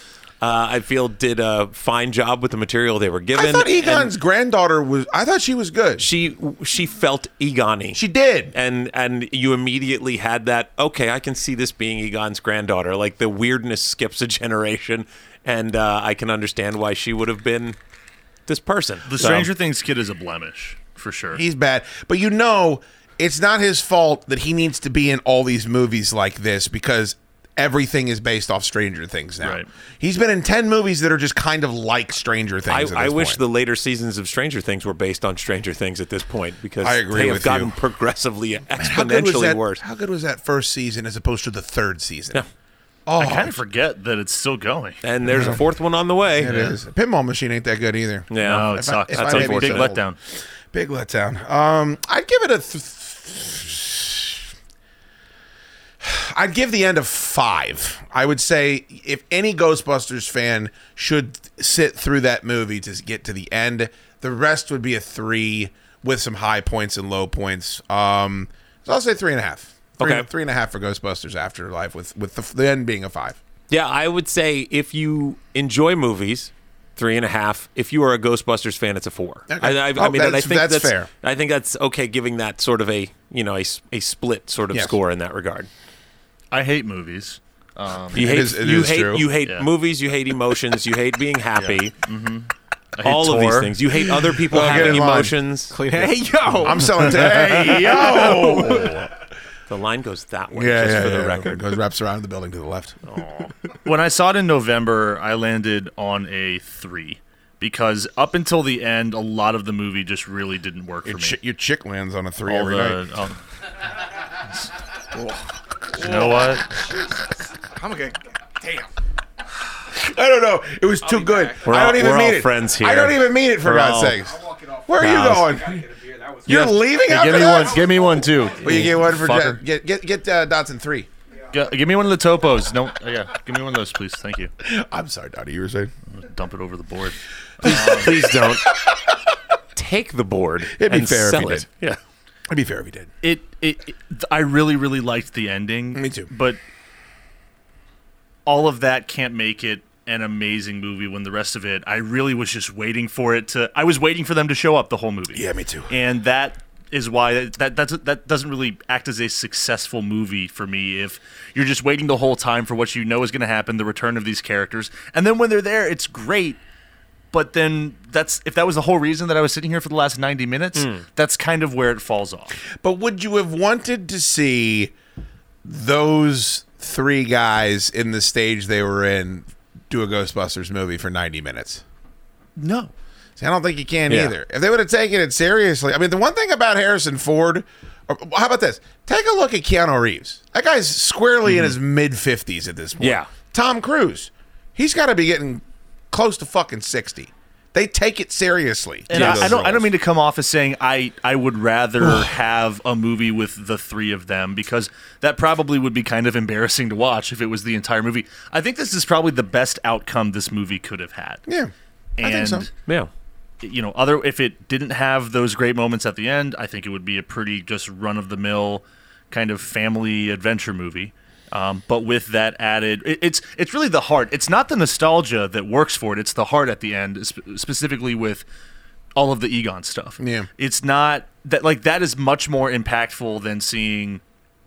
Uh, I feel did a fine job with the material they were given.
I thought
and
Egon's granddaughter was. I thought she was good. She,
she she felt Egon-y.
did.
and and you immediately had that okay i can see this being egon's granddaughter like the weirdness skips a generation and uh, i can understand why she would have been this person
The
So-
Stranger Things kid is a blemish for sure.
He's bad. But you know, it's not his fault that he needs to be in all these movies like this because everything is based off Stranger Things now.
Right.
He's been in 10 movies that are just kind of like Stranger Things.
I,
at this
I wish
point.
the later seasons of Stranger Things were based on Stranger Things at this point because
I agree
they have
with
gotten
you.
progressively
How good was
exponentially
that-
worse.
How good was that first season as opposed to the third season? Oh,
I kind of forget that it's still going.
And there's a fourth one on the way.
it is. Pinball machine ain't that good either.
Yeah.
No, Oh, it
If I-
sucks.
if
That's
I
a
may be
big
so old.
letdown.
Big letdown. Um, I'd give it a. Th- I'd give the end a five. I would say if any Ghostbusters fan should sit through that movie to get to the end, the rest would be a three with some high points and low points. Um, so I'll say three and a half. Three-
Okay.
three and a half for Ghostbusters Afterlife, with with the, the end being a five.
Yeah, I would say if you enjoy movies, three and a half. If you are a Ghostbusters fan, it's a four.
Okay.
I, I, I
Oh,
mean, and I
that's-
think
that's
that's,
fair.
I think that's okay, giving that sort of a you know a, s- a split sort of
Yes.
score in that regard.
I hate movies.
You
It
hate
is- it
you
is
hate
true.
you hate
Yeah. Mm-hmm.
movies, you hate emotions, you hate being happy.
I hate
All of these
Tor.
things. You hate other people
Well, get
having
in line.
emotions.
Hey, yo.
I'm selling today. hey, yo!
The line goes that way,
Yeah,
just
yeah,
for the
yeah.
record.
Goes wraps around the building to the left.
When I saw it in November, I landed on a three because up until the end, a lot of the movie just really didn't work for
Your,
me.
chi- your chick lands on a three
All
every
the-
night.
oh. you know what?
I'm okay. Damn.
I don't know. It was too good.
We're
I
all-
don't even
we're
mean
all
it.
friends
I
here.
don't even mean it for
We're
God's
all-
sakes. Where are you
Nah.
going? You're leaving
Hey,
after
give me
that?
one. Give me one too.
Well, you get one for
Fucker.
Jet- get get get uh, Dotson three.
G- give me one of the topos. No, yeah. Give me one of those, please. Thank you.
I'm sorry, Dottie. You were saying
Dump it over the board.
Please don't take the board
It'd be
and
fair if
sell
you
it. Yeah.
it'd be fair if you did.
It, it. it- I really, really liked the ending.
Me too.
But all of that can't make it an amazing movie when the rest of it. I really was just waiting for it to. I was waiting for them to show up the whole movie.
Yeah, me too.
and that is why that that that's, that doesn't really act as a successful movie for me if you're just waiting the whole time for what you know is going to happen the return of these characters and then when they're there it's great but then that's if that was the whole reason that I was sitting here for the last 90 minutes that's kind of where it falls off
But would you have wanted to see those three guys in the stage they were in do a Ghostbusters movie for 90 minutes?
no
See, I don't think you can
Yeah.
either. If they would have taken it seriously, I mean, the one thing about Harrison Ford, or, how about this? Take a look at Keanu Reeves. That guy's squarely in his mid fifties at this point.
Mm-hmm. Yeah.
Tom Cruise, he's got to be getting close to fucking sixty. They take it seriously.
and I, I don't. I don't mean to come off as saying I. I would rather have a movie with the three of them because that probably would be kind of embarrassing to watch if it was the entire movie. I think this is probably the best outcome this movie could have had.
Yeah,
and
I think so.
Yeah.
you know, other if it didn't have those great moments at the end, I think it would be a pretty just run of the mill kind of family adventure movie. Um, but with that added, it, it's it's really the heart. It's not the nostalgia that works for it. It's the heart at the end, sp- specifically with all of the Egon stuff.
Yeah.
it's not that like that is much more impactful than seeing.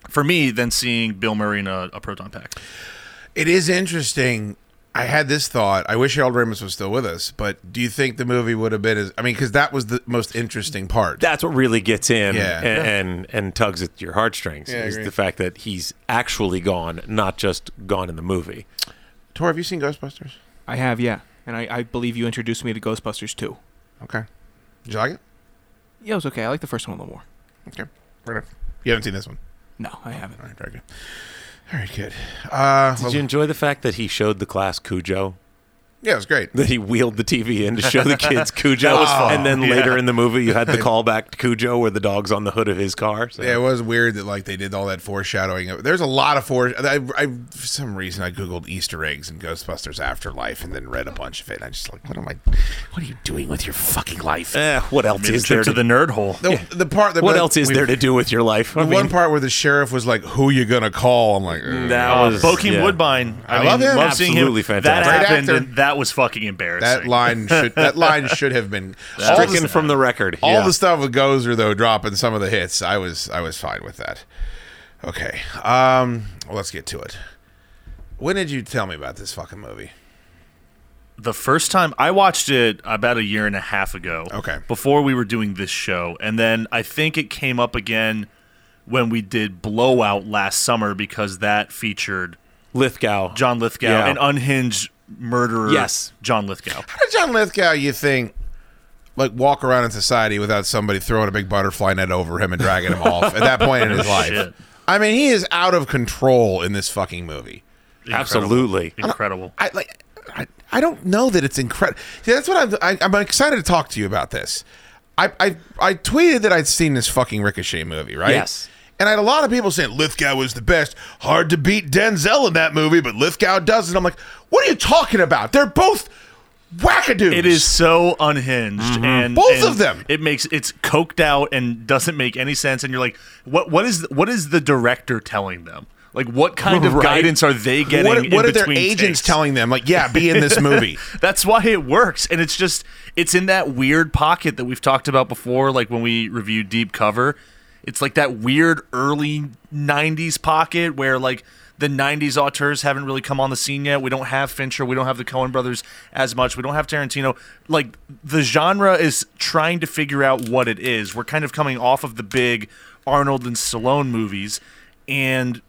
For me, than seeing Bill Murray in a, a proton pack.
It is interesting. I had this thought. I wish Harold Ramis was still with us, but do you think the movie would have been as? I mean, because that was the most interesting part.
That's what really gets in
Yeah.
and, and and tugs at your heartstrings
Yeah, I
is
agree.
the fact that he's actually gone, not just gone in the movie.
Tor, have you seen Ghostbusters?
I have, yeah. And I, I believe you introduced me to Ghostbusters too.
Okay, did you like it?
Yeah, it was okay. I like the first one a little more.
Okay, fair enough. You haven't seen this one.
No, I haven't.
All right, very good. All right, good. Uh,
Did
well,
you enjoy the fact that he showed the class Cujo?
yeah, it was great.
That he wheeled the TV in to show the kids Cujo, and then later in the movie you had the callback to Cujo, where the dog's on the hood of his car. So.
Yeah, it was weird that like they did all that foreshadowing. There's a lot of fore. I, I for some reason I googled Easter eggs in Ghostbusters Afterlife and then read a bunch of it. And I just like, what am I? What are you doing with your fucking life?
Eh, what else
Maybe a
is there
trip to the nerd hole.
The, the part that
What
but
else is
we-
there to do with your life? I
The one
mean, Mm,
part where the sheriff was like, "Who you gonna call?" I'm like, "Ugh."
that
Uh,
was
Bokeem
yeah.
Woodbine. I,
I
mean,
love him.
seeing him.
Absolutely fantastic.
That
Great
happened,
actor.
and that was fucking embarrassing.
that line should that line should have been all the
stricken from the record.
All
yeah.
the stuff with Gozer though dropping some of the hits, I was I was fine with that. Okay, um, well, let's get to it. When did you tell me about this fucking movie?
the first time I watched it about a year and a half ago.
Okay.
Before we were doing this show. And then I think it came up again when we did Blowout last summer because that featured
Lithgow.
John Lithgow,
Yeah.
an unhinged murderer.
Yes.
John Lithgow.
How did John Lithgow, you think, like walk around in society without somebody throwing a big butterfly net over him and dragging
Oh,
him off at that point in his life?
Shit.
I mean, he is out of control in this fucking movie.
Incredible.
Absolutely.
incredible.
I like. I, I don't know that it's incredible. that's what I'm. I, I'm excited to talk to you about this. I, I I tweeted that I'd seen this fucking Ricochet movie, right?
Yes.
And I had a lot of people saying Lithgow was the best. Hard to beat Denzel in that movie, but Lithgow does it. I'm like, what are you talking about? They're both wackadoos.
It is so unhinged,
Mm-hmm.
and
Both
and
of them.
It makes it's coked out and doesn't make any sense. And you're like, what? What is what is the director telling them? Like, what kind of
Right.
guidance are they getting?
What,
in
what are their
between
agents
takes?
telling them? Like, yeah, be in this movie.
That's why it works, and it's just it's in that weird pocket that we've talked about before. Like when we reviewed Deep Cover, it's like that weird early '90s pocket where like the '90s auteurs haven't really come on the scene yet. We don't have Fincher, we don't have the Coen Brothers as much, we don't have Tarantino. Like the genre is trying to figure out what it is. We're kind of coming off of the big Arnold and Stallone movies, and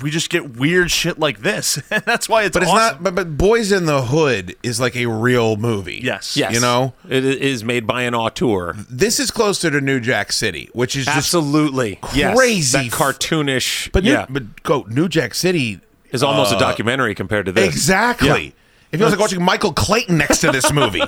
we just get weird shit like this. That's why it's
But it's
awesome.
not. But, but Boys in the Hood is like a real movie.
Yes.
Yes.
You know,
it i- is made by an auteur.
this is closer to New Jack City, which is just
Absolutely. Yes.
crazy
That cartoonish.
But uh,
yeah.
New, but go New Jack City uh,
is almost a documentary compared to this.
exactly. It feels like watching Michael Clayton next to this movie.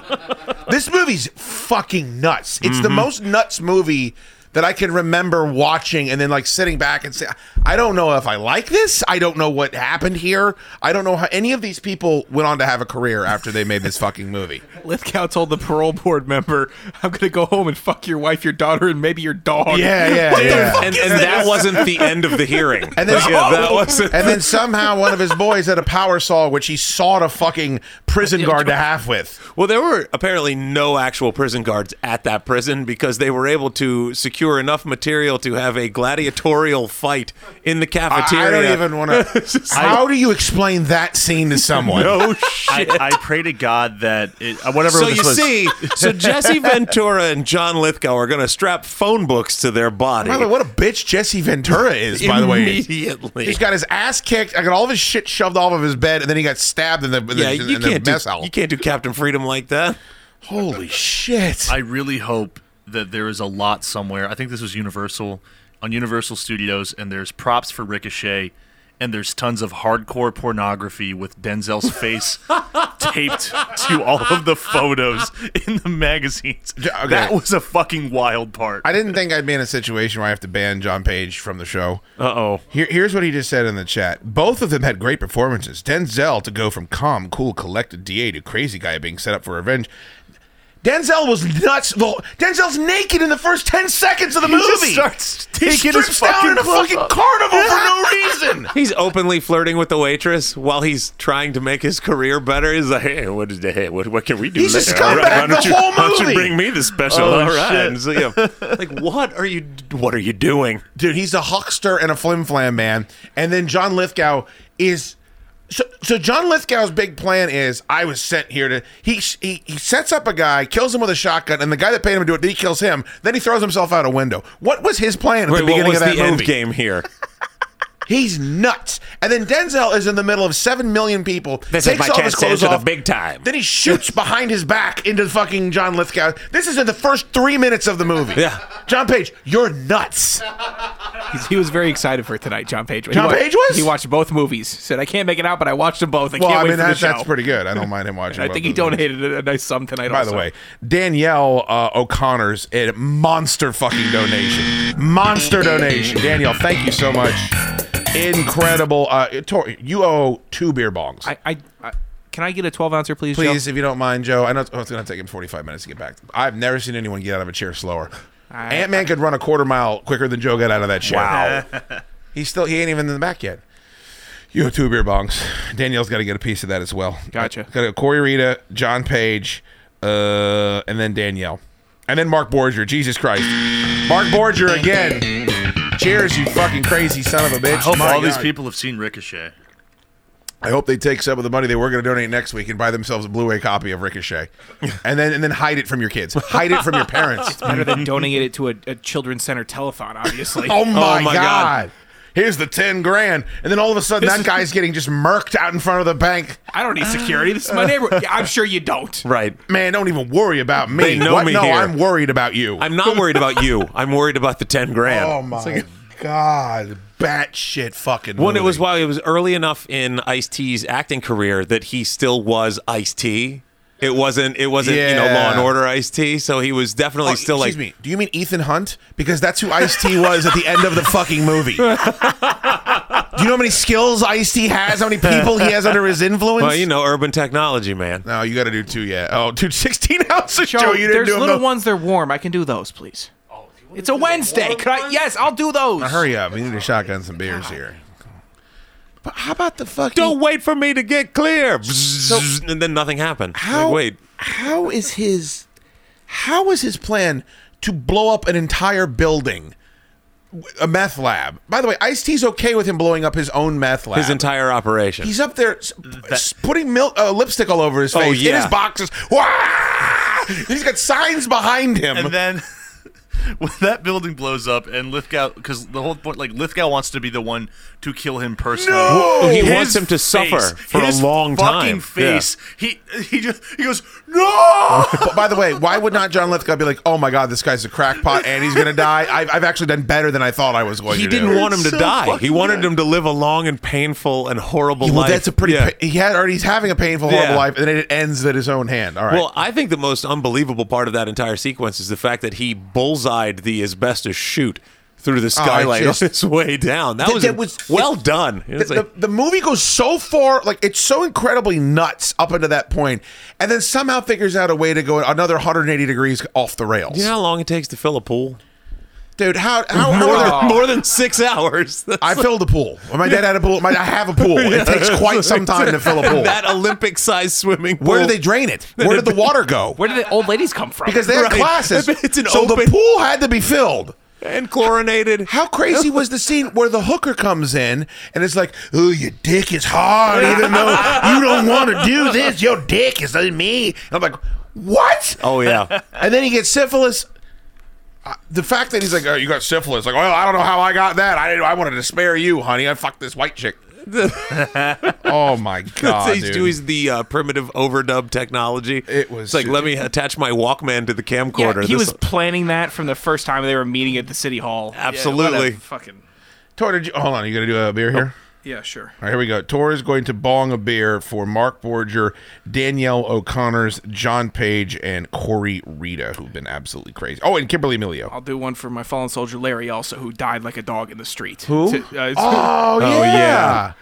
this movie's fucking nuts. It's the most nuts movie that I can remember watching and then like sitting back and say, I don't know if I like this. I don't know what happened here. I don't know how any of these people went on to have a career after they made this fucking movie.
Lithgow told the parole board member, "I'm gonna go home and fuck your wife, your daughter, and maybe your dog."
yeah, yeah.
And, and that wasn't the end of the hearing.
And then, Oh.
yeah, that wasn't.
and then somehow one of his boys had a power saw, which he sawed a fucking prison guard to half with.
Well, there were apparently no actual prison guards at that prison because they were able to secure enough material to have a gladiatorial fight in the
I-
cafeteria.
I don't even want to. How do you explain that scene to someone?
Oh shit.
I, I pray to God that it, uh, whatever
So
this
you
was.
see, so Jesse Ventura and John Lithgow are going to strap phone books to their body.
By the way, what a bitch Jesse Ventura is. By the way,
immediately.
he's got his ass kicked. I got all of his shit shoved off of his bed, and then he got stabbed in the, in
yeah,
the, in
you
the
can't
mess
do,
hall.
you can't do Captain Freedom like that.
Holy shit!
I really hope that there is a lot somewhere. I think this was Universal on Universal Studios, and there's props for Ricochet, and there's tons of hardcore pornography with Denzel's face taped to all of the photos in the magazines.
okay.
That was a fucking wild part.
I didn't think I'd be in a situation where I have to ban John Page from the show.
Uh oh.
Here, here's what he just said in the chat. Both of them had great performances. Denzel to go from calm, cool, collected DA to crazy guy being set up for revenge. Denzel was nuts. The whole- Denzel's naked in the first ten seconds of the
He
movie.
just starts
he
taking his
strips down
fucking
in a
clothes
fucking
off.
carnival for no reason.
He's openly flirting with the waitress while he's trying to make his career better. He's like, "Hey, what is the hey? What, what can we do?"
He's a
later?
scumbag
All why don't
the
you,
whole
Why don't you
movie."
bring me the special?
Oh,
All right.
shit.
And so, yeah. like, what are you? What are you doing?
dude, he's a huckster and a flim flam man. And then John Lithgow is. So, so John Lithgow's big plan is I was sent here to he, he he sets up a guy kills him with a shotgun and the guy that paid him to do it he kills him then he throws himself out a window. What was his plan at
Right,
the
what
beginning
was
of that
the
movie?
end game here?
He's nuts. And then Denzel is in the middle of seven million people. takes all his clothes off,
time.
Then he shoots behind his back into fucking John Lithgow. This is in the first three minutes of the movie.
Yeah.
John Page, you're nuts.
He's- he was very excited for tonight. John Page. was.
John
he wa-
Page was?
He watched both movies. Said, "I can't make it out, but I watched them both. I
Well,
can't
I
wait
mean
for
that,
the show."
that's pretty good. I don't mind him watching.
I
both
think he
of them.
donated a, a nice sum tonight.
By
also.
the way, Danielle uh, O'Connor's a monster fucking donation. Monster donation. Danielle, thank you so much. Incredible. Uh, Tor- you owe two beer bongs.
I, I, I can I get a 12 ouncer, please?
Please,
Joe?
if you don't mind, Joe. I know it's, oh, it's going to take him 45 minutes to get back. I've never seen anyone get out of a chair slower.
I-
Ant Man could run a quarter mile quicker than Joe got out of that chair. Wow. He's still, he ain't even in the back yet. You have two beer bongs. Danielle's got to get a piece of that as well.
Gotcha.
Got to go Corey Rita, John Page, uh, and then Danielle. And then Mark Borger. Jesus Christ. Mark Borger again. Cheers, you fucking crazy son of a bitch.
I hope
My
all these
God.
people have seen Ricochet.
I hope they take some of the money they were going to donate next week and buy themselves a Blu-ray copy of Ricochet, and then and then hide it from your kids, hide it from your parents.
better than donating it to a, a children's center telethon. Obviously.
Oh my,
my
god.
God.
Here's the ten grand, and then all of a sudden
This
that
is-
guy's getting just murked out in front of the bank.
I don't need security. This is my neighborhood. Yeah, I'm sure you don't.
Right.
Man, don't even worry about me.
They know
What?
me
no,
here.
I'm worried about you.
I'm not worried about you. I'm worried about the ten grand.
oh my God, batshit fucking.
When it
movie.
was while it was early enough in Ice T's acting career that he still was Ice T. It wasn't. It wasn't. You know, Law and
Yeah.
Order Ice T. So he was definitely
Oh,
still like.
excuse me. Do you mean Ethan Hunt? Because that's who Ice T was at the end of the fucking movie. Do you know how many skills Ice T has? How many people he has under his influence?
Well, you know, urban technology, man.
No, you got to do two. Yeah. Oh, dude, sixteen ounces. Joe,
Joe,
you didn't
there's
do them.
little
no-
ones that are warm. I can do those, please. It's a Wednesday. Could I? Yes, I'll do those.
Hurry up. We need to shotgun some beers here. But how about the fucking?
Don't wait for me to get clear. and then nothing happened.
How?
Like, wait.
How is his? How is his plan to blow up an entire building? A meth lab. By the way, Ice T's okay with him blowing up his own meth lab.
His entire operation.
He's up there s- s- putting milk, uh, lipstick all over his face in
Oh, yeah.
his boxes. Wah! He's got signs behind him.
and then when that building blows up and Lithgow, because the whole point, like Lithgow wants to be the one to kill him personally.
No!
He
His
wants him to suffer for a
his
long time.
fucking face. He he just he goes no.
but by the way, why would not John Lithgow be like, "Oh my God, this guy's a crackpot and he's gonna die"? I've, I've actually done better than I thought I was going
He
to. do."
didn't want him to
So
die. He
fucking
wanted
good.
him to live a long and painful and horrible
Well,
life.
that's a pretty.
Yeah.
pa- he had already. He's having a painful, horrible
Yeah.
life, and then it ends at his own hand. All right.
Well, I think the most unbelievable part of that entire sequence is the fact that he bullseyed the asbestos chute through the
Oh, I
skylight
just-
on its way down. That,
Th-
was,
that was-
well done. It was
the,
like-
the, the movie goes so far, like it's so incredibly nuts up until that point, and then somehow figures out a way to go another 180 degrees off the rails.
you know how long it takes to fill a pool?
dude, how how, how
More,
are there-
than, more than six hours. That's
I
like-
filled a pool. My dad had a pool. My, I have a pool. It takes quite some time to fill a pool.
that Olympic-sized swimming pool.
Where do they drain it? Where did the water go?
Where did the old ladies come from?
Because they had
Right.
classes.
It's an
so the
open-
pool had to be filled.
and chlorinated.
How crazy was the scene where the hooker comes in and it's like, "Oh, your dick is hard, even though you don't want to do this. Your dick is in me." And I'm like, "What?"
Oh yeah.
And then he gets syphilis. Uh, The fact that he's like, "Oh, you got syphilis," like, "Well, I don't know how I got that. I I wanted to spare you, honey. I fucked this white chick." oh my god,
he's
dude.
doing the uh, primitive overdub technology.
It was-
It's like let me attach my Walkman to the
Yeah,
camcorder.
he
This-
was planning that from the first time they were meeting at the city hall. Yeah, what a
Absolutely.
fucking.
Tor, did you, hold on. You gonna do a beer here?
Yeah, sure.
All right, here we go. Tor is going to bong a beer for Mark Borger, Danielle O'Connors, John Page, and Corey Rita, who've been absolutely crazy. Oh, and Kimberly Emilio.
I'll do one for my fallen soldier Larry, also who died like a dog in the street. uh, Who?
Oh, yeah.
yeah.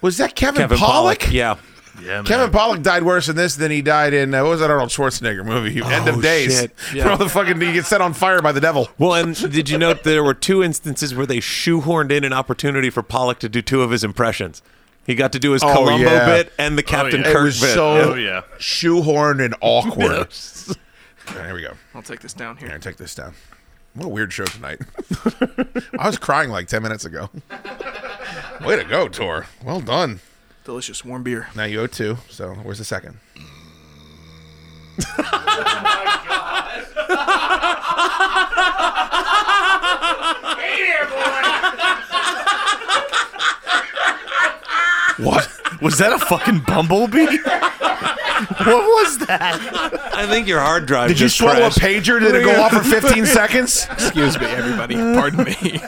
Was that Kevin,
Kevin
Pollock?
Yeah.
Yeah, man.
Kevin Pollock died worse in this than he died in uh, what was that Arnold Schwarzenegger movie? End of Days.
shit.
Where all the fucking you get set on fire by the devil.
Well, and did you note there were two instances where they shoehorned in an opportunity for Pollock to do two of his impressions? He got to do his
Oh,
Columbo
yeah.
bit and the Captain
yeah.
It
Kirk
was
bit.
so
Oh, yeah.
shoehorned and awkward. All right, here we go.
I'll take this down
Here,
here.
take this down. What a weird show tonight. I was crying like 10 minutes ago. Way to go, Tor. Well done.
Delicious warm beer.
Now you owe two, so where's the second? What?
Was that a fucking bumblebee? what was that?
I think your hard drive.
Did you
just
swallow
crashed.
a pager? Did it go off for 15 seconds?
Excuse me, everybody. Pardon me.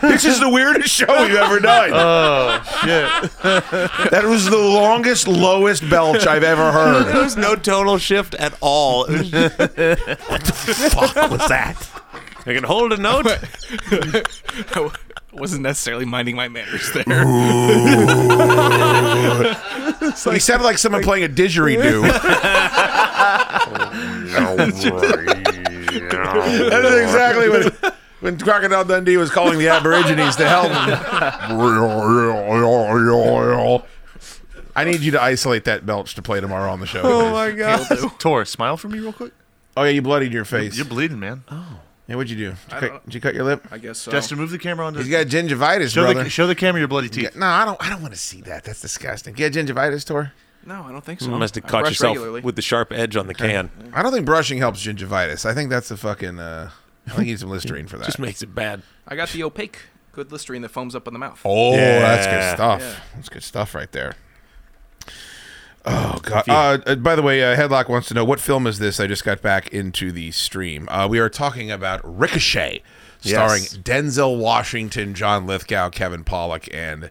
This is the weirdest show we've ever done. Oh shit! that was the longest, lowest belch I've ever heard.
There was no tonal shift at all. It was just-
Fuck was that?
I can hold a note.
Wasn't necessarily minding my manners there.
he sounded like someone playing a didgeridoo. That's exactly what. When Crocodile Dundee was calling the Aborigines to help him. I need you to isolate that belch to play tomorrow on the show. Oh,
god!
Tor, smile for me real quick.
yeah, you bloodied your face.
You're bleedling, man.
yeah, what'd you do? Did you, cut, did you cut your lip?
I guess so.
Justin, move the camera on.
He's got gingivitis,
show
brother.
the show the camera your bloody teeth.
no, I don't. I don't want to see that. That's disgusting. Get gingivitis, Tor.
no, I don't think so.
You must have
I
caught
brush
yourself
regularly.
with the sharp edge on the can.
I don't think brushing helps gingivitis. I think that's a fucking. Uh, I think you need some Listerine for that.
Just makes it bad.
I got the opaque good Listerine that foams up in the mouth.
Oh, that's good
Yeah.
stuff. That's good stuff right there. Oh god! Uh, uh, by the way, uh, Headlock wants to know what film is this? I just got back into the stream. Uh, we are talking about Ricochet, starring
Yes.
Denzel Washington, John Lithgow, Kevin Pollock, and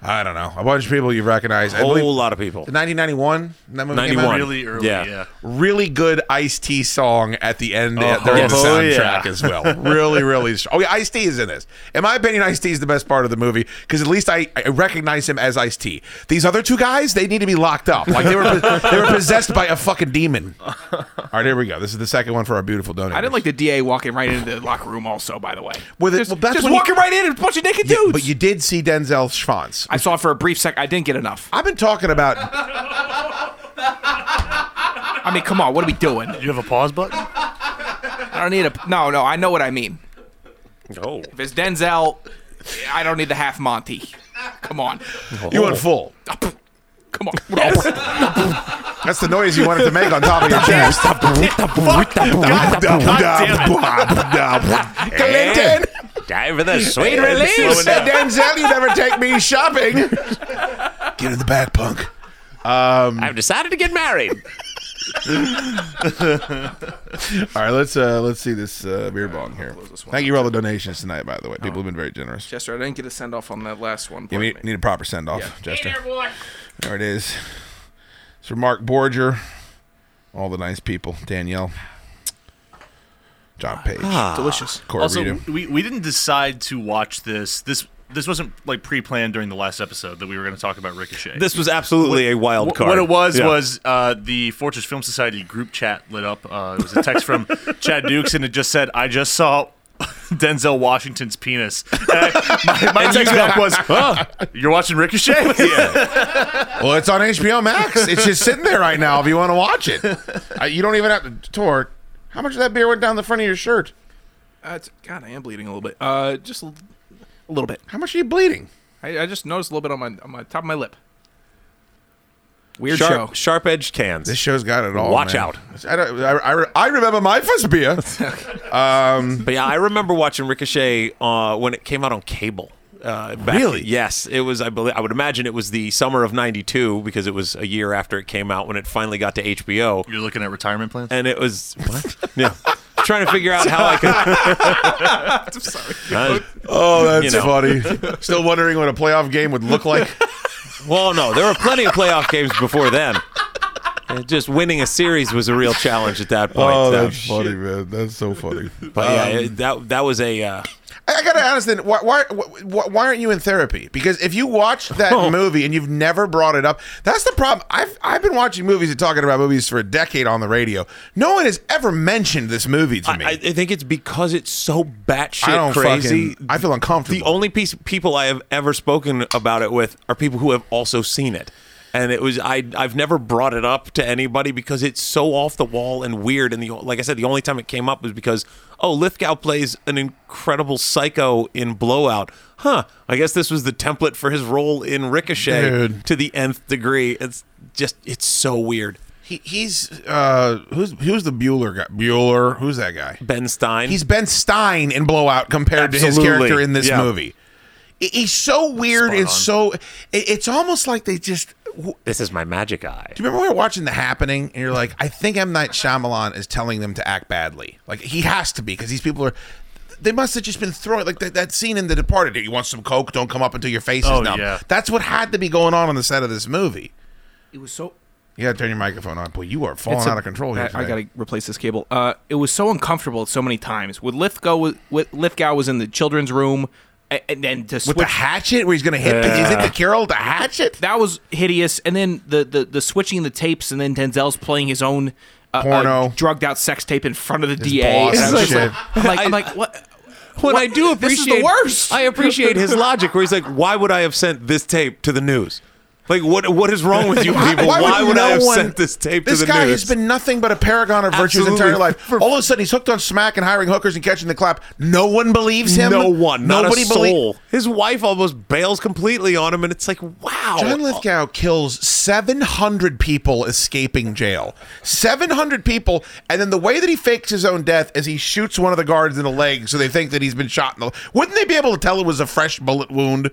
I don't know a bunch of people you recognize.
A whole lot of people.
1991. That movie came out?
91.
Really early,
Yeah.
yeah.
really good Ice T song at the end uh,
Oh,
during the
yes. Oh,
soundtrack
yeah.
as well. Really, really. Str- oh, yeah, Ice T is in this. In my opinion, Ice T is the best part of the movie because at least I, I recognize him as Ice T. These other two guys, they need to be locked up. Like they were, they were possessed by a fucking demon. All right, here we go. This is the second one for our beautiful donor.
I didn't like the DA walking right into the locker room. Also, by the way,
Well, that-
just,
well, that's
just
when you-
walking right in and a bunch of naked dudes.
but you did see Denzel Schwanz.
I saw it for a brief sec. I didn't get enough.
I've been talking about
I mean, come on, what are we doing?
You have a pause button?
I don't need a. No, no, I know what I mean.
Oh.
If it's Denzel, I don't need the half Monty. Come on,
you went full.
come on.
That's the noise you wanted to make on top of your chest. Clinton,
Time for the sweet
you said Denzel you uh, never take me shopping. Get in the back, punk.
I've decided to get married.
All right, let's uh, let's see this uh, beer bong here. Thank you for all the donations tonight, by the way. People have been very generous.
Chester, I didn't get a send off on that last one.
Yeah, we
Uh-huh. Pardon me.
need a proper send off, Jester. There it is. It's for Mark Borger, all the nice people, Danielle, John Page,
Delicious.
Corey
Also,
Reedham.
we, we didn't decide to watch this. This this wasn't like pre-planned during the last episode that we were going to talk about Ricochet.
This was absolutely a wild
Wh-
card.
What it was
Yeah.
was uh, the Fortress Film Society group chat lit up. Uh, it was a text from Chad Dukes, and it just said, "I just saw." Denzel Washington's penis. And I, my my text back was, "Huh, "You're watching Ricochet."
Well, it's on HBO Max. It's just sitting there right now if you want to watch it. Uh, you don't even have to. Torque, how much of that beer went down the front of your shirt?
Uh, it's- God, I am bleeding a little bit. Uh, just a, l- a little bit.
How much are you bleeding?
I, I just noticed a little bit on my on my top of my lip. Weird
sharp,
show.
sharp edged cans.
This show's got it all.
Watch
man.
out.
I, don't, I, I, I remember my first beer. Um,
But yeah, I remember watching Ricochet uh, when it came out on cable. Uh, back,
Really?
Yes, it was. I believe I would imagine it was the summer of '92 because it was a year after it came out when it finally got to HBO,
You're looking at retirement plans.
and it was what? yeah. Trying to figure out how I could. I'm sorry.
Oh, that's
You know.
funny. Still wondering what a playoff game would look like.
well, no, there were plenty of playoff games before then. And Just winning a series was a real challenge at that point.
oh,
so-
that's funny, man. That's so funny.
But yeah, it- that that was a. Uh,
Um, I, I gotta ask then, why, why why why aren't you in therapy? Because if you watched that
Oh.
movie and you've never brought it up, that's the problem. I've I've been watching movies and talking about movies for a decade on the radio. No one has ever mentioned this movie to
I,
me.
I I think it's because it's so batshit
I don't
crazy.
fucking- I feel uncomfortable.
The only piece, people I have ever spoken about it with are people who have also seen it. And it was I. I've never brought it up to anybody because it's so off the wall and weird. And the like I said, the only time it came up was because oh, Lithgow plays an incredible psycho in Blowout. Huh. I guess this was the template for his role in Ricochet
Dude.
to the nth degree. It's just it's so weird.
he, he's uh who's who's the Bueller guy? Bueller, who's that guy?
Ben Stein.
He's Ben Stein in Blowout compared to his
Absolutely.
character in this
Yeah.
movie. I- He's so weird
Spot
and
on.
so. it- It's almost like they just. Do
this is my magic eye.
you remember we were watching The Happening and you're like, I think M Night Shyamalan is telling them to act badly. Like he has to be because these people are. They must have just been throwing like that, that scene in The Departed. You want some coke? Don't come up until your face is
Oh,
numb.
yeah.
That's what had to be going on on the set of this movie.
It was so
You gotta turn your microphone on. Boy, you are falling
It's a-
out of control here.
I, I
today.
gotta replace this cable. Uh, it was so uncomfortable so many times. With Lithgow, with Lithgow was in the children's room, a- and then to switch
with the hatchet where he's gonna hit. the- Is it the Carol the hatchet?
that was hideous. And then the, the the switching the tapes, and then Denzel's playing his own uh, uh,
Porno.
drugged out sex tape in front of the
His
DA.
boss
And I
and
was just
shit.
like, I'm like, I'm like, what? What?
But I do
This
appreciate
is the worst.
I appreciate his logic where he's like, why would I have sent this tape to the news? Like what what is wrong with you people? Why, would, I have sent this tape
This
to the
guy
news?
has been nothing but a paragon of virtue his entire
Absolutely.
life. All of a sudden, he's hooked on smack and hiring hookers and catching the clap. No one believes him.
no one, not
Nobody
a soul.
belie-
his wife almost bails completely on him, and it's like, wow.
John Lithgow kills 700 people escaping jail. 700 people, and then the way that he fakes his own death is he shoots one of the guards in the leg, so they think that he's been shot in the. Wouldn't they be able to tell it was a fresh bullet wound?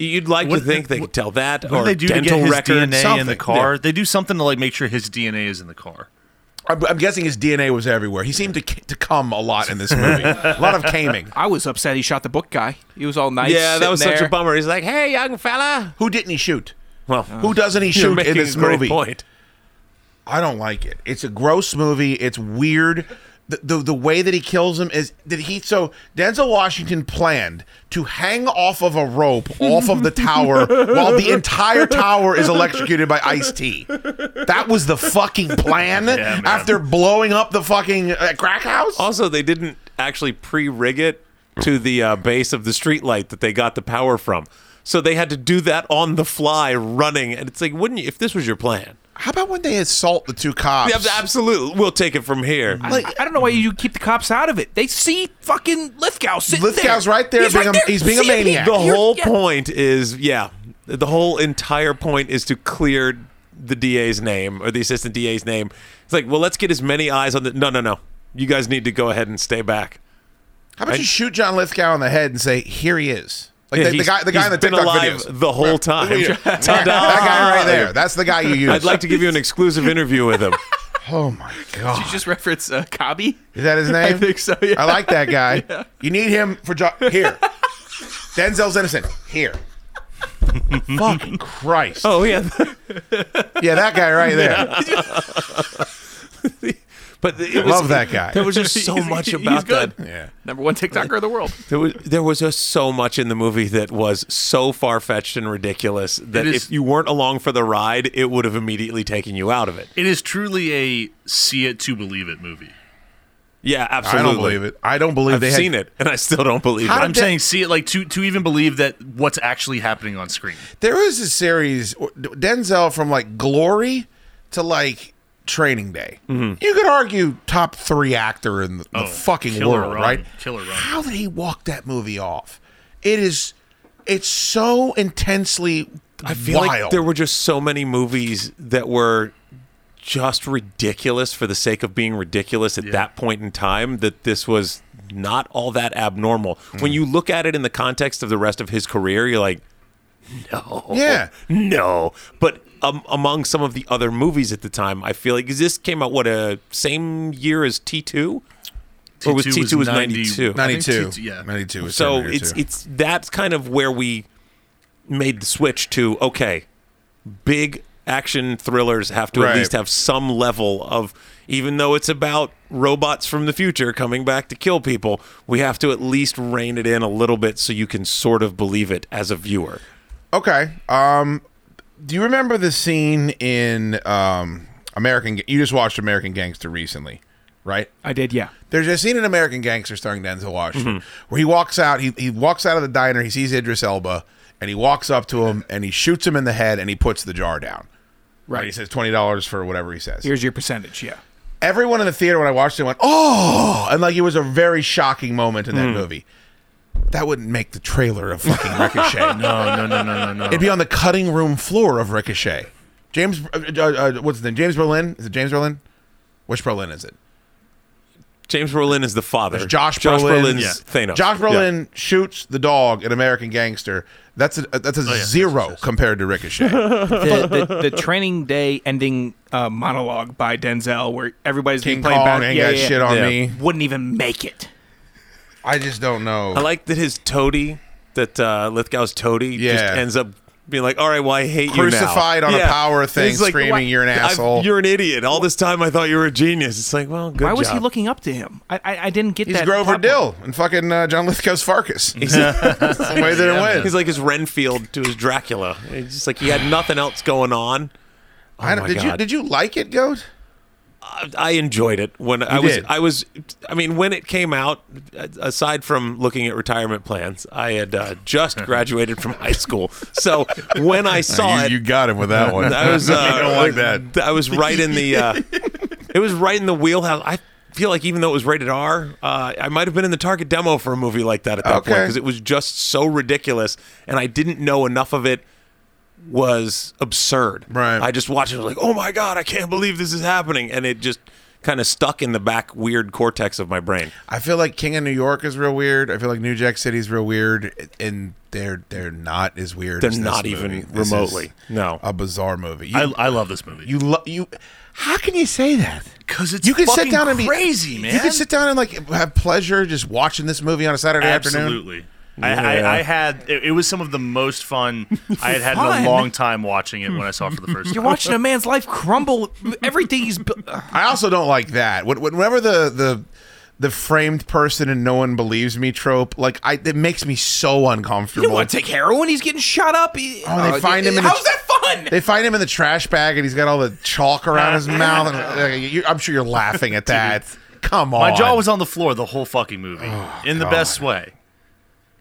You'd like to
What-
think they could tell that,
What
or
do they do to
dental
get his
record,
DNA in
something.
the car? They do something to like make sure his DNA is in the car.
I'm, I'm guessing his DNA was everywhere. He seemed to c- to come a lot in this movie. a lot of caming.
I was upset he shot the book guy. He was all nice.
yeah, that was
sitting
such a
there.
bummer. He's like, "Hey, young fella."
Who didn't he shoot?
Well,
Who doesn't he
you're
shoot in
making
this
a great
movie?
point.
I don't like it. It's a gross movie. It's weird. The, the, the way that he kills him is that he so Denzel Washington planned to hang off of a rope off of the tower while the entire tower is electrocuted by Ice T. That was the fucking plan
man.
after blowing up the fucking uh, crack house.
Also, they didn't actually pre-rig it to the uh, base of the streetlight that they got the power from. So they had to do that on the fly, running, and it's like, wouldn't you? If this was your plan,
How about when they assault the two cops?
yeah, absolutely, we'll take it from here.
I don't know why you keep the cops out of it. They see fucking Lithgow sitting
Lithgow's
there.
right there
He's
being
right
a-
there.
he's being a
See him?
maniac.
the
You're-
whole
yeah.
point is, yeah, the whole entire point is to clear the DA's name or the assistant DA's name. It's like, well, let's get as many eyes on the. No, no, no. You guys need to go ahead and stay back.
How about you shoot John Lithgow in the head and say, "Here he is." Like
Yeah,
Oh, the, the
he's-
guy, the guy
he's
in the
been
TikTok
alive
videos.
the whole time.
that
Ta-da!
guy right there. That's the guy you use.
I'd like to give you an exclusive interview with him.
Oh my god.
You just reference uh, Kabi.
Is that his name?
I think so, yeah.
I like that guy. You need him for jo- here. Denzel's innocent. Here. Fucking Christ.
Oh yeah,
Yeah, that guy right there.
but it was,
Love that guy.
There was just so
He's-
much
he's
about
good.
that.
Yeah.
Number one TikToker of the world.
There was there was just so much in the movie that was so far fetched and ridiculous that
It is-
if you weren't along for the ride, it would have immediately taken you out of it.
It is truly a see it to believe it movie.
Yeah,
I
absolutely.
don't believe it. I don't believe
I've
they
seen
had,
it, and I still don't believe
How
it.
I'm
did that-
saying see it like to to even believe that what's actually happening on screen.
There was a series uh, Denzel from like Glory to like Training Day.
Mm-hmm.
You could argue top three actor in the, the
Oh,
fucking
killer
world,
run,
right?
killer run.
How did he walk that movie off? It is. It's so intensely.
I feel
wild.
like there were just so many movies that were just ridiculous for the sake of being ridiculous at that point in time that this was not all that abnormal. When you look at it in the context of the rest of his career, you're like, no.
Yeah.
No. But um, among some of the other movies at the time, I feel like 'cause this came out, what, uh, same year as T2? Or was T2 was 92?
I think
92.
T- yeah.
92 was
so
72.
it's it's that's kind of where we made the switch to okay big action thrillers have to
Right.
at least have some level of even though it's about robots from the future coming back to kill people we have to at least rein it in a little bit so you can sort of believe it as a viewer
okay. Um, do you remember the scene in um American? You just watched American Gangster recently, right?
I did, yeah.
There's a scene in American Gangster starring Denzel Washington
Mm-hmm.
where he walks out. He, he walks out of the diner. He sees Idris Elba, and he walks up to him and he shoots him in the head and he puts the jar down. Right. He says twenty dollars for whatever he says.
Here's your percentage, yeah.
everyone in the theater when I watched it went, oh, and like it was a very shocking moment in that
Mm.
movie. That wouldn't make the trailer of fucking Ricochet.
No, no, no, no, no, no.
It'd be on the cutting room floor of Ricochet. James, uh, uh, uh, what's his name? James Berlin? Is it James Berlin? Which Berlin is it?
james brolin is the father
It's Josh,
josh
Brolin.
brolin's
Yeah.
thanos
Josh
Yeah.
Brolin shoots the dog in American Gangster. That's a uh, that's a zero compared to Ricochet.
the, the, the training day ending uh, monologue by Denzel, where everybody's
King
being played
Kong
back.
ain't got shit on
Yeah.
me.
Wouldn't even make it.
I just don't know.
I like that his toady, that uh, Lithgow's toady,
Yeah.
just ends up being like, "All right, well, I hate you now."
Crucified on a power thing,
He's
screaming,
"Why-
"You're an
I've-
asshole."
you're an idiot. All this time, I thought you were a genius." It's like, well, good
Why was
job.
he looking up to him? I I, I didn't get
He's
that.
Grover
plot point.
Dill and fucking uh, John Lithgow's Farkas. He's way they didn't win.
He's like his Renfield to his Dracula. It's just like he had nothing else going on. Oh
I don't-
my
did you
God.
did you like it, Goat?
I- I enjoyed it when I was
did.
I was I mean when it came out a- aside from looking at retirement plans I had uh, just graduated from high school so when
Uh,
I saw it
got him with that one.
I was uh, I was right in the uh, it was right in the wheelhouse. I feel like even though it was rated R, uh, I might have been in the target demo for a movie like that at that point
Okay.
because it was just so ridiculous, and I didn't know enough of it was absurd.
Right.
I just watched it I was like, oh my god, I can't believe this is happening, and it just kind of stuck in the back weird cortex of my brain.
I feel like King of New York is real weird. I feel like New Jack City is real weird, and they're they're not as weird.
They're
as this
not
movie.
even
This is
remotely. No.
a bizarre movie. You,
I, I love this movie.
you, lo- you How can you say that?
Because it's
you can sit
fucking
down and be
crazy, man.
You can sit down and like have pleasure just watching this movie on a Saturday afternoon.
Absolutely. I,
Yeah.
I, I had it, it was some of the most fun I had had
Fun?
in a long time watching it when I saw it for the first
You're
time.
watching a man's life crumble. Everything he's. bu- uh,
I also don't like that. When- Whenever the the the framed person and no one believes me trope, like I, it makes me so uncomfortable.
You don't want to take heroin. He's getting shot up. He- uh,
Oh, they find him in a-
How's that fun?
They find him in the trash bag, and he's got all the chalk around his mouth. And uh, you, I'm sure you're laughing at that. Come on,
My jaw was on the floor the whole fucking movie in the
God.
best way.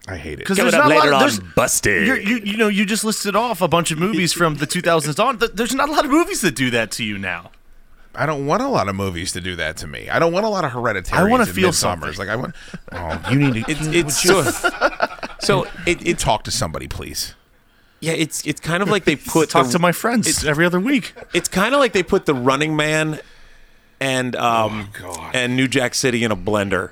I hate it.
Because
Coming
there's
up
not
later
a lot.
on
Of, there's,
Busted.
you're, you you know you just listed off a bunch of movies from the 2000s on. Th- There's not a lot of movies that do that to you now.
I don't want a lot of movies to do that to me. I don't want a lot of hereditary.
I wanna
and
feel
Midsommers.
something.
Like I want. Oh, you need to
It's it's so, so it, it's
talk to somebody, please.
yeah it's it's kind of like they put
Talk
the-
to my friends
it's-
every other week.
It's kind of like they put the Running Man and um
Oh God.
and New Jack City in a blender,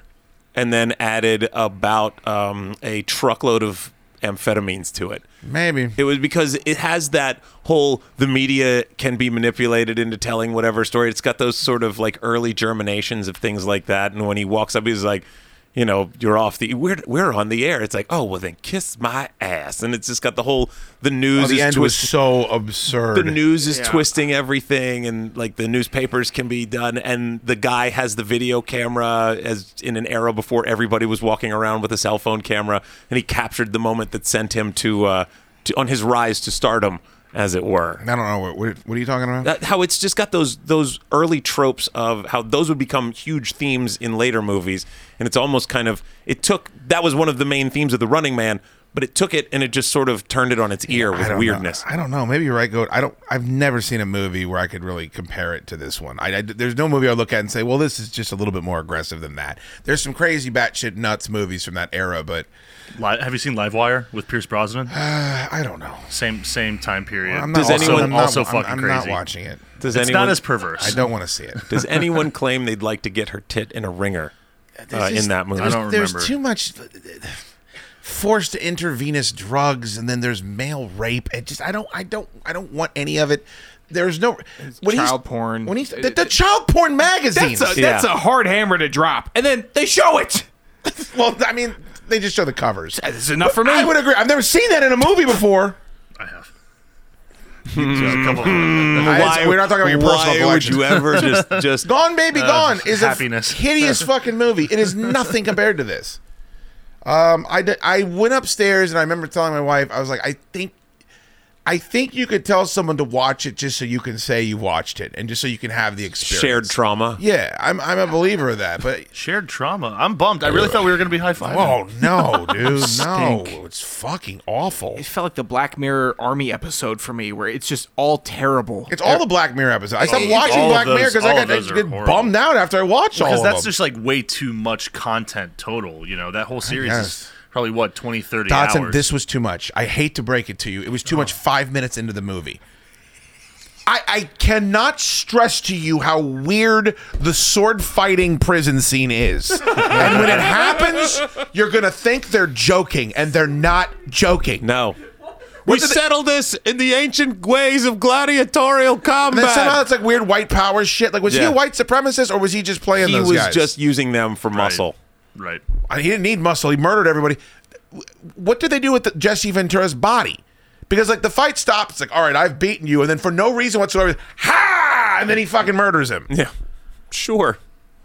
and then added about um, a truckload of amphetamines to it.
Maybe.
It was because it has that whole the media can be manipulated into telling whatever story. It's got those sort of like early germinations of things like that. And when he walks up, he's like, you know, you're off the we're we're on the air. It's like, oh well, then kiss my ass. And it's just got the whole the news
Oh, the
is
end was
twist-
so absurd.
the news is twisting everything and like the newspapers can be done and the guy has the video camera as in an era before everybody was walking around with a cell phone camera and he captured the moment that sent him to, uh, to on his rise to stardom as it were
I don't know what, what. What are you talking about?
That- how it's just got those those early tropes of how those would become huge themes in later movies and it's almost kind of it took that was one of the main themes of the running man but it took it and it just sort of turned it on its ear
I
with
don't
weirdness
Know. I don't know. Maybe you're right, Goat. I don't. I've never seen a movie where I could really compare it to this one. I, I- there's no movie I look at and say, "Well, this is just a little bit more aggressive than that." There's some crazy batshit nuts movies from that era, but
Li- have you seen Livewire with Pierce Brosnan?
I, I don't know.
Same same time period.
I'm not
Does
also,
anyone-
I'm not-
also
I'm-
fucking
I'm
crazy?
not watching it.
Does
it's
anyone-
not as perverse.
I don't want to see it.
Does anyone claim they'd like to get her tit in a ringer uh, in that movie?
I don't
there's
remember.
too much uh, forced intravenous drugs, and then there's male rape. It just I don't I don't I don't want any of it. There's no he's-
child porn.
When he's the, the child porn magazines.
That's a, that's
Yeah.
a hard hammer to drop. And then they show it.
well, I mean, they just show the covers.
It's enough for me.
I would agree. I've never seen that in a movie before.
I have. So a
Hmm,
couple-
I- we're not talking about your personal
why would
collection.
you ever just just
Gone Baby Gone is
Uh, happiness.
a hideous fucking movie. It is nothing compared to this. Um, I, did- I went upstairs and I remember telling my wife, I was like, I think, I think you could tell someone to watch it just so you can say you watched it and just so you can have the experience.
shared trauma?
Yeah, I'm, I'm a believer of that, but
Shared trauma. I'm bummed. I really thought we were going to be high five.
oh no, dude, no,
Stink.
it's fucking awful.
It felt like the Black Mirror Army episode for me, where it's just all terrible.
It's all the Black Mirror episodes. I stopped
All
watching
of
Black
those-
Mirror because I
all
got
of those
I
are
get
horrible.
bummed out after I watched all
Because
of
that's
them.
just like way too much content total. You know, that whole series
guess.
is probably what 20, 30
Dodson,
hours.
this was too much. I hate to break it to you. It was too much five minutes into the movie. I, I cannot stress to you how weird the sword fighting prison scene is. and when it happens, you're going to think they're joking, and they're not joking.
No. We
did they-
settle this in the ancient ways of gladiatorial
And then somehow
combat.
it's like weird white power shit. Like, was he
Yeah.
a white supremacist or was he just playing
He
those
was
guys?
just using them for muscle.
right.
I mean, he didn't need muscle. He murdered everybody. What did they do with the, Jesse Ventura's body? Because like the fight stops, it's like, all right, I've beaten you, and then for no reason whatsoever, ha! And then he fucking murders him.
Yeah. Sure.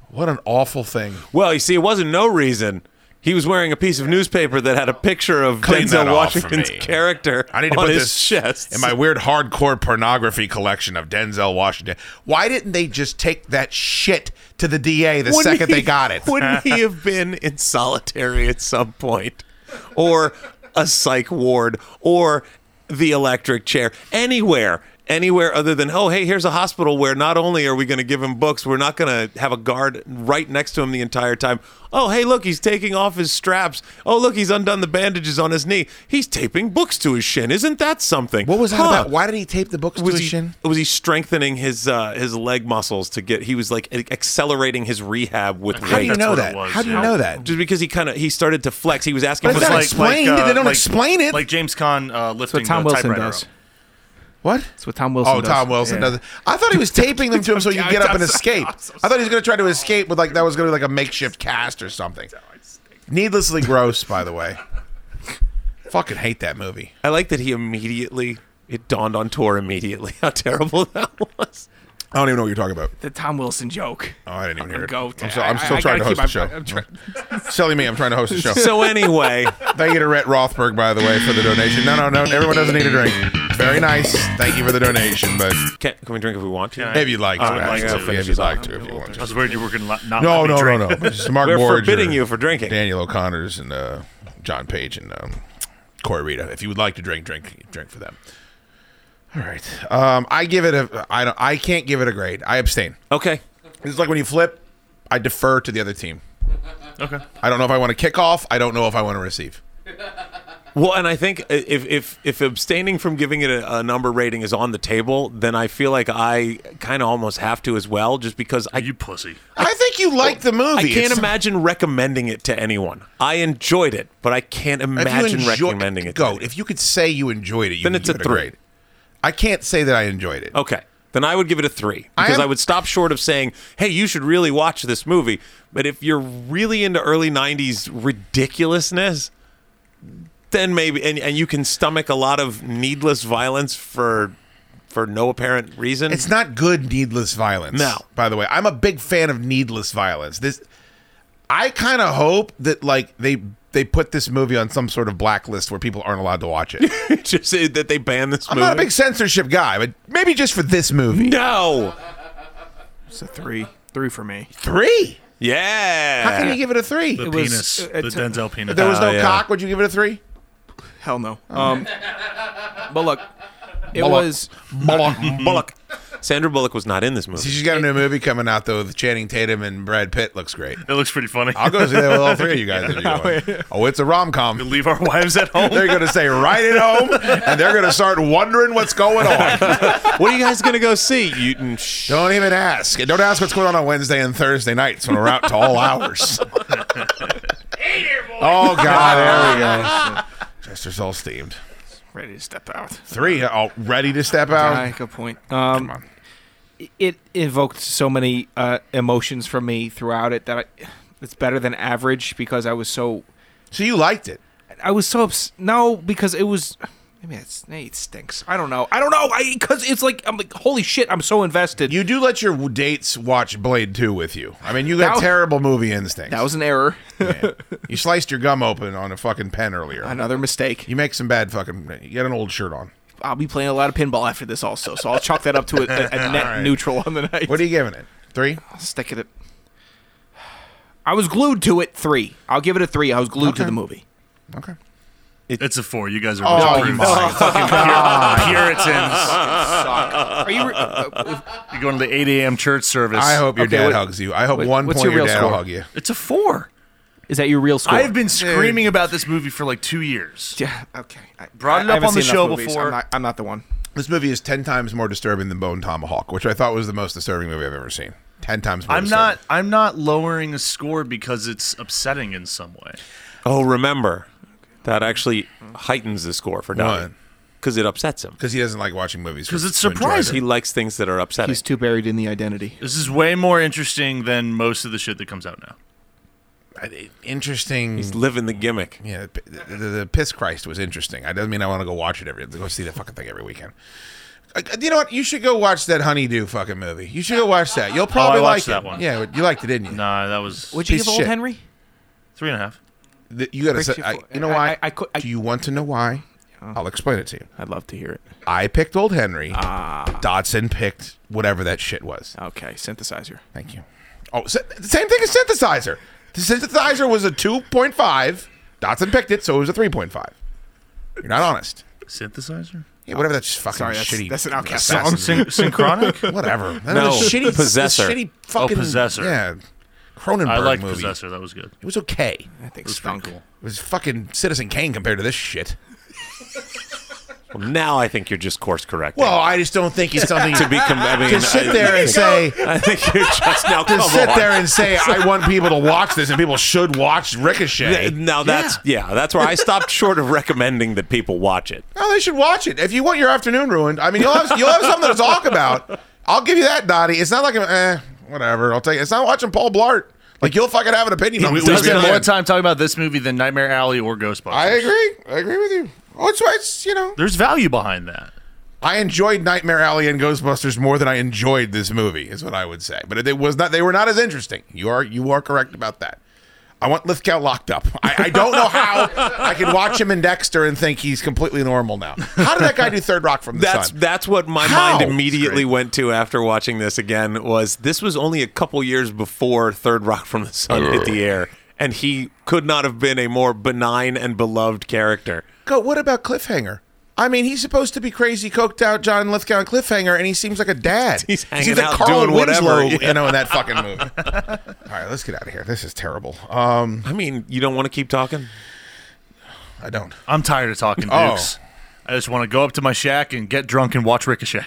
What an awful thing.
Well, you see, it wasn't no reason. He was wearing a piece of newspaper that had a picture of
Clean that
Denzel
off for
Washington's
me.
character
I need to
on
put
his
this
chest.
in my weird hardcore pornography collection of Denzel Washington. Why didn't they just take that shit to the DA the
Wouldn't
second
he-
they got it?
Wouldn't he have been in solitary at some point? Or a psych ward or the electric chair? Anywhere. Anywhere other than, oh, hey, here's a hospital where not only are we going to give him books, we're not going to have a guard right next to him the entire time. Oh, hey, look, he's taking off his straps. Oh, look, he's undone the bandages on his knee. He's taping books to his shin. Isn't that something?
What was that
Huh.
about? Why did he tape the books to
was
his
he,
shin?
was he strengthening his uh, his leg muscles to get? He was like accelerating his rehab with
How do you
weight.
That's
know
what it
that?
was,
How do you
yeah.
know that?
Just because he kind of he started to flex, he was asking
But
for
it's
the
not
uh,
like,
explained. They don't explain it.
Like James Conn uh, lifting
what Tom
the
Wilson
typewriter
does.
up.
What?
That's what Tom Wilson
oh,
does.
Tom Wilson
Yeah.
does it. I thought he was taping them to him so he could get up and escape. I thought he was going to try to escape with like that was going to be like a makeshift cast or something. Needlessly gross, by the way. Fucking hate that movie.
I like that he immediately it dawned on Tor immediately how terrible that was.
I don't even know what you're talking about.
The Tom Wilson joke.
Oh, I didn't even hear it.
Go,
I'm, so, I'm
I-
still
I
trying to
gotta
host the
keep-
show.
I'm- I'm try-
Silly me, I'm trying to host the show.
So anyway,
Thank you to Rhett Rothberg, by the way, for the donation. No, no, no. Everyone doesn't need a drink. Very nice. Thank you for the donation, but
can, can we drink if we want to?
if you'd like to,
I would like
actually,
to
if
finish
you'd
this
like
off.
to, if you want
I
to.
was worried you were going to not. not
No,
let me
no, no,
drink.
no, Just Mark
We're
Borg
forbidding
or
you for drinking.
Daniel O'Connors and uh, John Page and um, Corey Rita. If you would like to drink, drink, drink for them. All right. Um, I give it a. I don't. I can't give it a grade. I abstain.
Okay.
It's like when you flip. I defer to the other team.
Okay.
I don't know if I want to kick off. I don't know if I want to receive.
Well, and I think if if if abstaining from giving it a, a number rating is on the table, then I feel like I kind of almost have to as well, just because I
You pussy.
I think you like the movie.
I can't
It's-
imagine recommending it to anyone. I enjoyed it, but I can't imagine
enjoy-
recommending it. to
Goat,
anyone.
if you could say you enjoyed it, you
Then
could
it's a
give it
three.
grade. I can't say that I enjoyed it.
Okay. Then I would give it a three
I
because I,
am-
would stop short of saying, hey, you should really watch this movie. But if you're really into early 90s ridiculousness, then maybe, and, and you can stomach a lot of needless violence for for no apparent reason.
It's not good needless violence.
No.
By the way, I'm a big fan of needless violence. This I kind of hope that like they they put this movie on some sort of blacklist where people aren't allowed to watch it.
just say that they ban this
I'm
movie.
not a big censorship guy, but maybe just for this movie.
no.
It's a three. Three for me.
3.
Yeah.
How can you give it a 3?
The
It was-
penis.
uh,
the
it's-
Denzel penis. Ah,
If there was no
Oh, yeah.
cock, would you give it a 3?
Hell no. Um, but look, it
Bullock.
was
Bullock. Sandra Bullock was not in this movie.
She's got a new movie coming out though with Channing Tatum and Brad Pitt. Looks great.
it looks pretty funny.
I'll go see that with all three of you guys. if you want. Oh, it's a rom com.
leave our wives at home.
They're going to say right at home, and they're going to start wondering what's going on.
what are you guys going to go see? You, mm, sh-
Don't even ask. And Don't ask what's going on on Wednesday and Thursday nights when we're out to all hours. Oh God, there we go. Chester's all steamed.
uh, ready to step out.
Three all ready to step out.
Aye, good point. Um,
on.
It evoked so many uh, emotions from me throughout it that I, it's better than average because I was so
So you liked it?
I was so ups- no because it was. I mean, it's, it stinks. I don't know. I don't know. I because it's like I'm like holy shit. I'm so invested.
You do let your dates watch Blade Two with you. I mean, you got
That was-
terrible movie instincts.
that was an error.
you sliced your gum open on a fucking pen earlier.
Another mistake.
You make some bad fucking. You got an old shirt on.
I'll be playing a lot of pinball after this also, so I'll chalk that up to a, a, a net
right.
neutral on the night.
What are you giving it? Three.
stick at it. I was glued to it. Three. I'll give it a three. I was glued to the movie.
Okay.
It's a four. You guys are
Oh,
oh,
you
fucking pur- Puritans.
Are you? Re- uh,
You're going to the 8 a.m. church service.
I hope your
Okay,
dad
what-
hugs you. I hope
what-
one
what's
point
your
your,
real
dad will
score?
hug you.
It's a four.
is that your real score?
I've been screaming about this movie for like two years.
Yeah. Okay. I,
Brought it
I
up
haven't
on the
seen enough
show
movies.
before.
I'm not, I'm not the one.
This movie is ten times more disturbing than Bone Tomahawk, which I thought was the most disturbing movie I've ever seen. Ten times more.
I'm
disturbing.
not. I'm not lowering a score because it's upsetting in some way.
oh, remember. That actually heightens the score for Don
Why?
because it upsets him.
because he doesn't like watching movies.
'Cause it's
to enjoy
surprising.
He likes things that are upsetting.
He's too buried in the identity.
This is way more interesting than most of the shit that comes out now.
them. Interesting.
He's living the gimmick.
yeah, the, the, the- the Piss Christ was interesting. I doesn't mean I want to go watch it every. Go see the fucking thing every weekend. Uh, You know what? You should go watch that Honeydew fucking movie. You should go watch that. You'll probably like
watched
it.
that one.
Yeah, you liked it, didn't you?
Nah, that was
Would you
Piece
give
of
Old
shit.
Henry?
three and a half.
Th- you gotta
Breaks
say,
your
I,
fo-
you know
I-
why?
I- I cou- I-
Do you want to know why? I'll explain it to you.
I'd love to hear it.
I picked Old Henry. Dodson picked whatever that shit was.
Okay, synthesizer.
Thank you. Oh, s- the same thing as synthesizer. The synthesizer was a two point five. Dodson picked it, so it was a three point five. You're not honest.
Synthesizer.
Yeah, whatever that sh- fucking
Sorry, that's-
shitty.
that's an Outkast
assassin-
Syn- synchronic.
Whatever. That
No,
was a shitty
Possessor.
Shitty fucking
Oh, Possessor.
Yeah, Cronenberg
I like
movie.
Possessor. That was good.
It was okay.
I think
It was pretty
stunk.
cool.
It was fucking Citizen Kane compared to this shit.
Now I think you're just course correcting.
Well, I just don't think he's something
to be, com- I mean,
to sit
I-
there and say
I think you're just now.
to
come
sit
on.
there and say I want people to watch this and people should watch Ricochet.
Th- Now that's yeah. that's where I stopped short of recommending that people watch it.
No, they should watch it. If you want your afternoon ruined, I mean, you'll have you'll have something to talk about. I'll give you that, Dottie. It's not like I'm, eh, whatever. I'll take it. It's not watching Paul Blart. Like you'll fucking have an opinion. on
We,
it.
we spent more time talking about this movie than Nightmare Alley or Ghostbusters.
I agree. I agree with you. Oh, it's, it's you know.
There's value behind that.
I enjoyed Nightmare Alley and Ghostbusters more than I enjoyed this movie, is what I would say. But it was not; they were not as interesting. You are you are correct about that. I want Lithgow locked up. I, I don't know how I could watch him in Dexter and think he's completely normal now. How did that guy do Third Rock from the
That's
Sun?
that's what my
How?
mind immediately went to after watching this again. Was this was only a couple years before Third Rock from the Sun hit the air, and he could not have been a more benign and beloved character.
Go. What about Cliffhanger? I mean, he's supposed to be crazy, coked out John Lithgow in Cliffhanger, and he seems like a dad.
He's
He seems
hanging
like
out doing whatever,
Winslow,
yeah.
you know, in that fucking movie. All right, let's get out of here. This is terrible. Um,
I mean, you don't want to keep talking.
I don't.
I'm tired of talking
Oh.
Dukes. I just want to go up to my shack and get drunk and watch Ricochet.